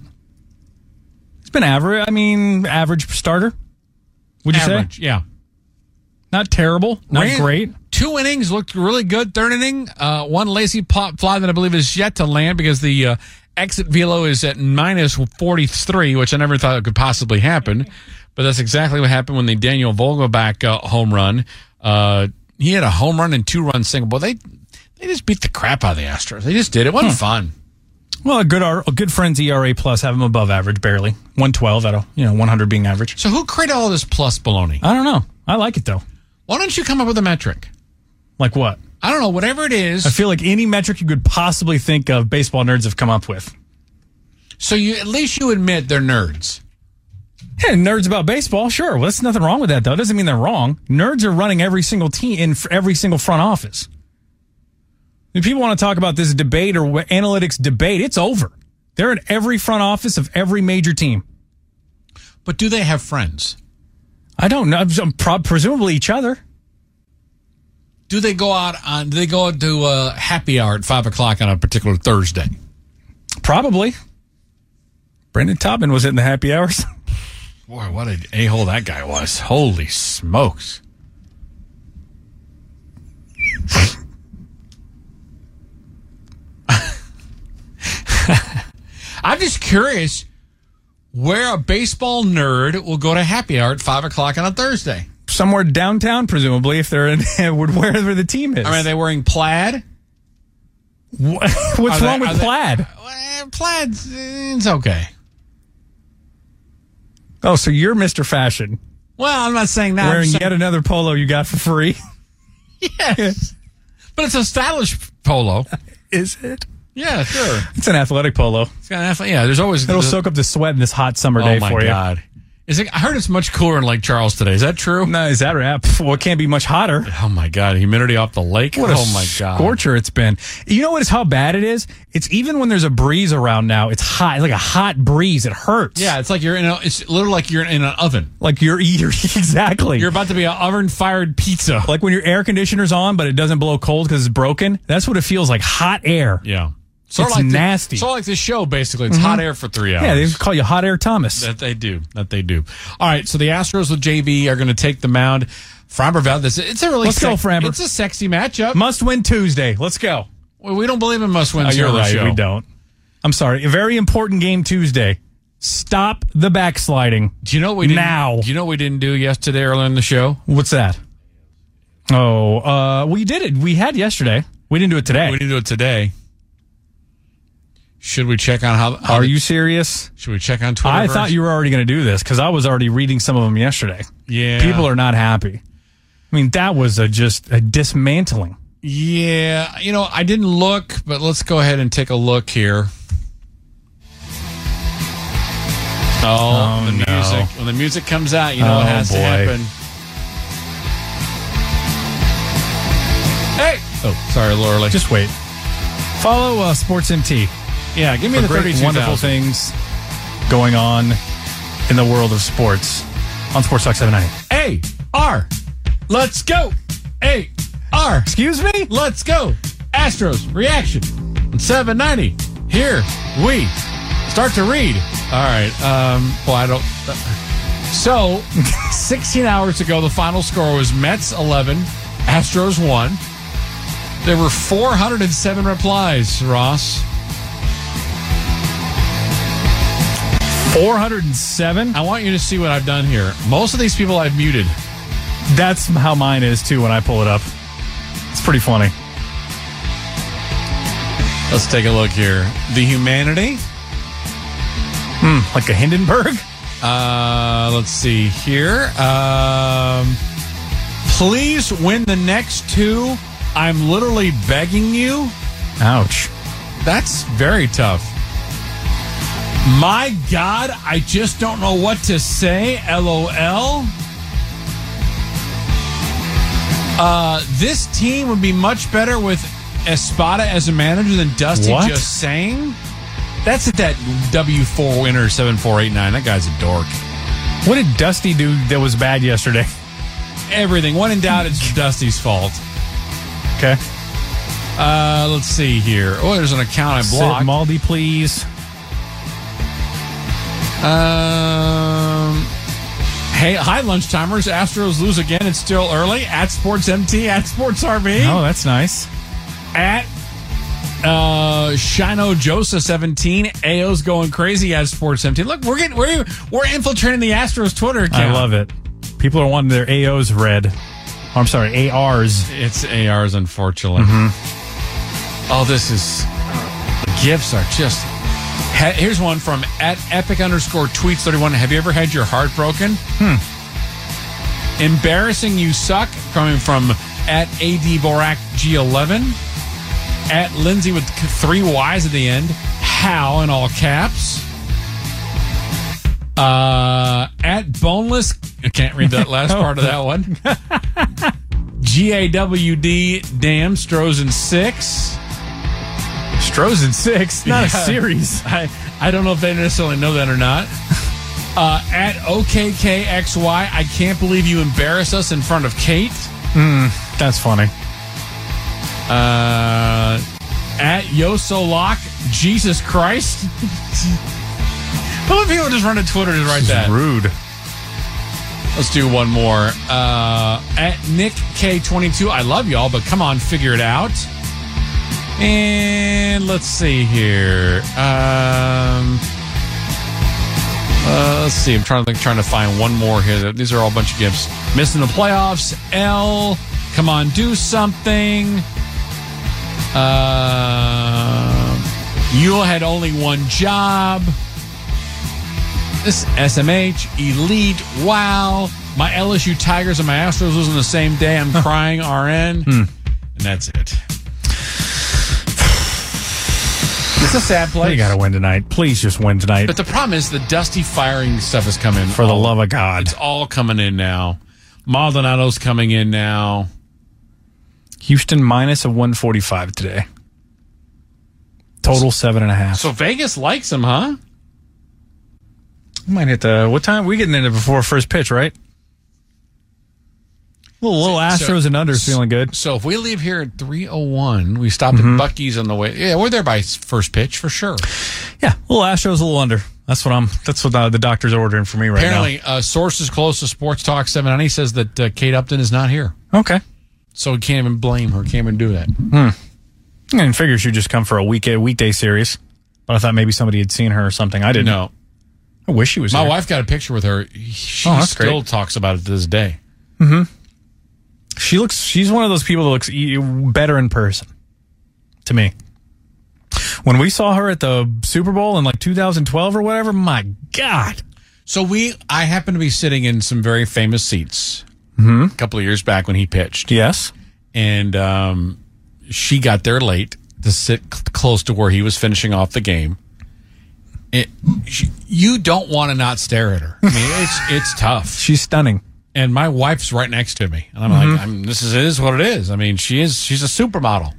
Speaker 6: It's been average. I mean, average starter. Would you
Speaker 3: Average,
Speaker 6: say?
Speaker 3: Yeah.
Speaker 6: Not terrible. Not
Speaker 3: Ran
Speaker 6: great.
Speaker 3: Two innings looked really good. Third inning, uh, one lazy pop fly that I believe is yet to land because the uh, exit velo is at minus 43, which I never thought could possibly happen. But that's exactly what happened when the Daniel Vogelback uh, home run. Uh, he had a home run and two run single. Boy, they they just beat the crap out of the Astros. They just did it. It
Speaker 6: Hmm.
Speaker 3: wasn't fun.
Speaker 6: Well, a good R, a good friend's ERA plus have him above average, barely one twelve out of you know one hundred being average.
Speaker 3: So who created all this plus baloney?
Speaker 6: I don't know. I like it though.
Speaker 3: Why don't you come up with a metric?
Speaker 6: Like what?
Speaker 3: I don't know. Whatever it is.
Speaker 6: I feel like any metric you could possibly think of, baseball nerds have come up with.
Speaker 3: So you at least you admit they're nerds.
Speaker 6: Yeah, nerds about baseball, sure. Well, there's nothing wrong with that though. It doesn't mean they're wrong. Nerds are running every single team in f- every single front office. If people want to talk about this debate or wh- analytics debate, it's over. They're in every front office of every major team.
Speaker 3: But do they have friends?
Speaker 6: I don't know. Prob- presumably each other.
Speaker 3: Do they go out on? Do they go out to uh, happy hour at five o'clock on a particular Thursday?
Speaker 6: Probably. Brandon Tobin was in the happy hours.
Speaker 3: Boy, what an a hole that guy was! Holy smokes! I'm just curious where a baseball nerd will go to happy hour at five o'clock on a Thursday.
Speaker 6: Somewhere downtown, presumably, if they're in would wherever the team is.
Speaker 3: I mean, are they wearing plaid?
Speaker 6: What- What's
Speaker 3: Are they-
Speaker 6: wrong
Speaker 3: are
Speaker 6: with
Speaker 3: they-
Speaker 6: plaid?
Speaker 3: Eh, plaid's eh, it's okay.
Speaker 6: oh, so you're Mr. Fashion.
Speaker 3: Well, I'm not saying that. I'm
Speaker 6: wearing
Speaker 3: saying-
Speaker 6: yet another polo you got for free.
Speaker 3: Yes. but it's a stylish polo.
Speaker 6: Is it?
Speaker 3: Yeah, sure.
Speaker 6: It's an athletic polo.
Speaker 3: It's got an athlete. Yeah, there's always.
Speaker 6: It'll
Speaker 3: there's-
Speaker 6: soak up the sweat in this hot summer
Speaker 3: Oh
Speaker 6: day
Speaker 3: my
Speaker 6: for you.
Speaker 3: God. Is it, I heard it's much cooler in Lake Charles today. Is that true?
Speaker 6: No, is that wrap? Well, it can't be much hotter.
Speaker 3: Oh my God! Humidity off the lake.
Speaker 6: What a
Speaker 3: oh my God!
Speaker 6: scorcher it's been. You know what is how bad it is? It's even when there's a breeze around now, it's hot. It's like a hot breeze. It hurts.
Speaker 3: Yeah, it's like you're in a. It's literally like you're in an oven.
Speaker 6: Like you're eater. exactly.
Speaker 3: You're about to be an oven fired pizza.
Speaker 6: like when your air conditioner's on, but it doesn't blow cold because it's broken. That's what it feels like. Hot air.
Speaker 3: Yeah.
Speaker 6: It's nasty.
Speaker 3: The, sort of like this show, basically. It's
Speaker 6: Mhm.
Speaker 3: hot air for three hours.
Speaker 6: Yeah, they call Oh, you Hot Air Thomas.
Speaker 3: That they do. That they do. All right. So the Astros with JV are going to take the mound. Framber Valdez. It's a really
Speaker 6: Let's go, Framber.
Speaker 3: It's a sexy matchup.
Speaker 6: Must win Tuesday. Let's go.
Speaker 3: Well, we don't believe in must
Speaker 6: Oh,
Speaker 3: wins here
Speaker 6: you're
Speaker 3: on the
Speaker 6: right.
Speaker 3: show.
Speaker 6: We don't. I'm sorry. A very important game Tuesday. Stop the backsliding.
Speaker 3: Do you know what we didn't,
Speaker 6: Now.
Speaker 3: Do you know what we didn't do yesterday earlier in the show?
Speaker 6: What's that? Oh, uh, we did it. We had yesterday. We didn't do it today.
Speaker 3: We didn't do it today. Should we check on how? how
Speaker 6: Are
Speaker 3: the-
Speaker 6: you serious?
Speaker 3: Should we check on Twitter?
Speaker 6: I thought you were already going to do this because I was already reading some of them yesterday.
Speaker 3: Yeah.
Speaker 6: People are not happy. I mean, that was a just a dismantling.
Speaker 3: Yeah, you know, I didn't look, but let's go ahead and take a look here. Oh,
Speaker 6: Oh,
Speaker 3: the
Speaker 6: no.
Speaker 3: music! When the music comes out, you know what
Speaker 6: Oh,
Speaker 3: has to
Speaker 6: boy.
Speaker 3: happen. Hey! Oh, sorry, Laura. Lee.
Speaker 6: Just wait. Follow uh, Sports MT.
Speaker 3: yeah, give me
Speaker 6: for
Speaker 3: the
Speaker 6: great,
Speaker 3: thirty-two
Speaker 6: wonderful
Speaker 3: thousand.
Speaker 6: things going on in the world of sports on Sports Talk 790.
Speaker 3: A R, let's go. A R.
Speaker 6: Excuse me?
Speaker 3: Let's go. Astros reaction on 790. Here we start to read. All right. Um, well, I don't. So, 16 hours ago, the final score was Mets 11, Astros 1. There were 407 replies, Ross.
Speaker 6: 407?
Speaker 3: I want you to see what I've done here. Most of these people I've muted.
Speaker 6: That's how mine is too when I pull it up. It's pretty funny.
Speaker 3: Let's take a look here. The humanity.
Speaker 6: Hmm, like a Hindenburg?
Speaker 3: Uh, let's see here. Um, please win the next two. I'm literally begging you.
Speaker 6: Ouch.
Speaker 3: That's very tough. My God, I just don't know what to say. LOL. Uh, this team would be much better with Espada as a manager than Dusty
Speaker 6: What?
Speaker 3: just saying. That's at that W4 winner 7489. That guy's a dork.
Speaker 4: What did Dusty do that was bad yesterday?
Speaker 3: Everything. When in doubt, it's Dusty's fault.
Speaker 4: Okay.
Speaker 3: Uh, let's see here. Oh, there's an account I
Speaker 4: Sid
Speaker 3: blocked.
Speaker 4: Maldi, please.
Speaker 3: Um, hey, hi, lunchtimers. Astros lose again. It's still early. At Sports MT, at Sports RV.
Speaker 4: Oh, that's nice.
Speaker 3: At uh, Shino Joseph 17. AO's going crazy at Sports MT. Look, we're getting we're we're infiltrating the Astros Twitter account.
Speaker 4: I love it. People are wanting their AOs read. Oh, I'm sorry, ARs.
Speaker 3: It's ARs, unfortunately.
Speaker 6: Mm-hmm.
Speaker 3: Oh, this is the gifts are just. He- Here's one from at epic underscore tweets thirty one. Have you ever had your heart broken?
Speaker 4: Hmm.
Speaker 3: Embarrassing, you suck. Coming from at ad borak g eleven. At Lindsay with c- three Y's at the end. How in all caps. Uh, at boneless. I can't read that last part of that one. G A W D damn Strozen six.
Speaker 4: Strozen six, not a series.
Speaker 3: I I don't know if they necessarily know that or not. Uh, at OKKXY, I can't believe you embarrass us in front of Kate.
Speaker 4: Mm, that's funny.
Speaker 3: Uh, at Yosolok, Jesus Christ. But if people just run to Twitter to write that.
Speaker 4: Rude.
Speaker 3: Let's do one more. Uh, at Nick K22, I love y'all, but come on, figure it out. And let's see here. Um, uh, let's see. I'm trying to think, trying to find one more here. These are all a bunch of gifts. Missing the playoffs. L. Come on, do something. Uh, Yule had only one job. This SMH, Elite, wow. My LSU Tigers and my Astros losing the same day. I'm crying RN. And that's it. It's a sad place.
Speaker 4: They got to win tonight. Please just win tonight.
Speaker 3: But the problem is the dusty firing stuff is coming.
Speaker 4: For the love of God.
Speaker 3: It's all coming in now. Maldonado's coming in now.
Speaker 4: Houston minus a 145 today. Total seven and a half.
Speaker 3: So Vegas likes him, huh?
Speaker 4: We might hit the. What time? We getting in it before first pitch, right? Little, little Astros and unders feeling good.
Speaker 3: So if we leave here at 301, we stopped at
Speaker 4: Mm-hmm.
Speaker 3: Bucky's on the way. Yeah, we're there by first pitch for sure.
Speaker 4: Yeah, little Astros, a little under. That's what I'm. That's what uh, the doctor's ordering for me right
Speaker 3: Apparently, uh, sources close to Sports Talk 790 says that uh, Kate Upton is not here.
Speaker 4: now. Okay.
Speaker 3: So we can't even blame her. Can't even do that.
Speaker 4: Hmm. And figures you just come for a week a weekday series, but I thought maybe somebody had seen her or something. I didn't
Speaker 3: know.
Speaker 4: I wish she was.
Speaker 3: My
Speaker 4: here.
Speaker 3: wife got a picture with her. She
Speaker 4: Oh, that's
Speaker 3: still
Speaker 4: great.
Speaker 3: talks about it to this day.
Speaker 4: hmm She looks. She's one of those people that looks e- better in person. To me, when we saw her at the Super Bowl in like 2012 or whatever, my God.
Speaker 3: So we, I happen to be sitting in some very famous seats a couple of years back when he pitched.
Speaker 4: Mm-hmm. Yes.
Speaker 3: and um, she got there late to sit c- close to where he was finishing off the game. It, she, you don't want to not stare at her. I mean, it's it's tough.
Speaker 4: She's stunning.
Speaker 3: And my wife's right next to me, and I'm
Speaker 4: Mhm.
Speaker 3: like, I'm, this is, it is what it is. I mean, she is she's a supermodel.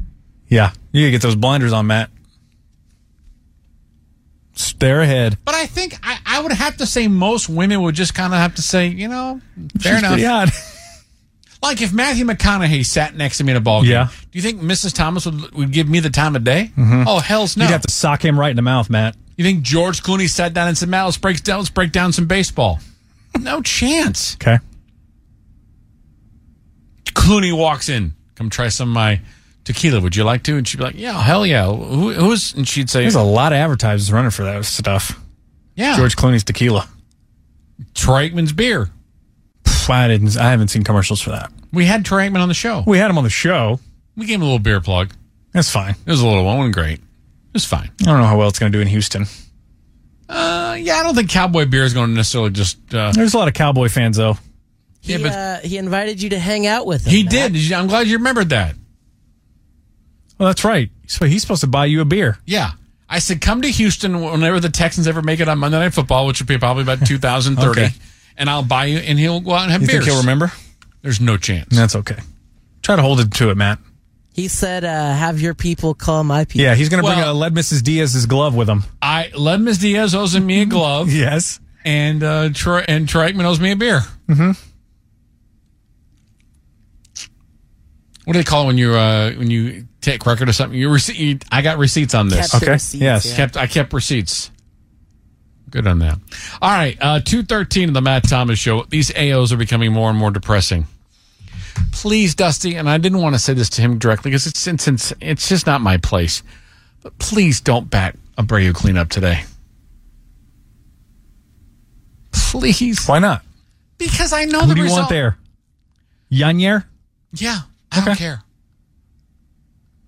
Speaker 4: Yeah, you gotta get those blinders on, Matt. Stare ahead.
Speaker 3: But I think I, I would have to say most women would just kind of have to say, you know, fair
Speaker 4: She's
Speaker 3: enough.
Speaker 4: pretty odd.
Speaker 3: Like if Matthew McConaughey sat next to me in a ball game,
Speaker 4: Yeah. Mm-hmm.
Speaker 3: do you think Mrs. Thomas would, would give me the time of day? Oh hell's no!
Speaker 4: You'd have to sock him right in the mouth, Matt.
Speaker 3: You think George Clooney sat down and said, "Matt, let's break down, let's break down some baseball"? No chance.
Speaker 4: Okay.
Speaker 3: Clooney walks in. Come try some of my tequila. Would you like to? And she'd be like, "Yeah, hell yeah." Who, who's? And she'd say,
Speaker 4: There's a lot of advertisers running for that stuff.
Speaker 3: Yeah.
Speaker 4: George Clooney's tequila.
Speaker 3: Troy Aikman's beer.
Speaker 4: Pff, I didn't. I haven't seen commercials for that.
Speaker 3: "We had Troy Aikman on the show.
Speaker 4: We had him on the show.
Speaker 3: We gave him a little beer plug.
Speaker 4: That's fine.
Speaker 3: It was a little one. wasn't great. It was fine."
Speaker 4: I don't know how well it's going to do in Houston.
Speaker 3: Uh, yeah, I don't think cowboy beer is going to necessarily just. Uh,
Speaker 4: There's a lot of cowboy fans though.
Speaker 5: He, uh, he invited you to hang out with him.
Speaker 3: he did. Did you- I'm glad you remembered that.
Speaker 4: Well, that's right. So he's supposed to buy you a beer.
Speaker 3: Yeah. I said, come to Houston whenever the Texans ever make it on Monday Night Football, which would be probably about 2030,
Speaker 4: Okay.
Speaker 3: and I'll buy you, and he'll go out and have
Speaker 4: You
Speaker 3: beers.
Speaker 4: think he'll remember?
Speaker 3: There's no chance.
Speaker 4: That's okay. Try to hold it to it, Matt.
Speaker 5: He said, uh, "Have your people call my people."
Speaker 4: Yeah, he's going to bring
Speaker 3: Well-
Speaker 4: a lead Mrs. Diaz's glove with him.
Speaker 3: I led Ms. Diaz owes me a glove.
Speaker 4: Yes.
Speaker 3: and uh, Troy and Troy Aikman owes me a beer.
Speaker 12: Mm-hmm.
Speaker 3: What do they call it when you uh, when you take record or something? You receipt. You, I got receipts on this.
Speaker 12: Kept the Okay. receipts, Yes. yeah.
Speaker 3: Kept. I kept receipts. Good on that. All right. Uh, Two thirteen of the Matt Thomas Show. These AOs are becoming more and more depressing. Please, Dusty, and I didn't want to say this to him directly because it's it's, it's it's just not my place. But please don't bat Abreu cleanup today. Please.
Speaker 6: Why not?
Speaker 3: Because I know
Speaker 6: Who
Speaker 3: the
Speaker 6: do you
Speaker 3: result.
Speaker 6: want there? Yanyer?
Speaker 3: Yeah, I don't care.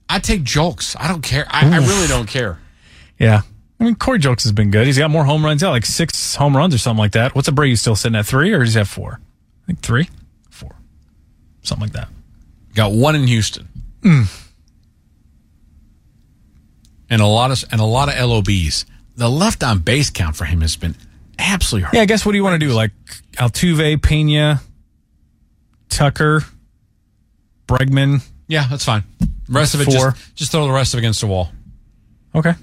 Speaker 3: I take jokes. I don't care. I, I
Speaker 6: Oof.
Speaker 3: really don't care.
Speaker 6: Yeah. I mean, Corey Jokes has been good. He's got more home runs. Yeah, like six home runs or something like that. What's Abreu still sitting at three, or does he have four? I think three, four, something like that.
Speaker 3: Got one in Houston
Speaker 6: Mm.
Speaker 3: and a lot of and a lot of lobs. The left on base count for him has been absolutely
Speaker 6: Yeah, I guess what do you want to do? Like Altuve, Pena, Tucker, Bregman.
Speaker 3: Yeah, that's fine. The rest of it,
Speaker 6: Four.
Speaker 3: just, just throw the rest of it against the wall.
Speaker 6: Okay.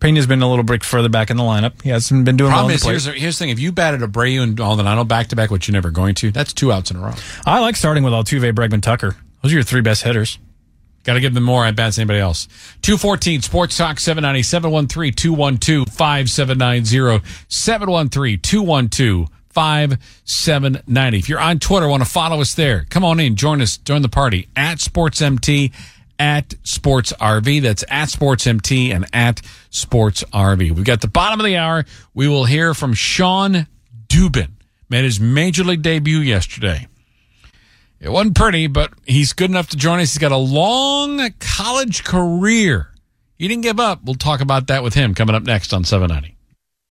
Speaker 6: Pena's been a little bit further back in the lineup. He hasn't been doing
Speaker 3: Problem
Speaker 6: well. in
Speaker 3: is,
Speaker 6: the plate.
Speaker 3: here's, the- here's the thing: if you batted Abreu and Aldonado back to back, which you're never going to, that's two outs in a row.
Speaker 6: I like starting with Altuve, Bregman, Tucker. Those are your three best hitters.
Speaker 3: Got to give them more at bats than anybody else. 214 Sports Talk 790 713 212 5790 713 212 5790. If you're on Twitter, want to follow us there, come on in, join us, join the party at SportsMT, at SportsRV. That's at SportsMT and at SportsRV. We've got the bottom of the hour. We will hear from Sean Dubin. Made his major league debut yesterday. It wasn't pretty, but he's good enough to join us. He's got a long college career. He didn't give up. We'll talk about that with him coming up next on 790.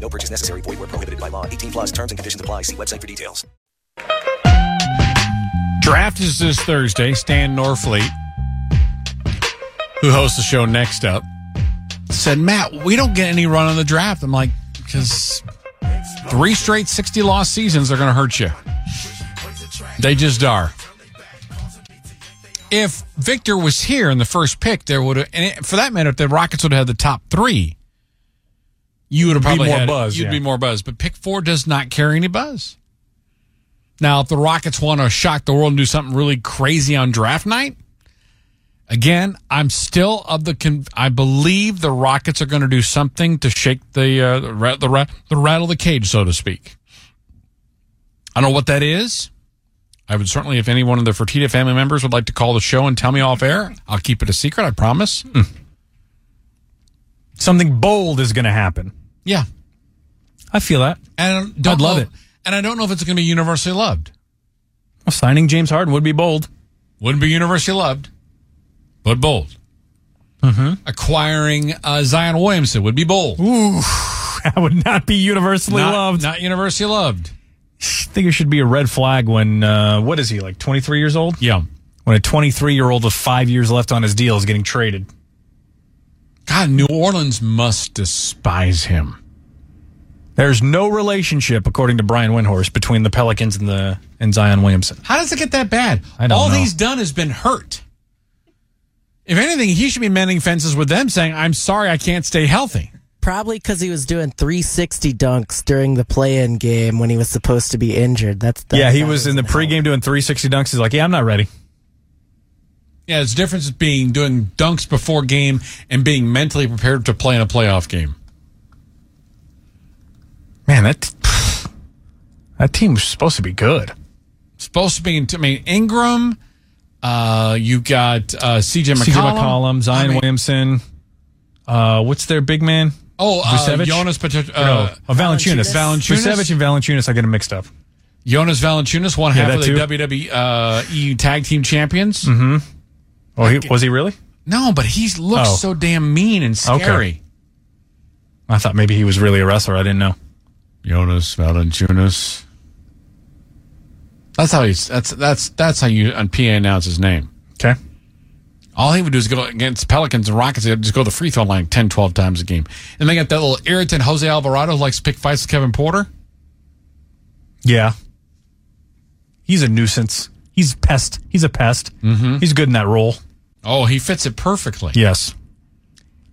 Speaker 27: No purchase necessary. Void where prohibited by law. 18 plus terms and conditions apply. See website for details.
Speaker 3: Draft is this Thursday. Stan Norfleet, who hosts the show next up, said, Matt, we don't get any run on the draft. I'm like, because three straight 60 loss seasons are going to hurt you. They just are. If Victor was here in the first pick, there would have, and it- for that matter, if the Rockets would have had the top three, you would have
Speaker 6: Be
Speaker 3: probably
Speaker 6: more
Speaker 3: had-
Speaker 6: buzz,
Speaker 3: You'd
Speaker 6: yeah.
Speaker 3: be more buzz. But pick four does not carry any buzz. Now, if the Rockets want to shock the world and do something really crazy on draft night, again, I'm still of the. Con- I believe the Rockets are going to do something to shake the uh, the, ra- the, ra- the rattle the cage, so to speak. I don't know what that is. I would certainly, if any one of the Fertitta family members would like to call the show and tell me off air, I'll keep it a secret. I promise.
Speaker 6: Hmm. Something bold is going to happen.
Speaker 3: Yeah,
Speaker 6: I feel that.
Speaker 3: and I don't, don't
Speaker 6: I'd love
Speaker 3: know-
Speaker 6: it.
Speaker 3: And I don't know if it's going to be universally loved.
Speaker 6: Well, signing James Harden would be bold.
Speaker 3: Wouldn't be universally loved, but bold.
Speaker 6: Mm-hmm.
Speaker 3: Acquiring uh, Zion Williamson would be bold.
Speaker 6: Ooh, I would not be universally
Speaker 3: Not-
Speaker 6: loved.
Speaker 3: Not universally loved.
Speaker 6: I think it should be a red flag when uh, what is he like twenty three years old?
Speaker 3: Yeah,
Speaker 6: when a twenty three year old with five years left on his deal is getting traded.
Speaker 3: God, New Orleans must despise him.
Speaker 6: There's no relationship, according to Brian Windhorst, between the Pelicans and the and Zion Williamson.
Speaker 3: How does it get that bad?
Speaker 6: I don't
Speaker 3: All
Speaker 6: know.
Speaker 3: he's done has been hurt. If anything, he should be mending fences with them, saying, "I'm sorry, I can't stay healthy."
Speaker 5: Probably because he was doing 360 dunks during the play-in game when he was supposed to be injured. That's the,
Speaker 6: yeah, he was in the pregame doing three sixty dunks. He's like, yeah, I'm not ready.
Speaker 3: Yeah, it's the difference being doing dunks before game and being mentally prepared to play in a playoff game.
Speaker 6: Man, that that team was supposed to be good.
Speaker 3: Supposed to be, in, I mean, Ingram. Uh, you got uh, CJ
Speaker 6: CJ
Speaker 3: McCollum,
Speaker 6: McCollum, Zion
Speaker 3: I mean-
Speaker 6: Williamson. Uh, what's their big man?
Speaker 3: Oh, uh,
Speaker 6: Vucevic?
Speaker 3: Jonas Patet-
Speaker 6: Or
Speaker 3: uh,
Speaker 6: no, uh, Valanciunas.
Speaker 3: Valanciunas?
Speaker 6: Vucevic and Valanciunas. I get them mixed up.
Speaker 3: Jonas Valanciunas, one
Speaker 6: Yeah,
Speaker 3: half
Speaker 6: that
Speaker 3: of the
Speaker 6: too.
Speaker 3: WWE uh, EU Tag Team Champions.
Speaker 6: Mm-hmm. Oh, he, was he really?
Speaker 3: No, but he's looks
Speaker 6: Oh.
Speaker 3: so damn mean and scary.
Speaker 6: I thought maybe he was really a wrestler. I didn't know.
Speaker 3: Jonas Valanciunas. That's how he's. That's that's that's how you on PA announce his name.
Speaker 6: Okay.
Speaker 3: All he would do is go against Pelicans and Rockets. He'd just go to the free throw line 10, 12 times a game. And they got that little irritant Jose Alvarado who likes to pick fights with Kevin Porter.
Speaker 6: Yeah. He's a nuisance. He's pest. He's a pest. Mm-hmm. He's good in that role.
Speaker 3: Oh, he fits it perfectly.
Speaker 6: Yes.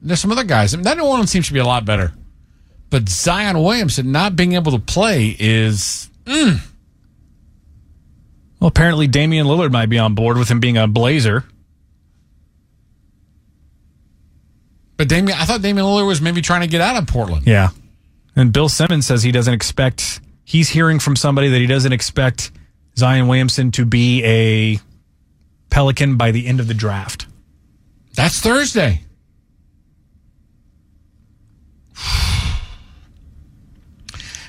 Speaker 3: There's some other guys. I mean, that one seems to be a lot better. But Zion Williamson not being able to play is. Mm.
Speaker 6: Well, apparently Damian Lillard might be on board with him being a Blazer.
Speaker 3: But Damian, I thought Damian Lillard was maybe trying to get out of Portland.
Speaker 6: Yeah. And Bill Simmons says he doesn't expect he's hearing from somebody that he doesn't expect Zion Williamson to be a Pelican by the end of the draft.
Speaker 3: That's Thursday.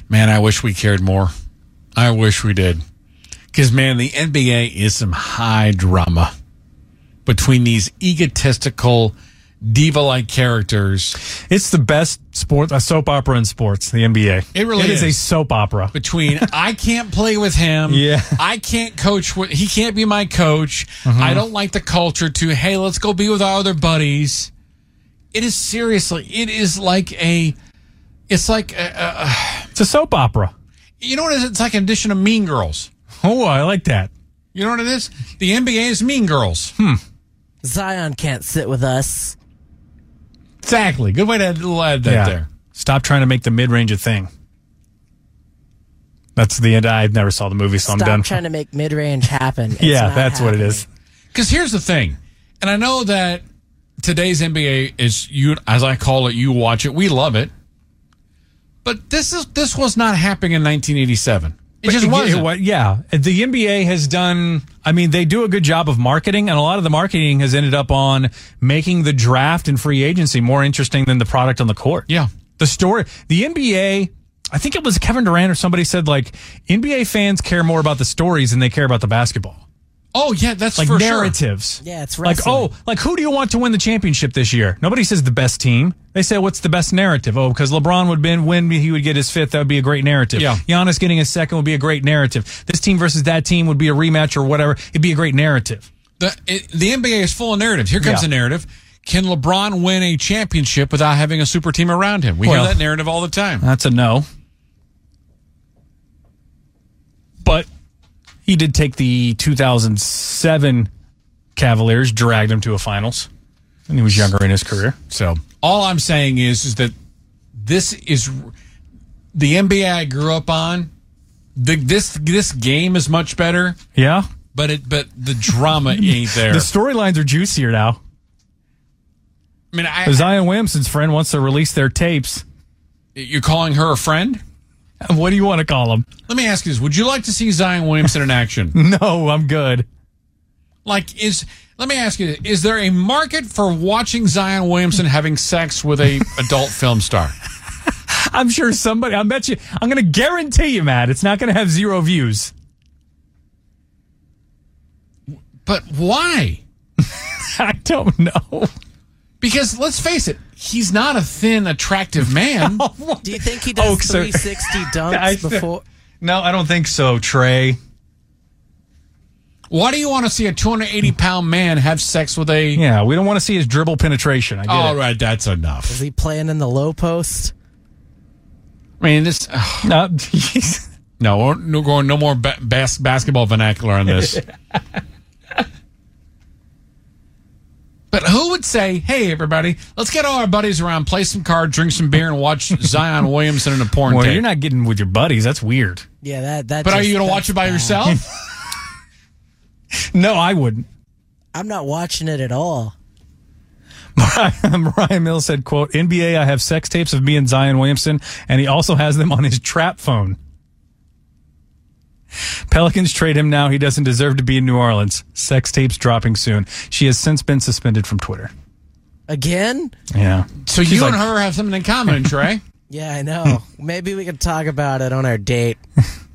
Speaker 3: Man, I wish we cared more. I wish we did. Because, man, the NBA is some high drama between these egotistical, diva like characters.
Speaker 6: It's the best sport, a soap opera in sports, the NBA.
Speaker 3: It really
Speaker 6: it is.
Speaker 3: is.
Speaker 6: a soap opera.
Speaker 3: Between I can't play with him.
Speaker 6: Yeah.
Speaker 3: I can't coach with he can't be my coach.
Speaker 6: Mhm.
Speaker 3: I don't like the culture to hey, let's go be with our other buddies. It is seriously, it is like a it's like a, a, a
Speaker 6: It's a soap opera.
Speaker 3: you know what it is? It's like an edition of Mean Girls.
Speaker 6: Oh, I like that.
Speaker 3: You know what it is? The NBA is Mean Girls.
Speaker 6: Hmm.
Speaker 5: Zion can't sit with us.
Speaker 3: Exactly. Good way to add that
Speaker 6: Yeah.
Speaker 3: there.
Speaker 6: Stop trying to make the mid range a thing. That's the end. I never saw the movie, so
Speaker 5: Stop
Speaker 6: I'm done.
Speaker 5: trying to make mid range happen. It's
Speaker 6: yeah,
Speaker 5: not
Speaker 6: that's what it is.
Speaker 3: Because here's the thing, and I know that today's NBA is you, as I call it, you watch it, we love it, but this is this was not happening in 1987. It
Speaker 6: But
Speaker 3: just wasn't.
Speaker 6: wa- yeah, the NBA has done. I mean, they do a good job of marketing, and a lot of the marketing has ended up on making the draft and free agency more interesting than the product on the court.
Speaker 3: Yeah,
Speaker 6: the story, the NBA. I think it was Kevin Durant or somebody said like NBA fans care more about the stories than they care about the basketball.
Speaker 3: oh yeah, that's
Speaker 6: Like
Speaker 3: for Sure.
Speaker 6: narratives.
Speaker 5: Yeah, it's
Speaker 6: Like
Speaker 5: wrestling.
Speaker 6: oh, like who do you want to win the championship this year? Nobody says the best team. They say what's the best narrative. Oh, because LeBron would been win, he would get his fifth. That would be a great narrative.
Speaker 3: Yeah.
Speaker 6: Giannis getting his second would be a great narrative. This team versus that team would be a rematch or whatever. It'd be a great oh, narrative.
Speaker 3: The it, the NBA is full of narratives. Here comes
Speaker 6: Yeah.
Speaker 3: a narrative. Can LeBron win a championship without having a super team around him? We
Speaker 6: Well-
Speaker 3: hear that narrative all the time.
Speaker 6: That's a no. But he did take the 2007 Cavaliers, dragged them to a finals, and he was younger in his career. So
Speaker 3: All I'm saying is, is that this is the NBA I grew up on. The, this this game is much better.
Speaker 6: yeah,
Speaker 3: But it but the drama ain't there.
Speaker 6: the storylines are juicier now.
Speaker 3: I mean, I,
Speaker 6: Zion Williamson's friend wants to release their tapes.
Speaker 3: you're calling her a friend.
Speaker 6: What do you want to call them?
Speaker 3: Let me ask you this: Would you like to see Zion Williamson in action?
Speaker 6: No, I'm good.
Speaker 3: Like, is let me ask you: this, Is there a market for watching Zion Williamson having sex with a adult film star?
Speaker 6: I'm sure somebody. I bet you. I'm going to guarantee you, Matt. It's not going to have zero views.
Speaker 3: But why?
Speaker 6: I don't know.
Speaker 3: Because let's face it, he's not a thin, attractive man.
Speaker 5: Do you think he does
Speaker 6: Oh, so-
Speaker 5: 360 dunks
Speaker 6: I-
Speaker 5: before?
Speaker 6: No, I don't think so, Trey.
Speaker 3: Why do you want to see a 280 pound man have sex with a?
Speaker 6: Yeah, we don't want to see his dribble penetration. I get
Speaker 3: All
Speaker 6: it.
Speaker 3: right, that's enough.
Speaker 5: Is he playing in the low post?
Speaker 3: I mean, this. ugh.
Speaker 6: No,
Speaker 3: no, we're no going no more ba- bas- basketball vernacular on this. but who would say, "Hey, everybody, let's get all our buddies around, play some cards, drink some beer, and watch Zion Williamson in a porn
Speaker 6: well,
Speaker 3: tape."
Speaker 6: you're not getting with your buddies. That's weird.
Speaker 5: Yeah, that that.
Speaker 3: but are
Speaker 5: just-
Speaker 3: you going to watch
Speaker 5: that's
Speaker 3: it by
Speaker 5: bad.
Speaker 3: yourself?
Speaker 6: No, I wouldn't.
Speaker 5: I'm not watching it at all.
Speaker 6: Ryan Mills said, "Quote NBA, I have sex tapes of me and Zion Williamson, and he also has them on his trap phone." Pelicans trade him now. He doesn't deserve to be in New Orleans. Sex tapes dropping soon. She has since been suspended from Twitter.
Speaker 5: Again?
Speaker 6: Yeah.
Speaker 3: so
Speaker 6: She's
Speaker 3: you
Speaker 6: like,
Speaker 3: and her have something in common, Trey.
Speaker 5: Yeah, I know. Maybe we could talk about it on our date.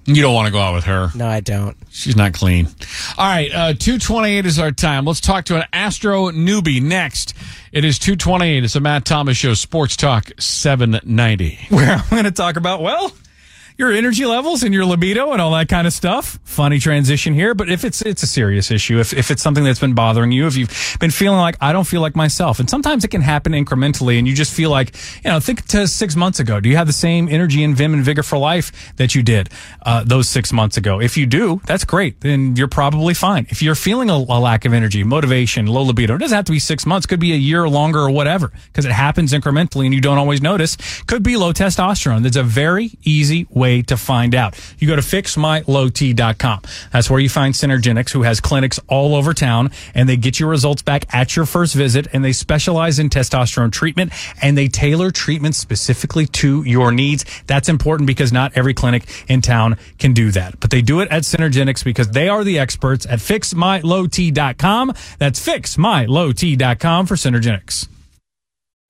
Speaker 3: you don't want to go out with her.
Speaker 5: No, I don't.
Speaker 3: She's not clean. All right, uh, two twenty-eight is our time. Let's talk to an Astro newbie next. It is two twenty-eight. It's a Matt Thomas Show Sports Talk seven ninety.
Speaker 6: where I'm going to talk about, well, your energy levels and your libido and all that kind of stuff. Funny transition here, but if it's it's a serious issue, if if it's something that's been bothering you, if you've been feeling like I don't feel like myself, and sometimes it can happen incrementally, and you just feel like you know, think to six months ago, do you have the same energy and vim and vigor for life that you did uh, those six months ago? If you do, that's great, then you're probably fine. If you're feeling a, a lack of energy, motivation, low libido, it doesn't have to be six months, could be a year longer or whatever, because it happens incrementally and you don't always notice. Could be low testosterone. That's a very easy way to find out. You go to fixmylowt.com. That's where you find Synergenics, who has clinics all over town, and they get your results back at your first visit, and they specialize in testosterone treatment, and they tailor treatment specifically to your needs. That's important because not every clinic in town can do that, but they do it at Synergenics because they are the experts at fixmylowt.com. That's fixmylowt.com for Synergenics.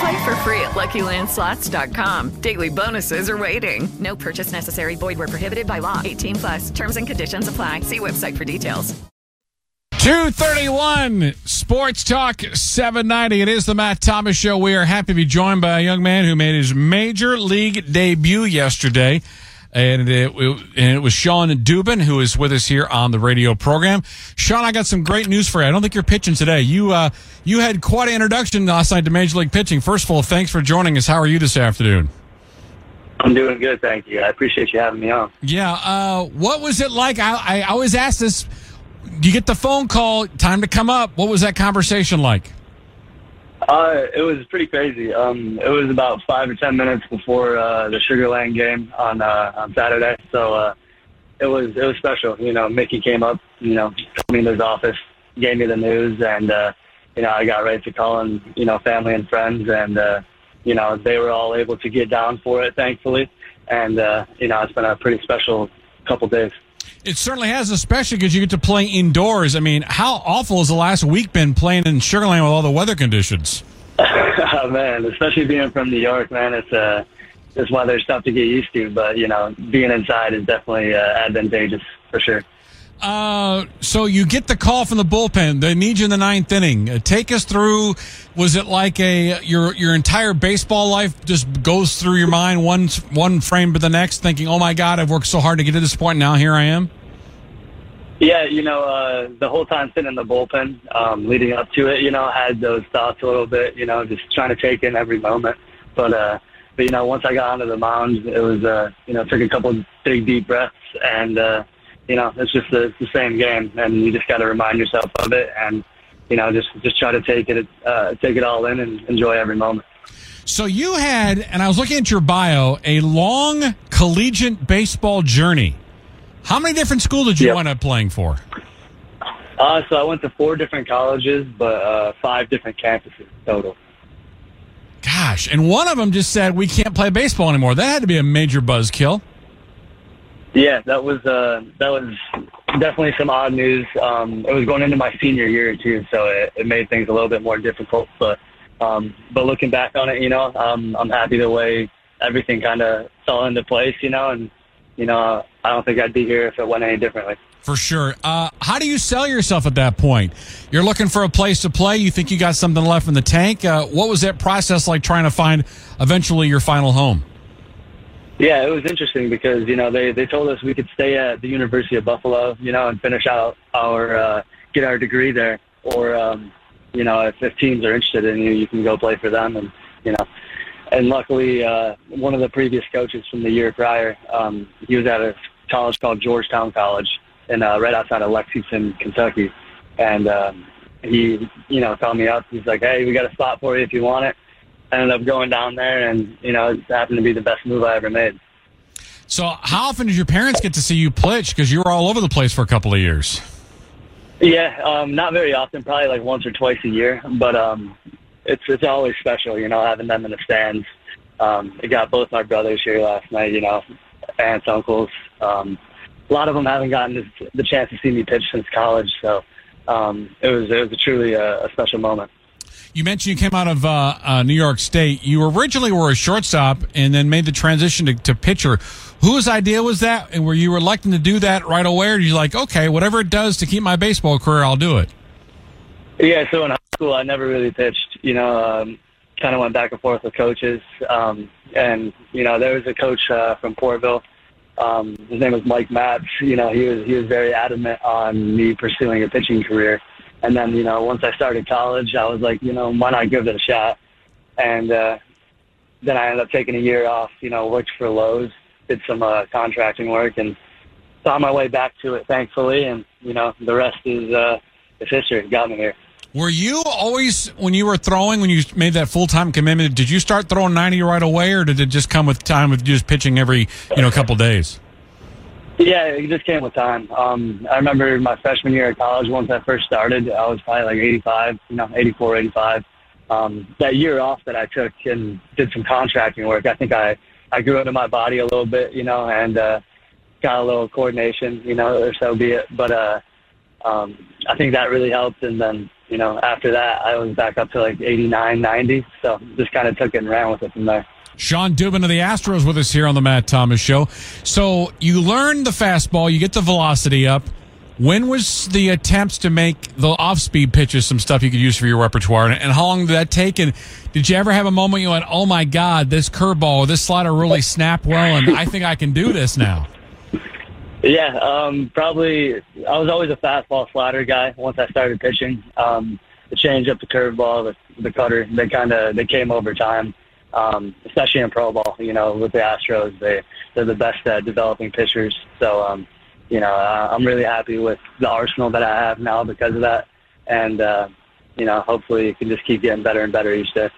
Speaker 8: Play for free at LuckyLandSlots.com. Daily bonuses are waiting. No purchase necessary. Void where prohibited by law. 18 plus. Terms and conditions apply. See website for details.
Speaker 3: 231 Sports Talk 790. It is the Matt Thomas Show. We are happy to be joined by a young man who made his major league debut yesterday. And it, and it was Sean Dubin who is with us here on the radio program. Sean, I got some great news for you. I don't think you're pitching today. You uh, you had quite an introduction last night to Major League Pitching. First of all, thanks for joining us. How are you this afternoon?
Speaker 12: I'm doing good, thank you. I appreciate you having me on.
Speaker 3: Yeah. Uh, what was it like? I, I always ask this. You get the phone call, time to come up. What was that conversation like?
Speaker 12: Uh, it was pretty crazy. Um, it was about five or ten minutes before uh, the Sugar Land game on uh, on Saturday, so uh, it was it was special. You know, Mickey came up, you know, told me in his office, gave me the news, and uh, you know, I got right to calling, you know, family and friends, and uh, you know, they were all able to get down for it, thankfully, and uh, you know, it's been a pretty special couple days.
Speaker 3: It certainly has, especially because you get to play indoors. I mean, how awful has the last week been playing in Sugarland with all the weather conditions?
Speaker 12: oh, man, especially being from New York, man, it's uh, this weather's tough to get used to. But you know, being inside is definitely uh, advantageous for sure.
Speaker 3: Uh, so you get the call from the bullpen. They need you in the ninth inning. Uh, take us through. Was it like a your your entire baseball life just goes through your mind one one frame to the next, thinking, "Oh my God, I've worked so hard to get to this point. Now here I am."
Speaker 12: Yeah, you know, uh, the whole time sitting in the bullpen, um, leading up to it, you know, I had those thoughts a little bit, you know, just trying to take in every moment. But, uh, but you know, once I got onto the mound, it was, uh, you know, took a couple big deep breaths, and uh, you know, it's just the, it's the same game, and you just got to remind yourself of it, and you know, just just try to take it, uh, take it all in, and enjoy every moment.
Speaker 3: So you had, and I was looking at your bio, a long collegiate baseball journey. How many different schools did you
Speaker 12: Yep.
Speaker 3: wind up playing for?
Speaker 12: Uh, so I went to four different colleges, but uh, five different campuses total.
Speaker 3: Gosh, and one of them just said we can't play baseball anymore. That had to be a major buzzkill.
Speaker 12: Yeah, that was uh, that was definitely some odd news. Um, it was going into my senior year too, so it, it made things a little bit more difficult. But um, but looking back on it, you know, um, I'm happy the way everything kind of fell into place, you know, and you know, I don't think I'd be here if it went any differently.
Speaker 3: For sure. Uh, how do you sell yourself at that point? You're looking for a place to play. You think you got something left in the tank. Uh, what was that process like trying to find eventually your final home?
Speaker 12: Yeah, it was interesting because you know they they told us we could stay at the University of Buffalo, you know, and finish out our uh, get our degree there, or um, you know if, if teams are interested in you, you can go play for them, and you know, and luckily uh, one of the previous coaches from the year prior, um, he was at a college called Georgetown College, and uh, right outside of Lexington, Kentucky, and um, he you know called me up. He's like, hey, we got a spot for you if you want it. I ended up going down there, and you know it happened to be the best move I ever made.
Speaker 3: So, how often did your parents get to see you pitch? Because you were all over the place for a couple of years.
Speaker 12: Yeah, um, not very often. Probably like once or twice a year, but um, it's it's always special, you know, having them in the stands. Um, I got both my brothers here last night, you know, aunts, uncles. Um, a lot of them haven't gotten this, the chance to see me pitch since college, so um, it was it was a truly a, a special moment.
Speaker 3: You mentioned you came out of uh, uh, New York State. You originally were a shortstop and then made the transition to, to pitcher. Whose idea was that? And were you reluctant to do that right away? Or you're like, okay, whatever it does to keep my baseball career, I'll do it?
Speaker 12: Yeah, so in high school, I never really pitched. You know, um, kind of went back and forth with coaches. Um, and, you know, there was a coach uh, from Portville. Um, his name was Mike Matz. You know, he was, he was very adamant on me pursuing a pitching career. And then, you know, once I started college, I was like, you know, why not give it a shot? And uh, then I ended up taking a year off, you know, worked for Lowe's, did some uh, contracting work, and found my way back to it, thankfully. And, you know, the rest is, uh, is history. It got me here.
Speaker 3: Were you always, when you were throwing, when you made that full time commitment, did you start throwing 90 right away, or did it just come with time with just pitching every, you know, couple days?
Speaker 12: Yeah, it just came with time. Um, I remember my freshman year at college, once I first started, I was probably like 85, you know, 84, 85. Um, that year off that I took and did some contracting work, I think I, I grew into my body a little bit, you know, and uh, got a little coordination, you know, or so be it. But uh, um, I think that really helped. And then, you know, after that, I was back up to like 89, 90. So just kind of took it and ran with it from there.
Speaker 3: Sean Dubin of the Astros with us here on the Matt Thomas Show. So you learn the fastball, you get the velocity up. When was the attempts to make the off-speed pitches some stuff you could use for your repertoire, and and how long did that take? And did you ever have a moment you went, "Oh my God, this curveball, or this slider really snapped well, and I think I can do this now"?
Speaker 12: Yeah, um, probably. I was always a fastball slider guy. Once I started pitching, um, the changeup, the curveball, the, the cutter, they kind of they came over time. Um, especially in pro ball, you know, with the Astros, they they're the best at developing pitchers. So, um, you know, uh, I'm really happy with the arsenal that I have now because of that, and uh, you know, hopefully, it can just keep getting better and better each day.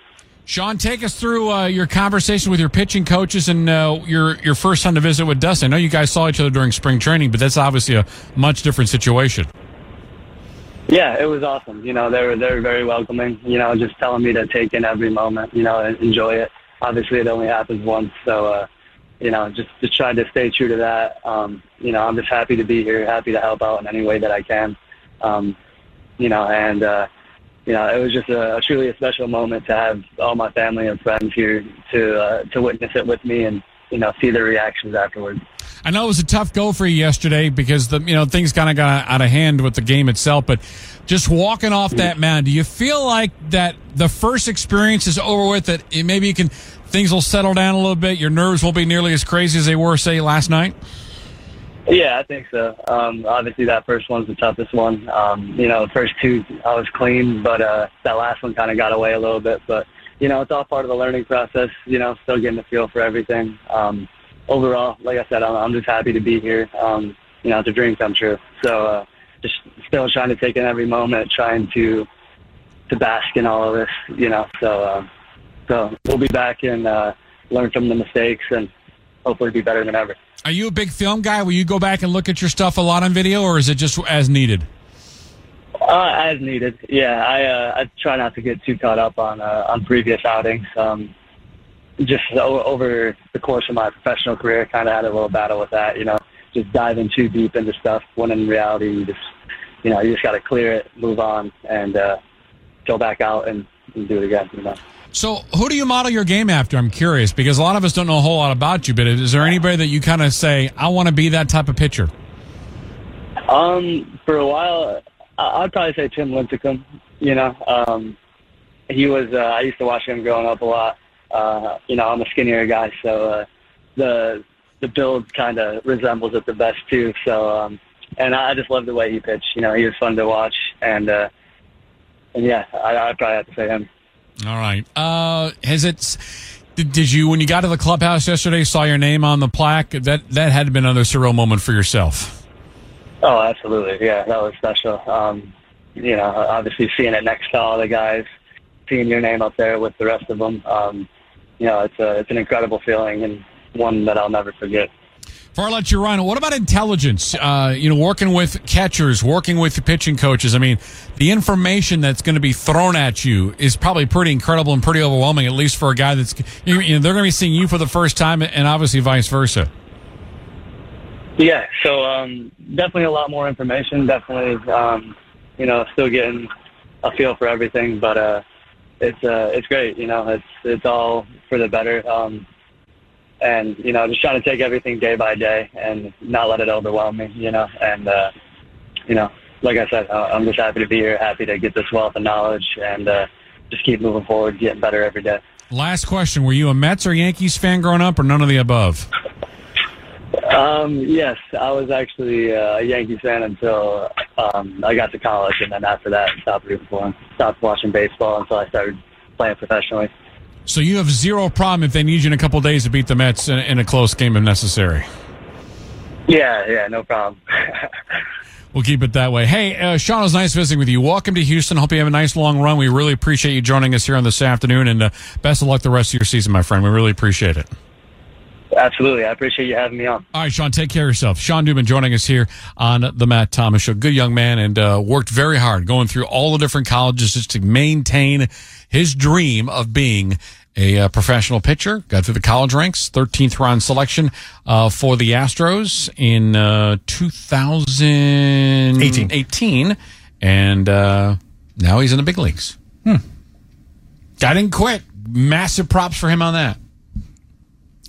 Speaker 3: Sean, take us through uh, your conversation with your pitching coaches and uh, your your first time to visit with Dustin. I know you guys saw each other during spring training, but that's obviously a much different situation.
Speaker 12: Yeah, it was awesome. You know, they were they were very welcoming. You know, just telling me to take in every moment. You know, and enjoy it. Obviously, it only happens once, so uh, you know, just just trying to stay true to that. Um, you know, I'm just happy to be here, happy to help out in any way that I can. Um, you know, and uh, you know, it was just a, a truly a special moment to have all my family and friends here to uh, to witness it with me and you know see their reactions afterwards.
Speaker 3: I know it was a tough go for you yesterday because the you know things kind of got out of hand with the game itself. But just walking off that mound, do you feel like that the first experience is over with? That it, maybe you can things will settle down a little bit. Your nerves won't be nearly as crazy as they were say last night.
Speaker 12: Yeah, I think so. Um, obviously, that first one's the toughest one. Um, you know, the first two I was clean, but uh, that last one kind of got away a little bit. But you know, it's all part of the learning process. You know, still getting the feel for everything. Um, overall, like I said, I'm, I'm just happy to be here. Um, you know, it's a dream come true. So uh, just still trying to take in every moment, trying to to bask in all of this. You know, so uh, so we'll be back and uh, learn from the mistakes and hopefully be better than ever.
Speaker 3: Are you a big film guy? Will you go back and look at your stuff a lot on video, or is it just as needed?
Speaker 12: Uh, as needed, yeah. I uh, I try not to get too caught up on uh, on previous outings. Um, just o- over the course of my professional career, kind of had a little battle with that. You know, just diving too deep into stuff when in reality, you just you know, you just got to clear it, move on, and uh, go back out and, and do it again. You know.
Speaker 3: So, who do you model your game after? I'm curious because a lot of us don't know a whole lot about you. But is there anybody that you kind of say, "I want to be that type of pitcher"?
Speaker 12: Um, for a while, I- I'd probably say Tim Lincecum. You know, um, he was. Uh, I used to watch him growing up a lot. Uh, you know, I'm a skinnier guy, so uh, the the build kind of resembles it the best too. So, um, and I I just loved the way he pitched. You know, he was fun to watch, and uh, and yeah, I, I'd probably have to say him.
Speaker 3: All right. Uh, has it? Did, did you when you got to the clubhouse yesterday? Saw your name on the plaque. That that had been another surreal moment for yourself.
Speaker 12: Oh, absolutely. Yeah, that was special. Um, you know, obviously seeing it next to all the guys, seeing your name up there with the rest of them. Um, you know, it's a, it's an incredible feeling and one that I'll never forget.
Speaker 3: Before I let you run, what about intelligence? Uh, you know, working with catchers, working with pitching coaches. I mean, the information that's going to be thrown at you is probably pretty incredible and pretty overwhelming, at least for a guy that's, you know, they're going to be seeing you for the first time and obviously vice versa.
Speaker 12: Yeah, so um, definitely a lot more information. Definitely, um, you know, still getting a feel for everything. But uh, it's uh, it's great. You know, it's it's all for the better. Um, and you know, just trying to take everything day by day and not let it overwhelm me. You know, and uh, you know, like I said, I- I'm just happy to be here, happy to get this wealth of knowledge, and uh, just keep moving forward, getting better every day.
Speaker 3: Last question: Were you a Mets or Yankees fan growing up, or none of the above?
Speaker 12: Um, yes, I was actually uh, a Yankees fan until um, I got to college, and then after that, stopped rooting for 'em. Stopped watching baseball until I started playing professionally.
Speaker 3: So you have zero problem if they need you in a couple days to beat the Mets in, in a close game if necessary.
Speaker 12: Yeah, yeah, no problem.
Speaker 3: We'll keep it that way. Hey, uh, Sean, it was nice visiting with you. Welcome to Houston. Hope you have a nice long run. We really appreciate you joining us here on this afternoon, and uh, best of luck the rest of your season, my friend. We really appreciate it.
Speaker 12: Absolutely, I appreciate you having me on.
Speaker 3: All right, Sean, take care of yourself. Sean Dubin joining us here on the Matt Thomas Show. Good young man and uh, worked very hard going through all the different colleges just to maintain his dream of being a uh, professional pitcher. Got through the college ranks, 13th round selection uh, for the Astros in uh, 2018. And uh, now he's in the big leagues. Hmm. I didn't quit. Massive props for him on that.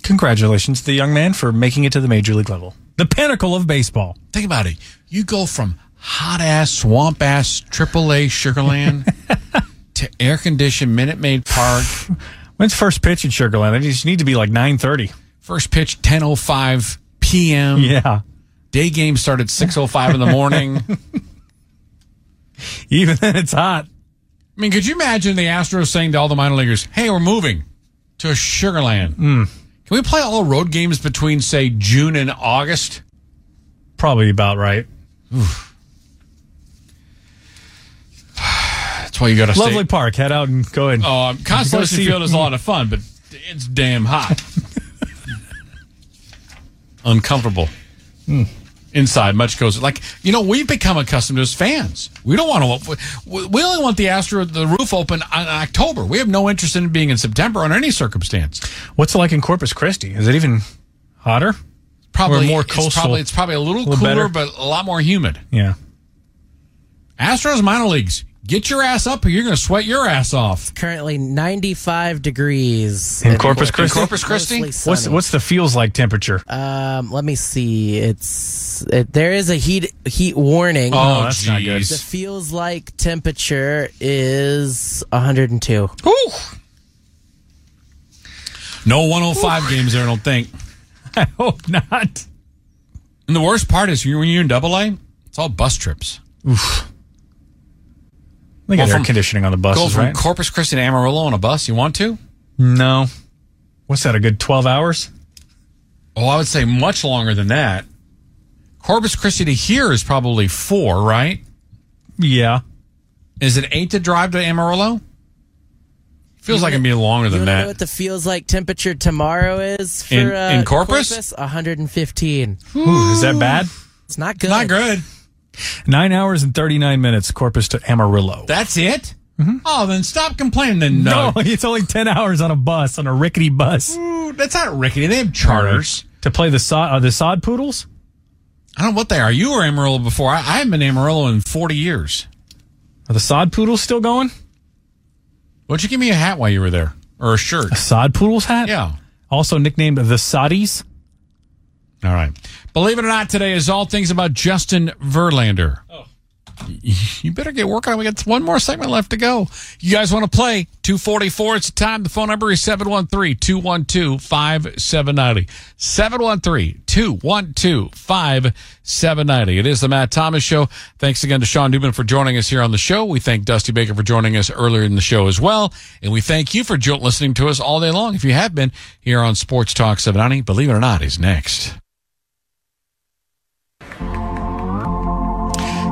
Speaker 6: Congratulations to the young man for making it to the major league level. The pinnacle of baseball.
Speaker 3: Think about it. You go from hot ass, swamp ass, AAA Sugarland to air conditioned Minute Maid Park.
Speaker 6: When's first pitch in Sugarland? They just need to be like nine thirty.
Speaker 3: First pitch ten oh five p.m.
Speaker 6: Yeah.
Speaker 3: Day game started six oh five in the morning.
Speaker 6: Even then, it's hot.
Speaker 3: I mean, could you imagine the Astros saying to all the minor leaguers, "Hey, we're moving to Sugarland.
Speaker 6: Mm.
Speaker 3: Can we play all road games between say June and August?"
Speaker 6: Probably about right.
Speaker 3: That's why you got to
Speaker 6: Lovely park. Head out and go ahead.
Speaker 3: Oh, um, Constellation
Speaker 6: Go see-
Speaker 3: Field is a lot of fun, but it's damn hot. Uncomfortable.
Speaker 6: Hmm.
Speaker 3: Inside, much goes like you know we've become accustomed to as fans. We don't want to. We we only want the Astro the roof open on October. We have no interest in being in September under any circumstance.
Speaker 6: What's it like in Corpus Christi? Is it even hotter?
Speaker 3: Probably
Speaker 6: or more
Speaker 3: it's
Speaker 6: coastal.
Speaker 3: probably it's probably a little,
Speaker 6: A little better.
Speaker 3: cooler, but a lot more humid.
Speaker 6: yeah.
Speaker 3: Astros minor leagues, get your ass up, or you're going to sweat your ass off.
Speaker 5: Currently 95 degrees
Speaker 6: In Corpus Christi.
Speaker 3: Corpus Christi?
Speaker 5: Mostly
Speaker 6: What's
Speaker 5: sunny.
Speaker 6: what's the feels like temperature?
Speaker 5: Um, let me see. It's it, there is a heat heat warning.
Speaker 6: Oh, Oh, that's not good.
Speaker 5: The feels like temperature is 102.
Speaker 3: No 105 games there, I don't think.
Speaker 6: I hope not.
Speaker 3: And the worst part is you- when you're in Double A, it's all bus trips.
Speaker 6: Oof. They got
Speaker 3: Well,
Speaker 6: air
Speaker 3: from-
Speaker 6: conditioning on the
Speaker 3: Go
Speaker 6: buses,
Speaker 3: from
Speaker 6: right?
Speaker 3: Corpus Christi to Amarillo on a bus. You want to?
Speaker 6: no. What's that? A good twelve hours?
Speaker 3: Oh, I would say much longer than that. Corpus Christi to here is probably four, right?
Speaker 6: Yeah.
Speaker 3: Is it eight to drive to Amarillo? Feels like it'd be longer
Speaker 5: You
Speaker 3: than
Speaker 5: wanna know
Speaker 3: that.
Speaker 5: what the feels like temperature tomorrow is for
Speaker 3: In-
Speaker 5: uh,
Speaker 3: in Corpus?
Speaker 5: 115.
Speaker 6: Ooh, is that bad?
Speaker 5: It's not good.
Speaker 3: Not good.
Speaker 6: Nine hours and thirty nine minutes, Corpus to Amarillo.
Speaker 3: That's it. Oh, then stop complaining. Then no,
Speaker 6: Mm-hmm. it's only ten hours on a bus, on a rickety bus.
Speaker 3: Ooh, that's not rickety. They have charters.
Speaker 6: to play the sod, uh, the sod poodles.
Speaker 3: I don't know what they are. You were Amarillo before. I, I haven't been to Amarillo in forty years.
Speaker 6: Are the sod poodles still going?
Speaker 3: Why don't you give me a hat while you were there or a shirt?
Speaker 6: A sod poodles hat,
Speaker 3: Yeah.
Speaker 6: also nicknamed the Soddies.
Speaker 3: All right. Believe it or not, today is all things about Justin Verlander. Oh. You better get working on it. We got one more segment left to go. You guys want to play 244? It's the time. The phone number is 713 212 5790. 713 212 5790. It is the Matt Thomas Show. Thanks again to Sean Newman for joining us here on the show. We thank Dusty Baker for joining us earlier in the show as well. And we thank you for jo- listening to us all day long. If you have been here on Sports Talk 790, believe it or not, is next.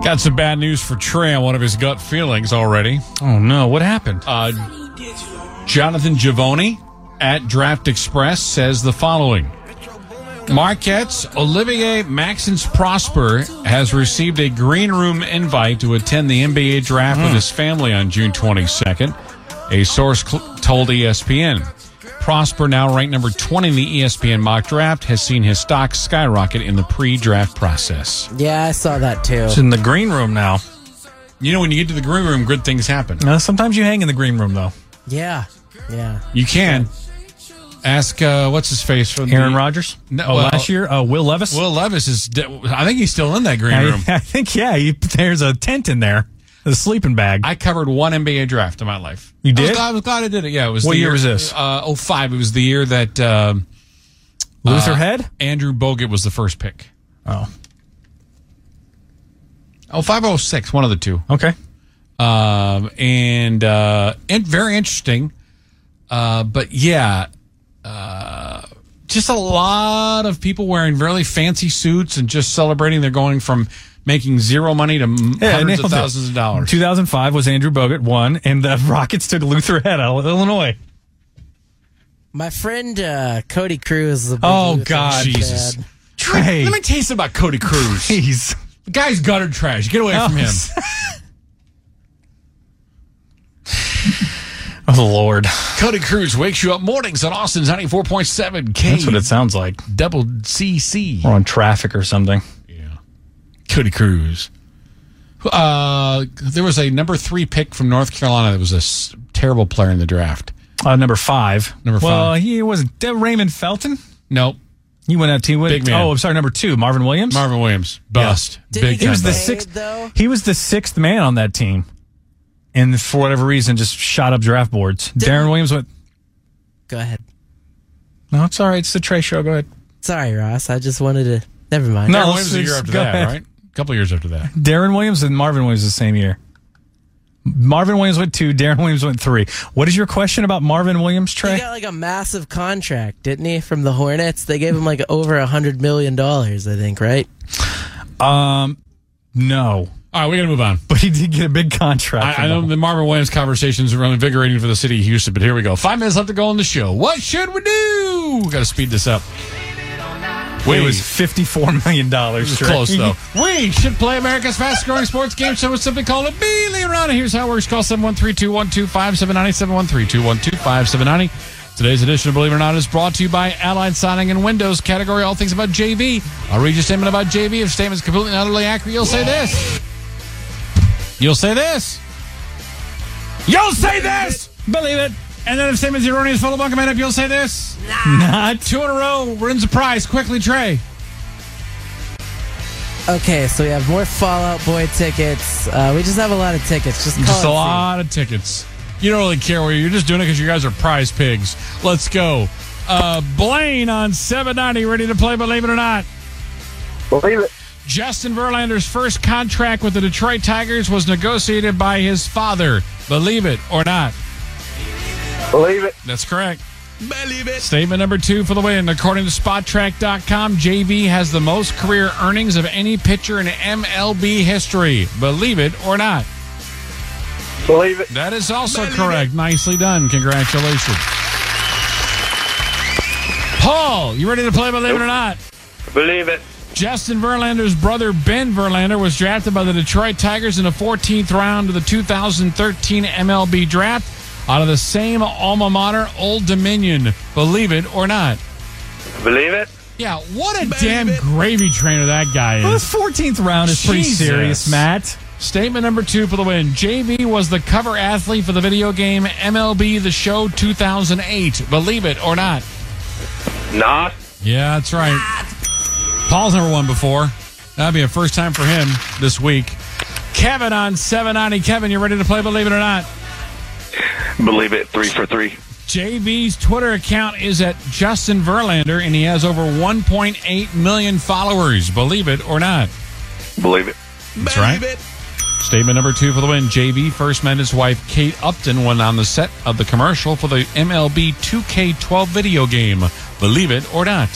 Speaker 3: Got some bad news for Trey on one of his gut feelings already.
Speaker 6: Oh no, what happened?
Speaker 3: Uh, Jonathan Giovanni at Draft Express says the following Marquette's Olivier Maxence Prosper has received a green room invite to attend the NBA draft
Speaker 6: Hmm.
Speaker 3: with his family on June 22nd, a source cl- told E ESPN. Prosper, now ranked number 20 in the E ESPN mock draft, has seen his stock skyrocket in the pre draft process.
Speaker 5: Yeah, I saw that too.
Speaker 6: It's in the green room now.
Speaker 3: You know, when you get to the green room, good things happen.
Speaker 6: Uh, sometimes you hang in the green room though.
Speaker 5: Yeah. Yeah.
Speaker 3: You can. Ask uh, what's his face from
Speaker 6: Aaron
Speaker 3: the,
Speaker 6: Rodgers?
Speaker 3: No,
Speaker 6: Oh,
Speaker 3: well,
Speaker 6: last year, uh, Will Levis.
Speaker 3: Will Levis is. de- I think he's still in that green
Speaker 6: I,
Speaker 3: room.
Speaker 6: I think yeah. You, there's a tent in there, a sleeping bag.
Speaker 3: I covered one NBA draft in my life.
Speaker 6: You
Speaker 3: I was,
Speaker 6: did?
Speaker 3: glad, I was glad I did it. Yeah, it was.
Speaker 6: What
Speaker 3: the
Speaker 6: year was this?
Speaker 3: Uh, oh five. It was the year that um
Speaker 6: Luther
Speaker 3: uh,
Speaker 6: Head?
Speaker 3: Andrew Bogut was the first pick.
Speaker 6: Oh.
Speaker 3: Oh five oh six. One of the two.
Speaker 6: Okay.
Speaker 3: Um, and uh, and very interesting. Uh, but yeah, uh, just a lot of people wearing really fancy suits and just celebrating. They're going from making zero money to m
Speaker 6: Yeah, I
Speaker 3: hundreds of
Speaker 6: nailed it.
Speaker 3: thousands of dollars.
Speaker 6: 2005 was Andrew Bogut one, and the Rockets took Luther Head out of Illinois.
Speaker 5: My friend uh, Cody Cruz. Is a big
Speaker 6: Oh,
Speaker 5: Luther
Speaker 6: God.
Speaker 5: fan.
Speaker 6: Jesus.
Speaker 3: Let me tell you something about Cody Cruz.
Speaker 6: Jeez.
Speaker 3: The guy's gutter trash. Get away from him.
Speaker 6: Oh Lord.
Speaker 3: Cody Cruz wakes you up mornings on Austin's 94.7 K.
Speaker 6: That's what it sounds like.
Speaker 3: Double CC.
Speaker 6: Or on traffic or something.
Speaker 3: Cody Cruz. Uh, there was a number three pick from North Carolina that was a s- terrible player in the draft.
Speaker 6: Uh, number five.
Speaker 3: Number
Speaker 6: Well,
Speaker 3: five.
Speaker 6: he wasn't. that Raymond Felton?
Speaker 3: Nope.
Speaker 6: He went out to went,
Speaker 3: Big man.
Speaker 6: Oh, I'm sorry. Number two, Marvin Williams.
Speaker 3: Marvin Williams.
Speaker 6: Yeah.
Speaker 3: Bust.
Speaker 6: he
Speaker 3: Big time.
Speaker 6: was the
Speaker 3: bust.
Speaker 6: sixth. He was the sixth man on that team, and for whatever reason, just shot up draft boards. Darren Williams went.
Speaker 5: Go ahead.
Speaker 6: No, it's all right. It's the Trey show. Go ahead.
Speaker 5: Sorry, Ross. I just wanted to. Never mind.
Speaker 6: No,
Speaker 3: Darren
Speaker 6: let's
Speaker 3: Williams a year
Speaker 6: just
Speaker 3: after
Speaker 6: go
Speaker 3: that,
Speaker 6: ahead.
Speaker 3: right? A couple years after that.
Speaker 6: Darren Williams and Marvin Williams the same year. Marvin Williams went two. Darren Williams went three. What is your question about Marvin Williams,
Speaker 5: He
Speaker 6: Trey?
Speaker 5: got like a massive contract, didn't he, from the Hornets? They gave him like over a hundred million dollars, I think, right?
Speaker 6: Um, no.
Speaker 3: All right, we got to move on.
Speaker 6: But he did get a big contract.
Speaker 3: I,
Speaker 6: from
Speaker 3: I know
Speaker 6: them.
Speaker 3: the Marvin Williams conversations are invigorating for the city of Houston, but here we go. Five minutes left to go on the show. What should we do? Got to speed this up.
Speaker 6: It was fifty-four million dollars.
Speaker 3: It was close, though. we should play America's fastest growing sports game show with something called a Beely Rana. Here's how it works. Call 713-212-5790, 713-212-5790. Today's edition of Believe It or Not is brought to you by Allied Signing and Windows, category All Things About JV. I'll read you a statement about JV. If statement's completely and utterly accurate, you'll say this. You'll say this. You'll say this!
Speaker 6: Believe it.
Speaker 3: And then if statement's erroneous, follow Bunker Man up, you'll say this.
Speaker 6: Not
Speaker 3: Two in a row wins the prize. Quickly, Trey.
Speaker 5: Okay, so we have more Fallout Boy tickets. Uh, we just have a lot of tickets. Just call
Speaker 3: Just
Speaker 5: and see.
Speaker 3: a lot of tickets. You don't really care where you're just doing it because you guys are prize pigs. Let's go. Uh, Blaine on 790, ready to play, believe it or not.
Speaker 1: Believe it.
Speaker 3: Justin Verlander's first contract with the Detroit Tigers was negotiated by his father. Believe it or not.
Speaker 1: Believe it.
Speaker 3: That's correct. Believe it. Statement number two for the win. According to SpotTrack.com, JV has the most career earnings of any pitcher in MLB history. Believe it or not.
Speaker 1: Believe it.
Speaker 3: That is also correct. Nicely done. Congratulations. Paul, you ready to play Believe It or Not?
Speaker 1: Believe it.
Speaker 3: Justin Verlander's brother Ben Verlander was drafted by the Detroit Tigers in the 14th round of the 2013 MLB draft out of the same alma mater, Old Dominion. Believe it or not.
Speaker 1: Believe it.
Speaker 3: Yeah, what a damn gravy trainer that guy
Speaker 6: Well, the
Speaker 3: is.
Speaker 6: fourteenth round is pretty
Speaker 3: Jesus.
Speaker 6: serious, Matt.
Speaker 3: Statement number two for the win. JV was the cover athlete for the video game MLB The Show 2008. Believe it or not.
Speaker 1: Not.
Speaker 3: Yeah, that's right. Paul's never won before. That'd be a first time for him this week. Kevin on 790. Kevin, you ready to play Believe It or Not?
Speaker 15: Believe it, three for three.
Speaker 3: JV's Twitter account is at Justin Verlander, and he has over 1.8 million followers. Believe it or not.
Speaker 15: Believe it.
Speaker 3: That's right. Statement number two for the win. JV first met his wife, Kate Upton, when on the set of the commercial for the MLB 2K12 video game. Believe it or not.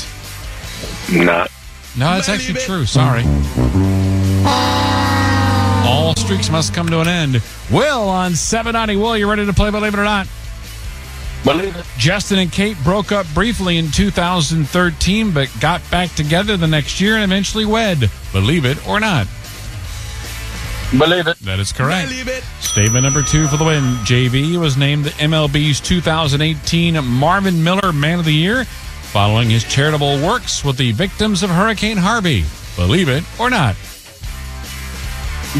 Speaker 15: Not.
Speaker 3: No, that's actually true. Sorry. All streaks must come to an end. Will on 790. Will, you ready to play Believe It or Not?
Speaker 1: Believe it.
Speaker 3: Justin and Kate broke up briefly in 2013, but got back together the next year and eventually wed. Believe it or not.
Speaker 1: Believe it.
Speaker 3: That is correct. Statement number two for the win. JV was named the MLB's 2018 Marvin Miller Man of the Year following his charitable works with the victims of Hurricane Harvey. Believe it or not.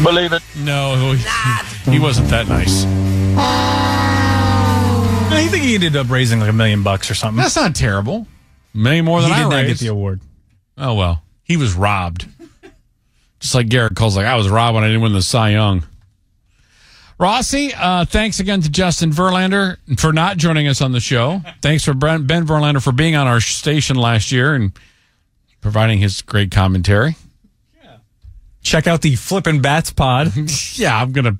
Speaker 1: Believe it.
Speaker 3: No, he wasn't that nice.
Speaker 4: I think he ended up raising like a million bucks or something.
Speaker 3: That's not terrible. Many more than
Speaker 4: he
Speaker 3: I
Speaker 4: did not
Speaker 3: raised.
Speaker 4: get the award.
Speaker 3: Oh well, he was robbed. Just like Garrett Cole's like, I was robbed when I didn't win the Cy Young. Rossi, uh, thanks again to Justin Verlander for not joining us on the show. Thanks for Bren- Ben Verlander for being on our station last year and providing his great commentary.
Speaker 4: Check out the Flippin' Bats pod.
Speaker 3: yeah, I'm gonna.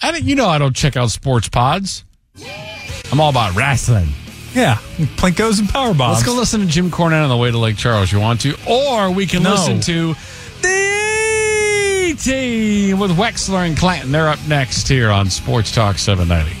Speaker 3: I don't, you know I don't check out sports pods. I'm all about wrestling.
Speaker 4: Yeah, Plinkos and power bombs.
Speaker 3: Let's go listen to Jim Cornette on the way to Lake Charles. You want to, or we can
Speaker 4: No.
Speaker 3: listen to the team with Wexler and Clanton. They're up next here on Sports Talk 790.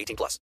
Speaker 27: 18 plus.